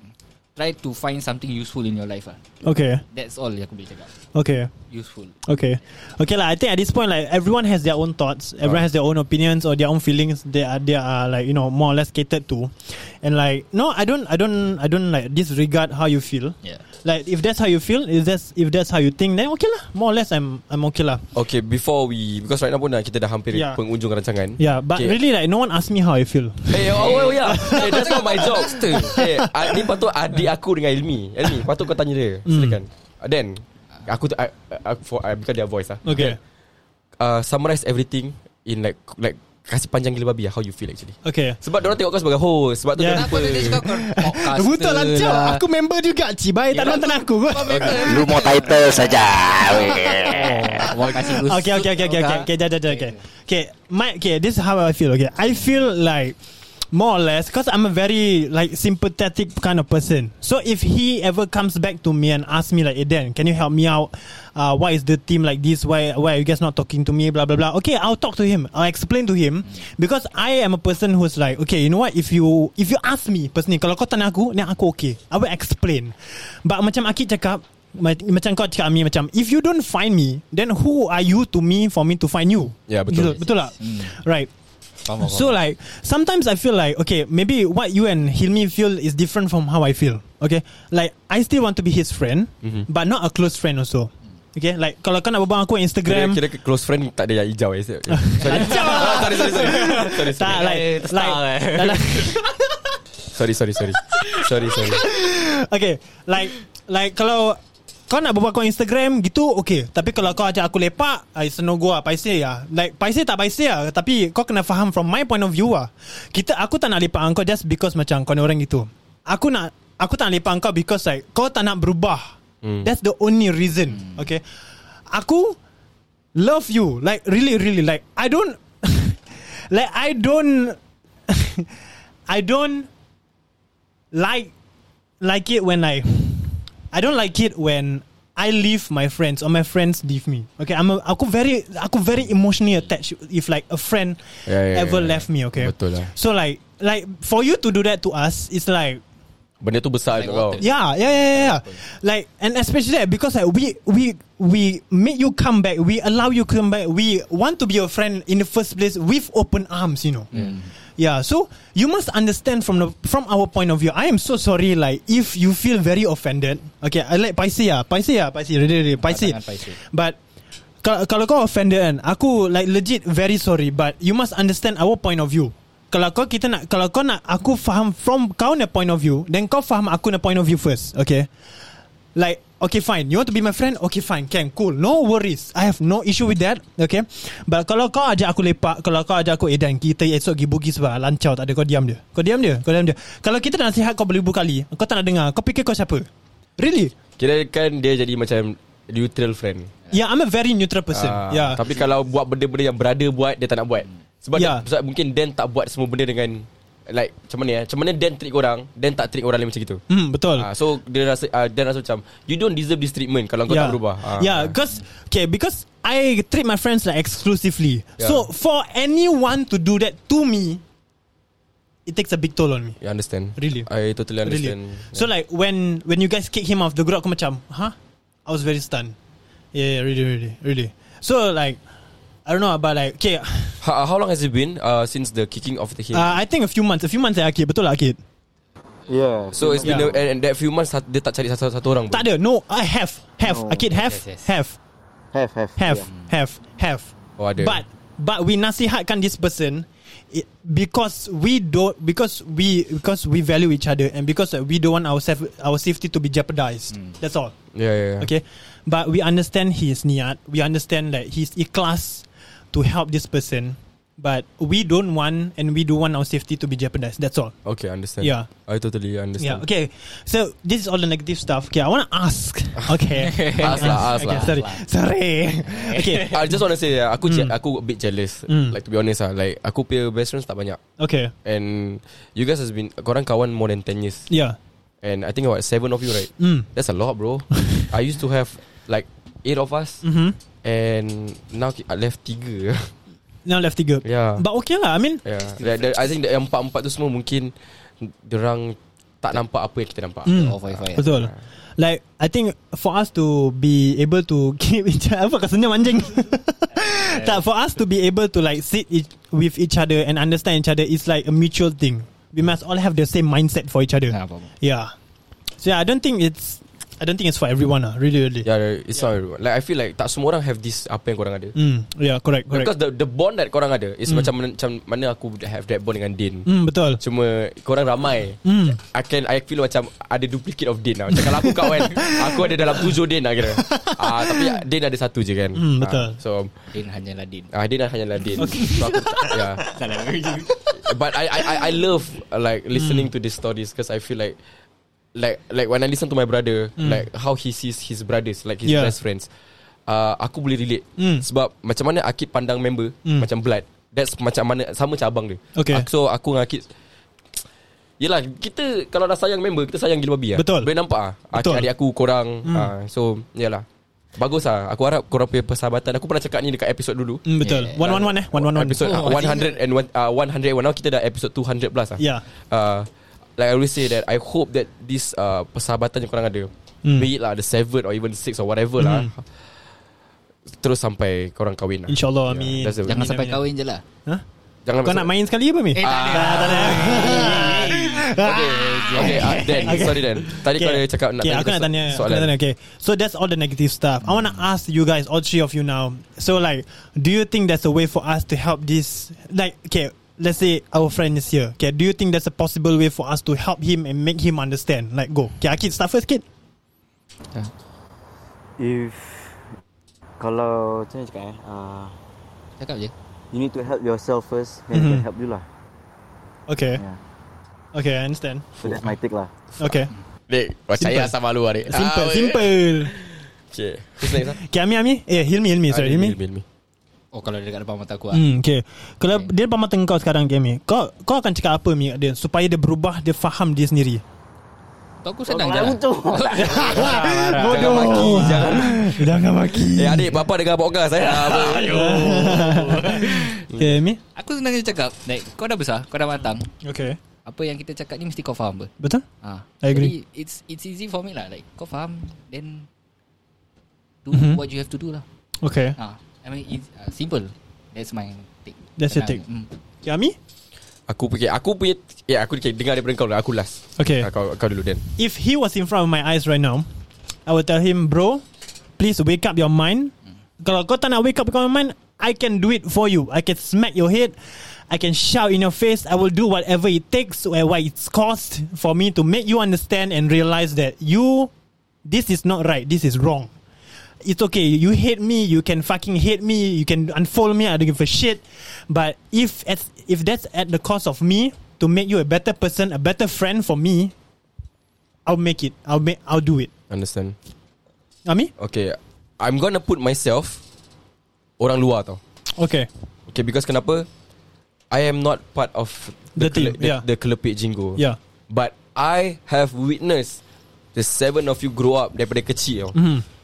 [SPEAKER 7] try to find something useful in your life lah.
[SPEAKER 6] Okay.
[SPEAKER 7] That's all yang aku boleh cakap.
[SPEAKER 6] Okay.
[SPEAKER 7] Useful.
[SPEAKER 6] Okay. Okay lah, I think at this point like everyone has their own thoughts, everyone has their own opinions or their own feelings they are they are like, you know, more or less catered to. And like no, I don't I don't I don't like disregard how you feel.
[SPEAKER 7] Yeah.
[SPEAKER 6] Like if that's how you feel, is that's if that's how you think, then okay lah. More or less I'm I'm okay lah.
[SPEAKER 5] Okay before we Because right now pun dah, Kita dah hampir
[SPEAKER 6] Yeah.
[SPEAKER 5] Pengunjung rancangan
[SPEAKER 6] Yeah, Ya. but
[SPEAKER 5] Okay.
[SPEAKER 6] really like no one asked me how I feel.
[SPEAKER 5] Eh oh, oh yeah Eh that's not my job Eh ah, ni patut adik aku dengan Ilmi Ilmi patut kau tanya dia
[SPEAKER 6] Hmm.
[SPEAKER 5] Silakan Ah, Then Aku tu I, I, for, I, Bukan dia voice lah
[SPEAKER 6] Okay.
[SPEAKER 5] uh, Summarize everything In like Like Kasih panjang gila babi lah How you feel actually
[SPEAKER 6] Okay.
[SPEAKER 5] Sebab orang tengok kau sebagai host Sebab tu
[SPEAKER 6] Yeah.
[SPEAKER 5] yeah.
[SPEAKER 7] Kenapa dia cakap kau podcast
[SPEAKER 6] Betul lah Cik Aku member juga Cik
[SPEAKER 7] Ya,
[SPEAKER 6] Baik tak nonton aku kot
[SPEAKER 3] Lu mau title saja
[SPEAKER 7] Terima kasih Gus.
[SPEAKER 6] Okay okay okay okay okay okay okay okay okay my okay this is how I feel okay I feel like more or less because I'm a very like sympathetic kind of person so if he ever comes back to me and asks me like hey Dan can you help me out uh, why is the team like this why why are you guys not talking to me blah blah blah okay I'll talk to him I'll explain to him because I am a person who's like okay you know what if you if you ask me personally kalau kau tanya aku then aku okay I will explain but macam Akid cakap Ma- macam kau cakap Amir macam if you don't find me then who are you to me for me to find you
[SPEAKER 5] Ya, betul.
[SPEAKER 6] Gitu, betul lah right so like sometimes I feel like okay maybe what you and Hilmi feel is different from how I feel okay like I still want to be his friend
[SPEAKER 5] Mhm.
[SPEAKER 6] but not a close friend also okay like kalau kau nak berbual aku
[SPEAKER 5] Kira,
[SPEAKER 6] Instagram
[SPEAKER 5] kira close friend Tak ada yang hijau eh. Sorry Ah, Sorry sorry sorry Sorry
[SPEAKER 6] tak like lah. like, like
[SPEAKER 5] Sorry sorry sorry Sorry sorry
[SPEAKER 6] Okay Like Like kalau Kau nak berbual kau Instagram Gitu okay Tapi kalau kau ajak aku lepak I seno go lah Paiseh lah Like paiseh tak paiseh lah Tapi kau kena faham From my point of view lah Kita Aku tak nak lepak dengan kau Just because macam Kau ni orang gitu Aku nak Aku tak nak lepak dengan kau Because like Kau tak nak berubah That's the only reason Okay Aku Love you Like really really Like I don't Like I don't I don't like like it when I I don't like it when I leave my friends or my friends leave me. Okay, I'm a, aku very aku very emotionally attached if like a friend
[SPEAKER 5] Yeah, yeah,
[SPEAKER 6] ever
[SPEAKER 5] yeah,
[SPEAKER 6] left me. Okay,
[SPEAKER 5] Betul lah.
[SPEAKER 6] So like like for you to do that to us, it's like
[SPEAKER 5] Benda tu besar
[SPEAKER 7] Like
[SPEAKER 5] like kau
[SPEAKER 7] water.
[SPEAKER 6] yeah, yeah, yeah, yeah, yeah. Like and especially that because like we we we make you come back, we allow you come back, we want to be your friend in the first place with open arms, you know. Yeah, so you must understand from the from our point of view. I am so sorry, like if you feel very offended. Okay, I like Paisi ah, Paisi ah, Paisi, really, really, Paisi.
[SPEAKER 7] tangan Paisi.
[SPEAKER 6] But kalau, kalau kau offended kan Aku like legit very sorry But you must understand our point of view kalau kau kita nak kalau kau nak aku faham from kau punya point of view then kau faham aku punya point of view first okay Like Okay fine You want to be my friend Okay fine Can cool No worries I have no issue with that Okay But kalau kau ajak aku lepak Kalau kau ajak aku Eh Dan kita esok pergi bugis sebab Lancar tak ada Kau diam dia Kau diam dia Kau diam dia Kalau kita dah nasihat kau beribu kali Kau tak nak dengar Kau fikir kau siapa Really
[SPEAKER 5] Kira kan dia jadi macam neutral friend.
[SPEAKER 6] Yeah I'm a very neutral person
[SPEAKER 5] Ah,
[SPEAKER 6] Yeah
[SPEAKER 5] Tapi kalau buat benda-benda yang brother buat Dia tak nak buat
[SPEAKER 6] Ya.
[SPEAKER 5] Sebab, yeah. sebab mungkin Dan tak buat semua benda dengan Like macam mana eh Macam mana Dan treat orang Dan tak treat orang lain macam gitu
[SPEAKER 6] Hmm, betul.
[SPEAKER 5] Ah, So dia rasa ah, Dan rasa macam You don't deserve this treatment Kalau
[SPEAKER 6] Ya.
[SPEAKER 5] kau tak berubah Ah.
[SPEAKER 6] Yeah, because okay, because I treat my friends like exclusively.
[SPEAKER 5] Yeah.
[SPEAKER 6] So for anyone to do that to me, it takes a big toll on me.
[SPEAKER 5] You understand
[SPEAKER 6] Really?
[SPEAKER 5] I totally understand
[SPEAKER 6] Really. So like when when you guys kick him off the group, aku macam, huh? I was very stunned. Yeah, yeah, really, really, really. So like, I don't know, but like, okay, uh,
[SPEAKER 5] how, Ha, ah, how long has it been uh, Since the kicking of the him
[SPEAKER 6] I think a few months, a few months lah, Akid, betul lah, Akid.
[SPEAKER 1] Yeah.
[SPEAKER 5] So it's been
[SPEAKER 6] Yeah.
[SPEAKER 5] a, and, and that few months sat- Dia tak cari satu, satu orang pun.
[SPEAKER 6] ya. Tak ada, no, I have, have,
[SPEAKER 1] No.
[SPEAKER 6] Akid have,
[SPEAKER 7] Yes, yes.
[SPEAKER 6] have,
[SPEAKER 1] have have
[SPEAKER 6] have,
[SPEAKER 1] yeah.
[SPEAKER 6] have, have.
[SPEAKER 5] Oh ada
[SPEAKER 6] But but we nasihatkan this person it, because we don't because we because we value each other and because uh, we don't want our saf- our safety to be jeopardized.
[SPEAKER 5] Hmm.
[SPEAKER 6] That's all.
[SPEAKER 5] Yeah yeah, yeah.
[SPEAKER 6] Okay. But we understand his niyat. We understand that his ikhlas to help this person. But we don't want and we don't want our safety to be jeopardized. That's all.
[SPEAKER 5] Okay understand
[SPEAKER 6] Yeah.
[SPEAKER 5] I totally understand
[SPEAKER 6] Yeah. Okay. So this is all the negative stuff. Okay. I want to ask. Okay.
[SPEAKER 5] Ask lah, ask
[SPEAKER 6] okay,
[SPEAKER 5] lah.
[SPEAKER 6] Sorry. Sorry. okay.
[SPEAKER 5] I just want to say yeah, Aku
[SPEAKER 6] Hmm.
[SPEAKER 5] je- aku a bit jealous
[SPEAKER 6] Mm.
[SPEAKER 5] Like to be honest lah Like aku punya best friends tak banyak
[SPEAKER 6] Okay.
[SPEAKER 5] And you guys has been Korang kawan more than 10 years
[SPEAKER 6] Yeah.
[SPEAKER 5] And I think about 7 of you right
[SPEAKER 6] Mm.
[SPEAKER 5] That's a lot bro I used to have Like 8 of us
[SPEAKER 6] Mm-hmm.
[SPEAKER 5] And Now ki- I left 3
[SPEAKER 6] Now left tiga.
[SPEAKER 5] Yeah
[SPEAKER 6] But okay lah I mean
[SPEAKER 5] yeah. Like, the, I think that yang 4-4 tu semua mungkin Derang Tak nampak apa yang kita nampak
[SPEAKER 6] mm,
[SPEAKER 7] Off wifi
[SPEAKER 6] Betul Like I think For us to be able to Keep each other Apa kau senyum anjing Tak for us to be able to like Sit each, with each other And understand each other Is like a mutual thing We must all have the same mindset For each other
[SPEAKER 7] Ha, faham.
[SPEAKER 6] Yeah So yeah I don't think it's I don't think it's for everyone lah Really really
[SPEAKER 5] Yeah Ya, It's not Like I feel like Tak semua orang have this Apa yang korang ada
[SPEAKER 6] Mm, yeah correct Hmm. correct
[SPEAKER 5] Because the, the bond that korang ada Is macam, mana- macam mana aku Have that bond dengan Din
[SPEAKER 6] mm, Betul
[SPEAKER 5] Cuma korang ramai
[SPEAKER 6] mm.
[SPEAKER 5] I can I feel macam Ada duplicate of Din lah Macam kalau aku kau kan Aku ada dalam tujuh Din lah kira Ah, Tapi Din ada satu je kan
[SPEAKER 6] Hmm, betul.
[SPEAKER 5] Ah, So
[SPEAKER 7] Din hanyalah Din
[SPEAKER 5] ah, Din hanyalah Din so, aku, yeah. But I, I I- I love uh, Like
[SPEAKER 6] Hmm.
[SPEAKER 5] listening to these stories Because I feel like Like like when I listen to my brother Like how he sees his brothers Like his
[SPEAKER 6] Hmm. Yeah.
[SPEAKER 5] best friends uh, Aku boleh relate
[SPEAKER 6] Hmm.
[SPEAKER 5] Sebab macam mana Akid pandang member Macam blood That's macam mana Sama macam abang dia
[SPEAKER 6] Okay.
[SPEAKER 5] Aku- So aku dengan Akid Yelah kita Kalau dah sayang member Kita sayang gila babi lah
[SPEAKER 6] Betul.
[SPEAKER 5] Boleh nampak lah
[SPEAKER 6] Betul. Hmm.
[SPEAKER 5] Adik-adik aku korang ah, So yelah Bagus lah Aku harap korang punya persahabatan Aku pernah cakap ni Dekat episod dulu
[SPEAKER 6] Mm, betul
[SPEAKER 7] Yeah.
[SPEAKER 6] One one one eh One one one
[SPEAKER 5] Episode oh,
[SPEAKER 7] Oh,
[SPEAKER 5] 100 and one, uh, 101 Now kita dah episode 200 plus lah
[SPEAKER 6] Yeah.
[SPEAKER 5] uh, Like I always say that I hope that this uh, Persahabatan yang korang ada
[SPEAKER 6] Mm.
[SPEAKER 5] Be it lah The seven or even six Or whatever lah
[SPEAKER 6] Hmm.
[SPEAKER 5] Terus sampai korang kahwin lah
[SPEAKER 6] InsyaAllah amin
[SPEAKER 5] that's the-
[SPEAKER 7] Jangan
[SPEAKER 6] Amin,
[SPEAKER 7] sampai
[SPEAKER 6] amin.
[SPEAKER 7] kahwin je lah
[SPEAKER 6] Huh?
[SPEAKER 5] Jangan
[SPEAKER 6] Kau nak main sekali apa Mi? Eh
[SPEAKER 7] tak ada.
[SPEAKER 5] Okay, okay uh, Dan
[SPEAKER 6] Okay.
[SPEAKER 5] Sorry Dan Tadi kau ada cakap nak
[SPEAKER 6] okay,
[SPEAKER 5] tanya
[SPEAKER 6] aku nak
[SPEAKER 5] so-
[SPEAKER 6] tanya, aku
[SPEAKER 5] Soalan
[SPEAKER 6] nak tanya okay. So that's all the negative stuff I want to ask you guys All three of you now So like Do you think there's a way for us To help this Like okay Let's say our friend is here Okay do you think there's a possible way For us to help him And make him understand Like go Okay Akid start first kid
[SPEAKER 1] If kalau macam mana cakap eh, uh,
[SPEAKER 7] Cakap je
[SPEAKER 1] you need to help yourself first, then mm-hmm.
[SPEAKER 6] Mhm.
[SPEAKER 1] can help you lah.
[SPEAKER 6] Okay
[SPEAKER 1] Yeah.
[SPEAKER 6] Okay I understand
[SPEAKER 1] So that's my take lah.
[SPEAKER 6] Okay
[SPEAKER 5] Dek
[SPEAKER 6] Simple.
[SPEAKER 5] Percaya oh, sama lu hari
[SPEAKER 6] Simple Simple
[SPEAKER 5] Okay Who's next ah?
[SPEAKER 6] Okay Ami Ami Eh Hilmi Hilmi Sorry
[SPEAKER 5] Ah,
[SPEAKER 6] Hilmi
[SPEAKER 5] Hilmi, Hilmi.
[SPEAKER 7] Oh kalau dia dekat depan mata aku lah
[SPEAKER 6] Hmm, okay. Kalau dia depan mata kau sekarang Jamie, kau kau akan cakap apa Mi kat dia supaya dia berubah, dia faham dia sendiri.
[SPEAKER 7] Tu aku senang je lah
[SPEAKER 5] Jangan maki Jangan
[SPEAKER 6] Oh. Jangan maki.
[SPEAKER 5] Eh adik Bapa dengar podcast eh Ah, apa?
[SPEAKER 6] Okay, Mi.
[SPEAKER 7] Aku senang je cakap like, Kau dah besar Kau dah matang
[SPEAKER 6] Okay.
[SPEAKER 7] Apa yang kita cakap ni Mesti kau faham apa
[SPEAKER 6] Betul?
[SPEAKER 7] ha.
[SPEAKER 6] I agree.
[SPEAKER 7] Jadi, it's, it's easy for me lah Like kau faham Then Do
[SPEAKER 6] Mhm.
[SPEAKER 7] what you have to do lah
[SPEAKER 6] Okay.
[SPEAKER 7] ha. I mean it's uh, simple That's my take
[SPEAKER 6] That's your take.
[SPEAKER 7] Senang. mm.
[SPEAKER 6] Okay, Ami.
[SPEAKER 5] Aku fikir Aku punya Ya aku okay, dengar daripada kau dulu. Aku last
[SPEAKER 6] Okay.
[SPEAKER 5] Ah, Kau, kau dulu Dan
[SPEAKER 6] If he was in front of my eyes right now, I would tell him, bro, please wake up your mind. Kalau kau tak nak wake up your mind, I can do it for you. I can smack your head. I can shout in your face. I will do whatever it takes, wha- what it's cost for me to make you understand and realize that you This is not right. This is wrong. It's okay. You hate me. You can fucking hate me. You can unfollow me. I don't give a shit. But if at, if that's at the cost of me to make you a better person, a better friend for me, I'll make it. I'll make. I'll do it.
[SPEAKER 5] Understand
[SPEAKER 6] Ami?
[SPEAKER 5] Okay I'm gonna put myself Orang luar tau
[SPEAKER 6] Okay.
[SPEAKER 5] Okay because kenapa I am not part of
[SPEAKER 6] The team,
[SPEAKER 5] Kele- the,
[SPEAKER 6] yeah.
[SPEAKER 5] the Kelepek Jingo
[SPEAKER 6] Yeah.
[SPEAKER 5] But I have witnessed The seven of you grow up Daripada kecil tau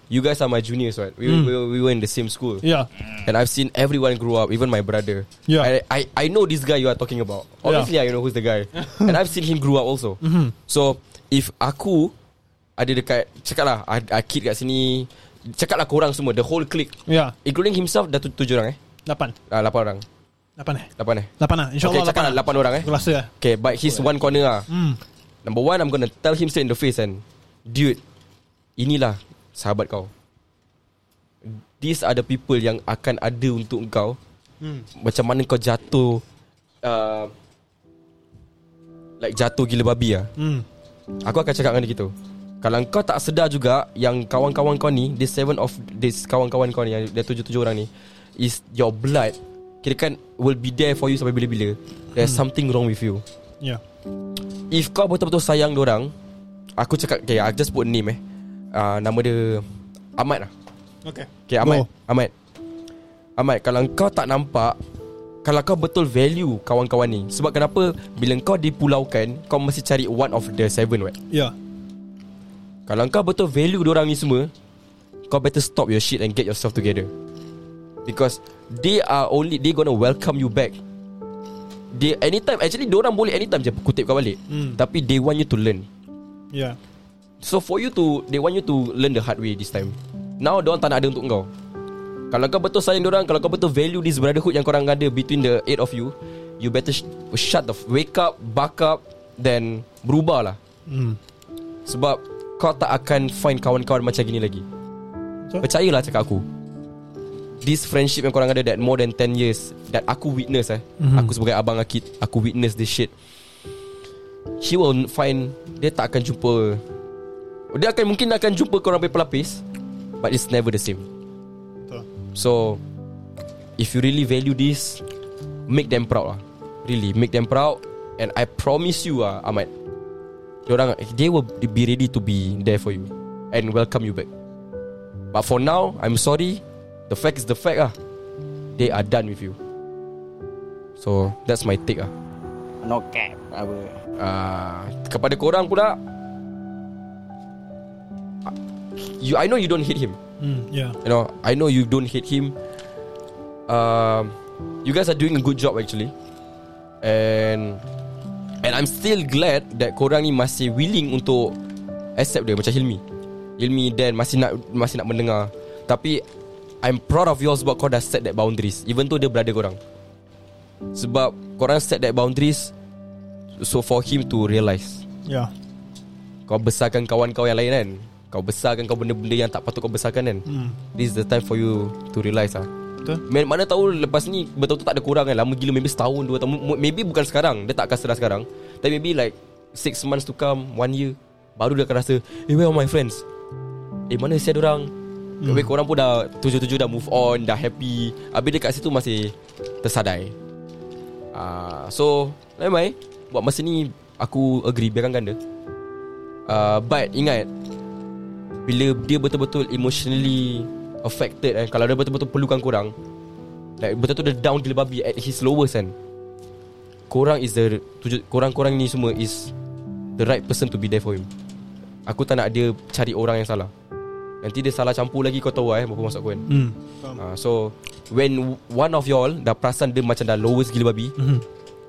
[SPEAKER 5] You guys are my juniors right we, we, we were in the same school
[SPEAKER 6] Mm-hmm. Mm. Yeah.
[SPEAKER 5] And I've seen everyone grow up, even my brother.
[SPEAKER 6] Yeah.
[SPEAKER 5] I, I, I know this guy you are talking about. Obviously, I know who's the guy. and I've seen him grow up also.
[SPEAKER 6] Mm-hmm.
[SPEAKER 5] So, if aku ada dekat, cakap lah, ada kid kat sini, cakap lah korang semua, the whole clique.
[SPEAKER 6] Yeah.
[SPEAKER 5] Including himself, dah tu, tujuh orang eh?
[SPEAKER 6] Ya. Lapan.
[SPEAKER 5] Ah, lapan orang.
[SPEAKER 6] Lapan eh?
[SPEAKER 5] Lapan eh?
[SPEAKER 6] Lapan lah. InsyaAllah
[SPEAKER 5] okay, cakap lah lapan orang eh?
[SPEAKER 6] Aku rasa lah.
[SPEAKER 5] Okay, but he's one corner lah.
[SPEAKER 6] Hmm.
[SPEAKER 5] Number one, I'm gonna tell him straight in the face and, dude, inilah sahabat kau. These are the people yang akan ada untuk kau. Hmm. Macam mana kau jatuh, uh, like jatuh gila babi lah.
[SPEAKER 6] Hmm.
[SPEAKER 5] Aku akan cakap dengan dia gitu. Kalau kau tak sedar juga yang kawan-kawan kau ni, the seven of this kawan-kawan kau ni, yang dia tujuh-tujuh orang ni, is your blood. Kira kan will be there for you sampai bila-bila. There's
[SPEAKER 6] Hmm.
[SPEAKER 5] something wrong with you.
[SPEAKER 6] Yeah.
[SPEAKER 5] If kau betul-betul sayang orang, Aku cakap Okay I just put name eh uh, Nama dia Ahmad lah
[SPEAKER 6] Okay.
[SPEAKER 5] Okay
[SPEAKER 6] Go.
[SPEAKER 5] Ahmad Ahmad Ahmad Kalau kau tak nampak Kalau kau betul value Kawan-kawan ni Sebab kenapa Bila kau dipulaukan Kau mesti cari One of the seven right?
[SPEAKER 6] Yeah.
[SPEAKER 5] Kalau kau betul value orang ni semua Kau better stop your shit And get yourself together Because They are only They gonna welcome you back They anytime Actually orang boleh anytime je Kutip kau balik
[SPEAKER 6] Hmm.
[SPEAKER 5] Tapi they want you to learn
[SPEAKER 6] Yeah.
[SPEAKER 5] So for you to They want you to learn the hard way this time Now diorang tak nak ada untuk kau Kalau kau betul sayang diorang Kalau kau betul value this brotherhood Yang korang ada Between the eight of you You better sh- shut the f- Wake up Buck up Then Berubah lah
[SPEAKER 6] Hmm.
[SPEAKER 5] Sebab Kau tak akan find kawan-kawan macam gini lagi
[SPEAKER 6] Betul.
[SPEAKER 5] Percayalah cakap aku This friendship yang korang ada That more than 10 years That aku witness eh
[SPEAKER 6] Hmm.
[SPEAKER 5] mm-hmm. Aku sebagai abang Akid Aku witness this shit She will find Dia tak akan jumpa Dia akan mungkin akan jumpa korang pelapis But it's never the same
[SPEAKER 6] Betul.
[SPEAKER 5] So If you really value this Make them proud lah Really Make them proud And I promise you ah Ahmad Diorang They will be ready to be There for you And welcome you back But for now I'm sorry The fact is the fact ah They are done with you So That's my take ah
[SPEAKER 1] No cap. Apa?
[SPEAKER 5] uh, Kepada korang pula You, I know you don't hate him
[SPEAKER 6] Hmm. Yeah.
[SPEAKER 5] You know, I know you don't hate him. Um, you guys are doing a good job actually, and and I'm still glad that korang ni masih willing untuk accept dia macam Hilmi. Hilmi dan masih nak masih nak mendengar. Tapi I'm proud of you all sebab kau dah set that boundaries. Even though dia brother korang. Sebab korang set that boundaries so for him to realise.
[SPEAKER 6] Yeah.
[SPEAKER 5] Kau besarkan kawan kau yang lain kan Kau besarkan kau benda-benda yang tak patut kau besarkan kan hmm. This is the time for you to realise lah
[SPEAKER 6] Betul.
[SPEAKER 5] Man, mana tahu lepas ni betul-betul tak ada kurang kan Lama gila maybe setahun dua tahun M- Maybe bukan sekarang Dia tak akan sedar sekarang Tapi maybe like Six months to come One year Baru dia akan rasa Eh where are my friends Eh mana siap orang hmm. Habis korang pun dah Tujuh-tujuh dah move on Dah happy Habis dia kat situ masih Tersadai Ah, So Lemai Buat masa ni Aku agree Biarkan ganda uh, But ingat Bila dia betul-betul Emotionally Affected eh, Kalau dia betul-betul Perlukan korang Like betul-betul dia down Gila babi At his lowest kan Korang is the tuju, Korang-korang ni semua Is The right person to be there for him Aku tak nak dia Cari orang yang salah Nanti dia salah campur lagi Kau tahu lah eh Berapa masuk aku kan
[SPEAKER 6] Hmm.
[SPEAKER 5] Uh, so when one of y'all dah perasan dia macam dah lowest gila babi, mm-hmm.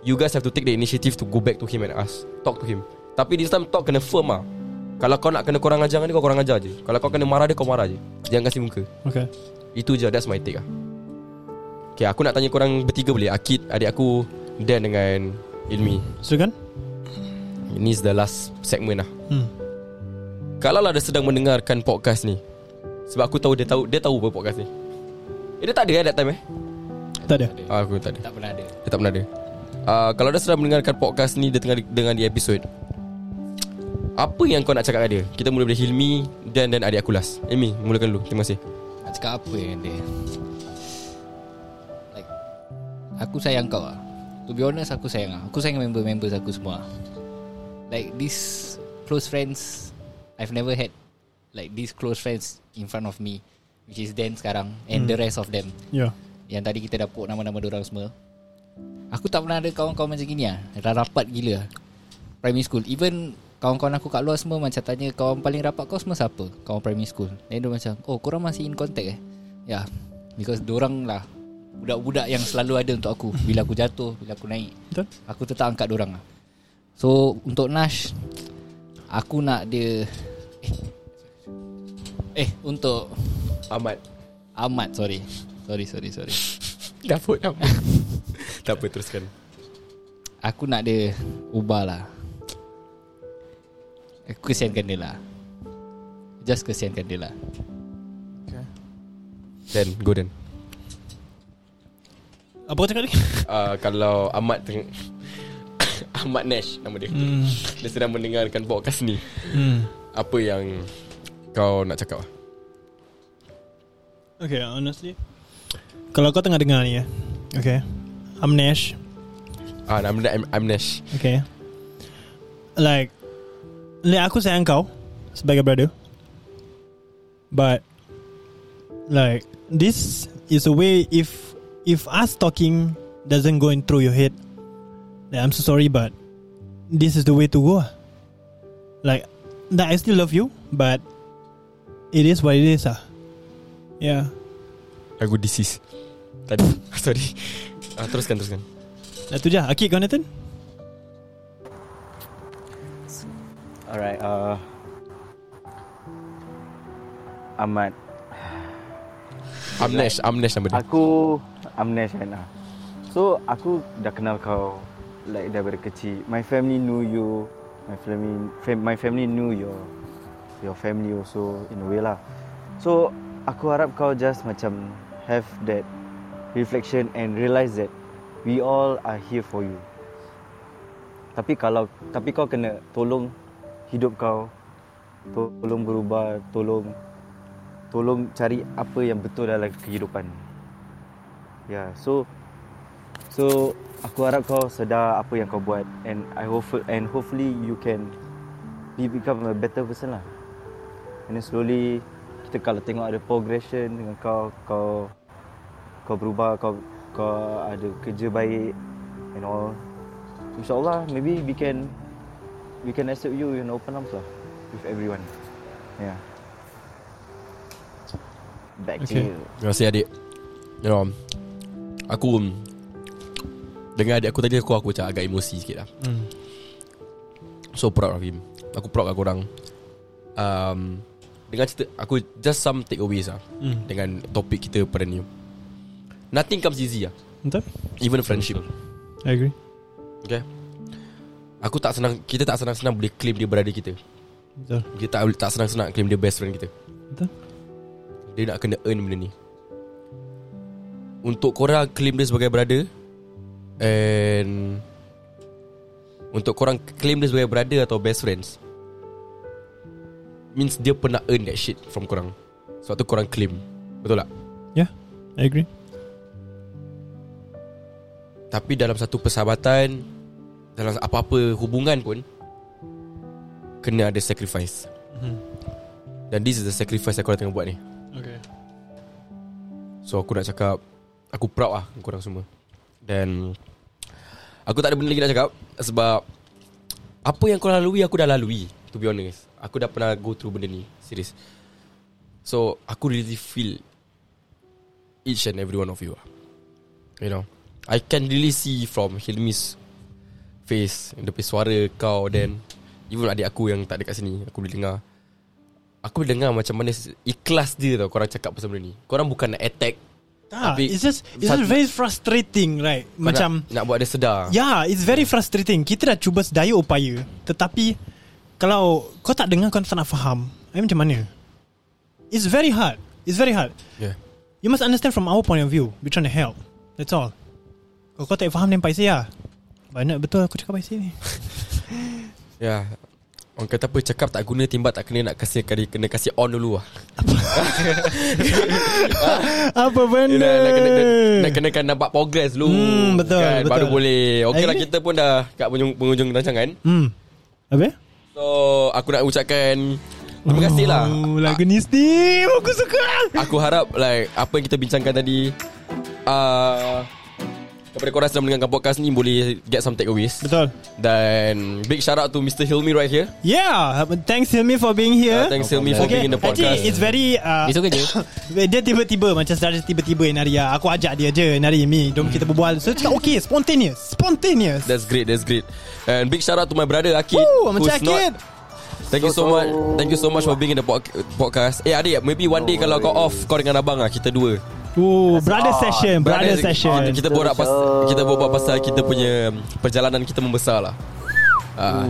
[SPEAKER 5] you guys have to take the initiative to go back to him and ask, talk to him. Tapi this time talk kena firm ah. Kalau kau nak kena korang ajar dengan dia kau korang ajar je. Kalau kau kena marah dia kau marah je. Jangan kasi muka.
[SPEAKER 6] Okay.
[SPEAKER 5] Itu je that's my take ah. Okay, aku nak tanya korang bertiga boleh? Akid, adik aku, Dan dengan Ilmi.
[SPEAKER 6] Silakan.
[SPEAKER 5] Ini is the last segment lah.
[SPEAKER 6] Hmm.
[SPEAKER 5] Kalau lah dia sedang mendengarkan podcast ni. Sebab aku tahu dia tahu dia tahu apa podcast ni. Eh, dia tak ada eh that time eh?
[SPEAKER 6] Tak ada.
[SPEAKER 5] Ah, aku tak ada. Ah,
[SPEAKER 7] Tak pernah ada
[SPEAKER 5] Dia tak pernah ada uh, Kalau dah sedang mendengarkan podcast ni Dia tengah dengan di episod Apa yang kau nak cakap kat dia Kita mula dari Hilmi Dan dan adik aku last Amy mulakan dulu Terima kasih
[SPEAKER 7] Nak cakap apa dengan dia Like Aku sayang kau lah To be honest aku sayang lah Aku sayang member-members aku semua lah. Like this Close friends I've never had Like these close friends In front of me Which is Dan sekarang And
[SPEAKER 6] Hmm.
[SPEAKER 7] the rest of them
[SPEAKER 6] Yeah
[SPEAKER 7] Yang tadi kita dah put nama-nama orang semua Aku tak pernah ada kawan-kawan macam gini lah Dah rapat gila Primary school Even kawan-kawan aku kat luar semua Macam tanya kawan paling rapat kau semua siapa Kawan primary school Then dia macam Oh korang masih in contact eh Ya yeah, Because dorang lah Budak-budak yang selalu ada untuk aku Bila aku jatuh Bila aku naik
[SPEAKER 6] Betul.
[SPEAKER 7] Aku tetap angkat dorang lah So untuk Nash Aku nak dia Eh, eh untuk
[SPEAKER 5] Ahmad
[SPEAKER 7] Ahmad sorry Sorry sorry sorry
[SPEAKER 5] Dapur Dapur Tak apa teruskan
[SPEAKER 7] Aku nak dia Ubah lah Aku kesiankan dia lah Just kesiankan dia lah
[SPEAKER 5] Dan go Dan
[SPEAKER 6] Apa kau cakap tadi?
[SPEAKER 5] uh, Kalau Ahmad teng- Ahmad Nash Nama dia hmm. Dia sedang mendengarkan podcast ni
[SPEAKER 6] hmm.
[SPEAKER 5] Apa yang Kau nak cakap
[SPEAKER 6] Okay honestly Kalau kau tengah dengar ni ya Okay I'm Nash
[SPEAKER 5] Ah, nama dia I'm, I'm Nash
[SPEAKER 6] Okay Like Like aku sayang kau Sebagai brother But Like This is a way If If us talking Doesn't go in through your head like, I'm so sorry but This is the way to go ah. Like that I still love you But It is what it is ah. Yeah
[SPEAKER 5] Aku disease Tadi Sorry ah, Teruskan teruskan
[SPEAKER 6] Dah tu je Akid kau Nathan
[SPEAKER 1] Alright. Uh, Ahmad.
[SPEAKER 5] I'm Nash I'm Nash nama dia
[SPEAKER 1] Aku Amnesh kan ah. So aku dah kenal kau like daripada kecil. My family knew you. My family fam, my family knew your your family also in a way lah. So aku harap kau just macam have that reflection and realise that we all are here for you. Tapi kalau tapi kau kena tolong hidup kau tolong berubah, tolong tolong cari apa yang betul dalam kehidupan. Ya, yeah, so so aku harap kau sedar apa yang kau buat and I hope and hopefully you can be become a better person lah. And then slowly kita kalau tengok ada progression dengan kau kau kau berubah, kau kau ada kerja baik and all. InsyaAllah maybe we can we can accept you in open arms lah with everyone. Yeah. Back
[SPEAKER 6] Okay.
[SPEAKER 1] okay. to you.
[SPEAKER 5] Terima kasih adik You know Aku mm, Dengan adik aku tadi Aku aku macam agak emosi sikit lah mm. So proud of him Aku proud kat korang um, Dengan cerita Aku just some takeaways lah mm. Dengan topik kita pada ni Nothing comes easy lah
[SPEAKER 6] Betul
[SPEAKER 5] Even friendship
[SPEAKER 6] I agree
[SPEAKER 5] Okay Aku tak senang Kita tak senang-senang Boleh claim dia berada kita
[SPEAKER 6] Betul
[SPEAKER 5] Kita tak, tak senang-senang Claim dia best friend kita
[SPEAKER 6] Betul
[SPEAKER 5] Dia nak kena earn benda ni Untuk korang claim dia sebagai brother And Untuk korang claim dia sebagai brother atau best friends Means dia pernah earn that shit from korang Sebab tu korang claim Betul tak?
[SPEAKER 6] Yeah I agree
[SPEAKER 5] Tapi dalam satu persahabatan Dalam apa-apa hubungan pun Kena ada sacrifice Dan this is the sacrifice yang korang tengah buat ni
[SPEAKER 6] Okay
[SPEAKER 5] So aku nak cakap Aku proud lah korang semua Dan Aku tak ada benda lagi nak cakap Sebab Apa yang korang lalui Aku dah lalui To be honest Aku dah pernah go through benda ni Serius So Aku really feel Each and every one of you lah. You know I can really see from Hilmi's Face Dia punya suara kau Then Even adik aku yang tak ada kat sini Aku boleh dengar Aku boleh dengar macam mana Ikhlas dia tau Korang cakap pasal benda ni Korang bukan nak attack
[SPEAKER 6] Ah,
[SPEAKER 5] Tapi-
[SPEAKER 6] it's just it's just
[SPEAKER 5] Satu-
[SPEAKER 6] very frustrating, right?
[SPEAKER 5] Kau
[SPEAKER 6] Macam Ya.
[SPEAKER 5] nak, nak buat dia sedar
[SPEAKER 6] yeah, it's very frustrating. Kita dah cuba sedaya upaya, tetapi kalau kau tak dengar kau tak nak faham, eh, macam mana? It's very hard. It's very hard.
[SPEAKER 5] yeah.
[SPEAKER 6] You must understand from our point of view. We're trying to help. That's all. Kalau kau tak faham then paiseh lah. Banyak betul aku cakap paiseh ni.
[SPEAKER 5] Yeah. Orang kata apa Cakap tak guna Timbat tak kena Nak kasih kena, kena kasih on dulu lah
[SPEAKER 6] Apa
[SPEAKER 5] Yelah,
[SPEAKER 6] benda
[SPEAKER 5] Nak kena Nak kena kan nampak progress dulu
[SPEAKER 6] Hmm, betul,
[SPEAKER 5] kan?
[SPEAKER 6] betul. Eh?
[SPEAKER 5] Baru boleh Okay lah
[SPEAKER 6] Agree.
[SPEAKER 5] kita pun dah Kat penghujung, penghujung rancangan
[SPEAKER 6] Hmm Apa
[SPEAKER 5] So Aku nak ucapkan Terima kasih lah
[SPEAKER 6] oh, Lagu ni Steve Aku suka
[SPEAKER 5] Aku harap like apa yang kita bincangkan tadi uh, kepada korang sedang mendengarkan podcast ni boleh get some takeaways.
[SPEAKER 6] Betul
[SPEAKER 5] Dan big shout out to Mr Hilmi right here.
[SPEAKER 6] Yeah Thanks Hilmi for being here
[SPEAKER 5] Uh, thanks Hilmi for being in the podcast.
[SPEAKER 6] Actually it's very uh,
[SPEAKER 7] Besok kerja
[SPEAKER 6] Dia tiba-tiba Macam secara tiba-tiba Naria Aku ajak dia je Naria Mi Jom kita berbual So cakap okay Spontaneous Spontaneous
[SPEAKER 5] Hmm. That's great, that's great. And big shout out to my brother Akid.
[SPEAKER 6] Woo, I'm
[SPEAKER 5] who's
[SPEAKER 6] a jacket.
[SPEAKER 5] Thank you so much. Thank you so much for being in the pod- podcast. Eh adik, maybe one day kalau kau off kau dengan abang ah kita dua.
[SPEAKER 6] Ooh, brother session, brother session.
[SPEAKER 5] oh, Kita borak pas, kita borak pasal kita punya perjalanan kita membesar lah. Ah.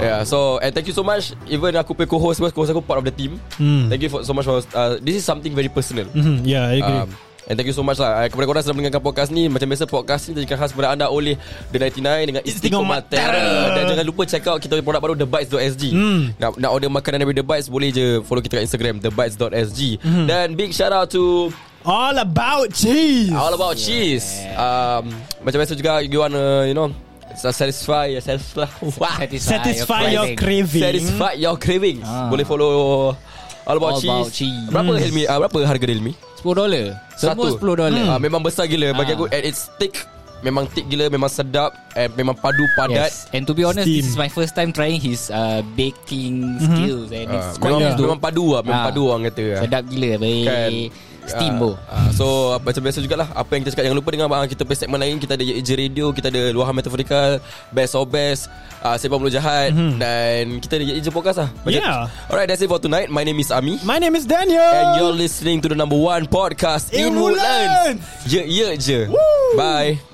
[SPEAKER 5] Yeah, so and thank you so much even aku punya co-host sebab co-host aku part of the team.
[SPEAKER 6] Hmm.
[SPEAKER 5] Thank you for, so much for uh, this is something very personal.
[SPEAKER 6] Mhm, yeah, I agree.
[SPEAKER 5] Um, And thank you so much lah Uh, Kepada korang sedang mendengarkan podcast ni Macam biasa podcast ni Dijadikan khas kepada anda oleh The 99 Dengan Istiqomah
[SPEAKER 6] Istiqomah
[SPEAKER 5] Terra
[SPEAKER 6] Terra.
[SPEAKER 5] Dan jangan lupa check out Kita punya produk baru TheBites.sg
[SPEAKER 6] Hmm.
[SPEAKER 5] nak, nak order makanan dari The Bites Boleh je follow kita kat Instagram TheBites.sg
[SPEAKER 6] Hmm.
[SPEAKER 5] Dan big shout out to
[SPEAKER 6] All about cheese.
[SPEAKER 5] All about cheese um, Macam biasa juga You wanna You know Satisfy yourself lah Wah.
[SPEAKER 6] Satisfy your
[SPEAKER 7] craving.
[SPEAKER 6] craving.
[SPEAKER 5] Satisfy your cravings
[SPEAKER 7] Ah.
[SPEAKER 5] Boleh follow All about,
[SPEAKER 7] All
[SPEAKER 5] cheese.
[SPEAKER 7] About Cheese.
[SPEAKER 5] Berapa Hilmi uh, Berapa harga dia Hilmi
[SPEAKER 7] $10 Semua
[SPEAKER 5] Satu.
[SPEAKER 7] $10
[SPEAKER 5] Ah, memang besar gila bagi
[SPEAKER 7] Ah.
[SPEAKER 5] aku and it's thick. Memang thick gila, memang sedap and memang padu padat.
[SPEAKER 7] Yes. And to be honest,
[SPEAKER 6] Steam.
[SPEAKER 7] this is my first time trying his uh, baking skills and
[SPEAKER 5] Ah,
[SPEAKER 7] it's quite
[SPEAKER 5] memang
[SPEAKER 7] nice though.
[SPEAKER 5] memang padu ah, memang
[SPEAKER 7] Ah.
[SPEAKER 5] padu orang kata. ah.
[SPEAKER 7] Sedap gila baik.
[SPEAKER 5] Kan. Ah,
[SPEAKER 7] Steam bro.
[SPEAKER 5] ah, So ah, macam biasa jugalah Apa yang kita cakap Jangan lupa dengan abang Kita punya segmen lain Kita ada Je Radio Kita ada Luahan Metaforikal Best or Best uh, Sebab Mulut Jahat Dan kita ada Je Podcast lah Macam-
[SPEAKER 6] Yeah.
[SPEAKER 5] Alright that's it for tonight My name is Ami
[SPEAKER 6] My name is Daniel.
[SPEAKER 5] And you're listening to the number one podcast
[SPEAKER 6] In
[SPEAKER 5] In, Woodlands
[SPEAKER 6] Woodlands.
[SPEAKER 5] Ye Ye Je Bye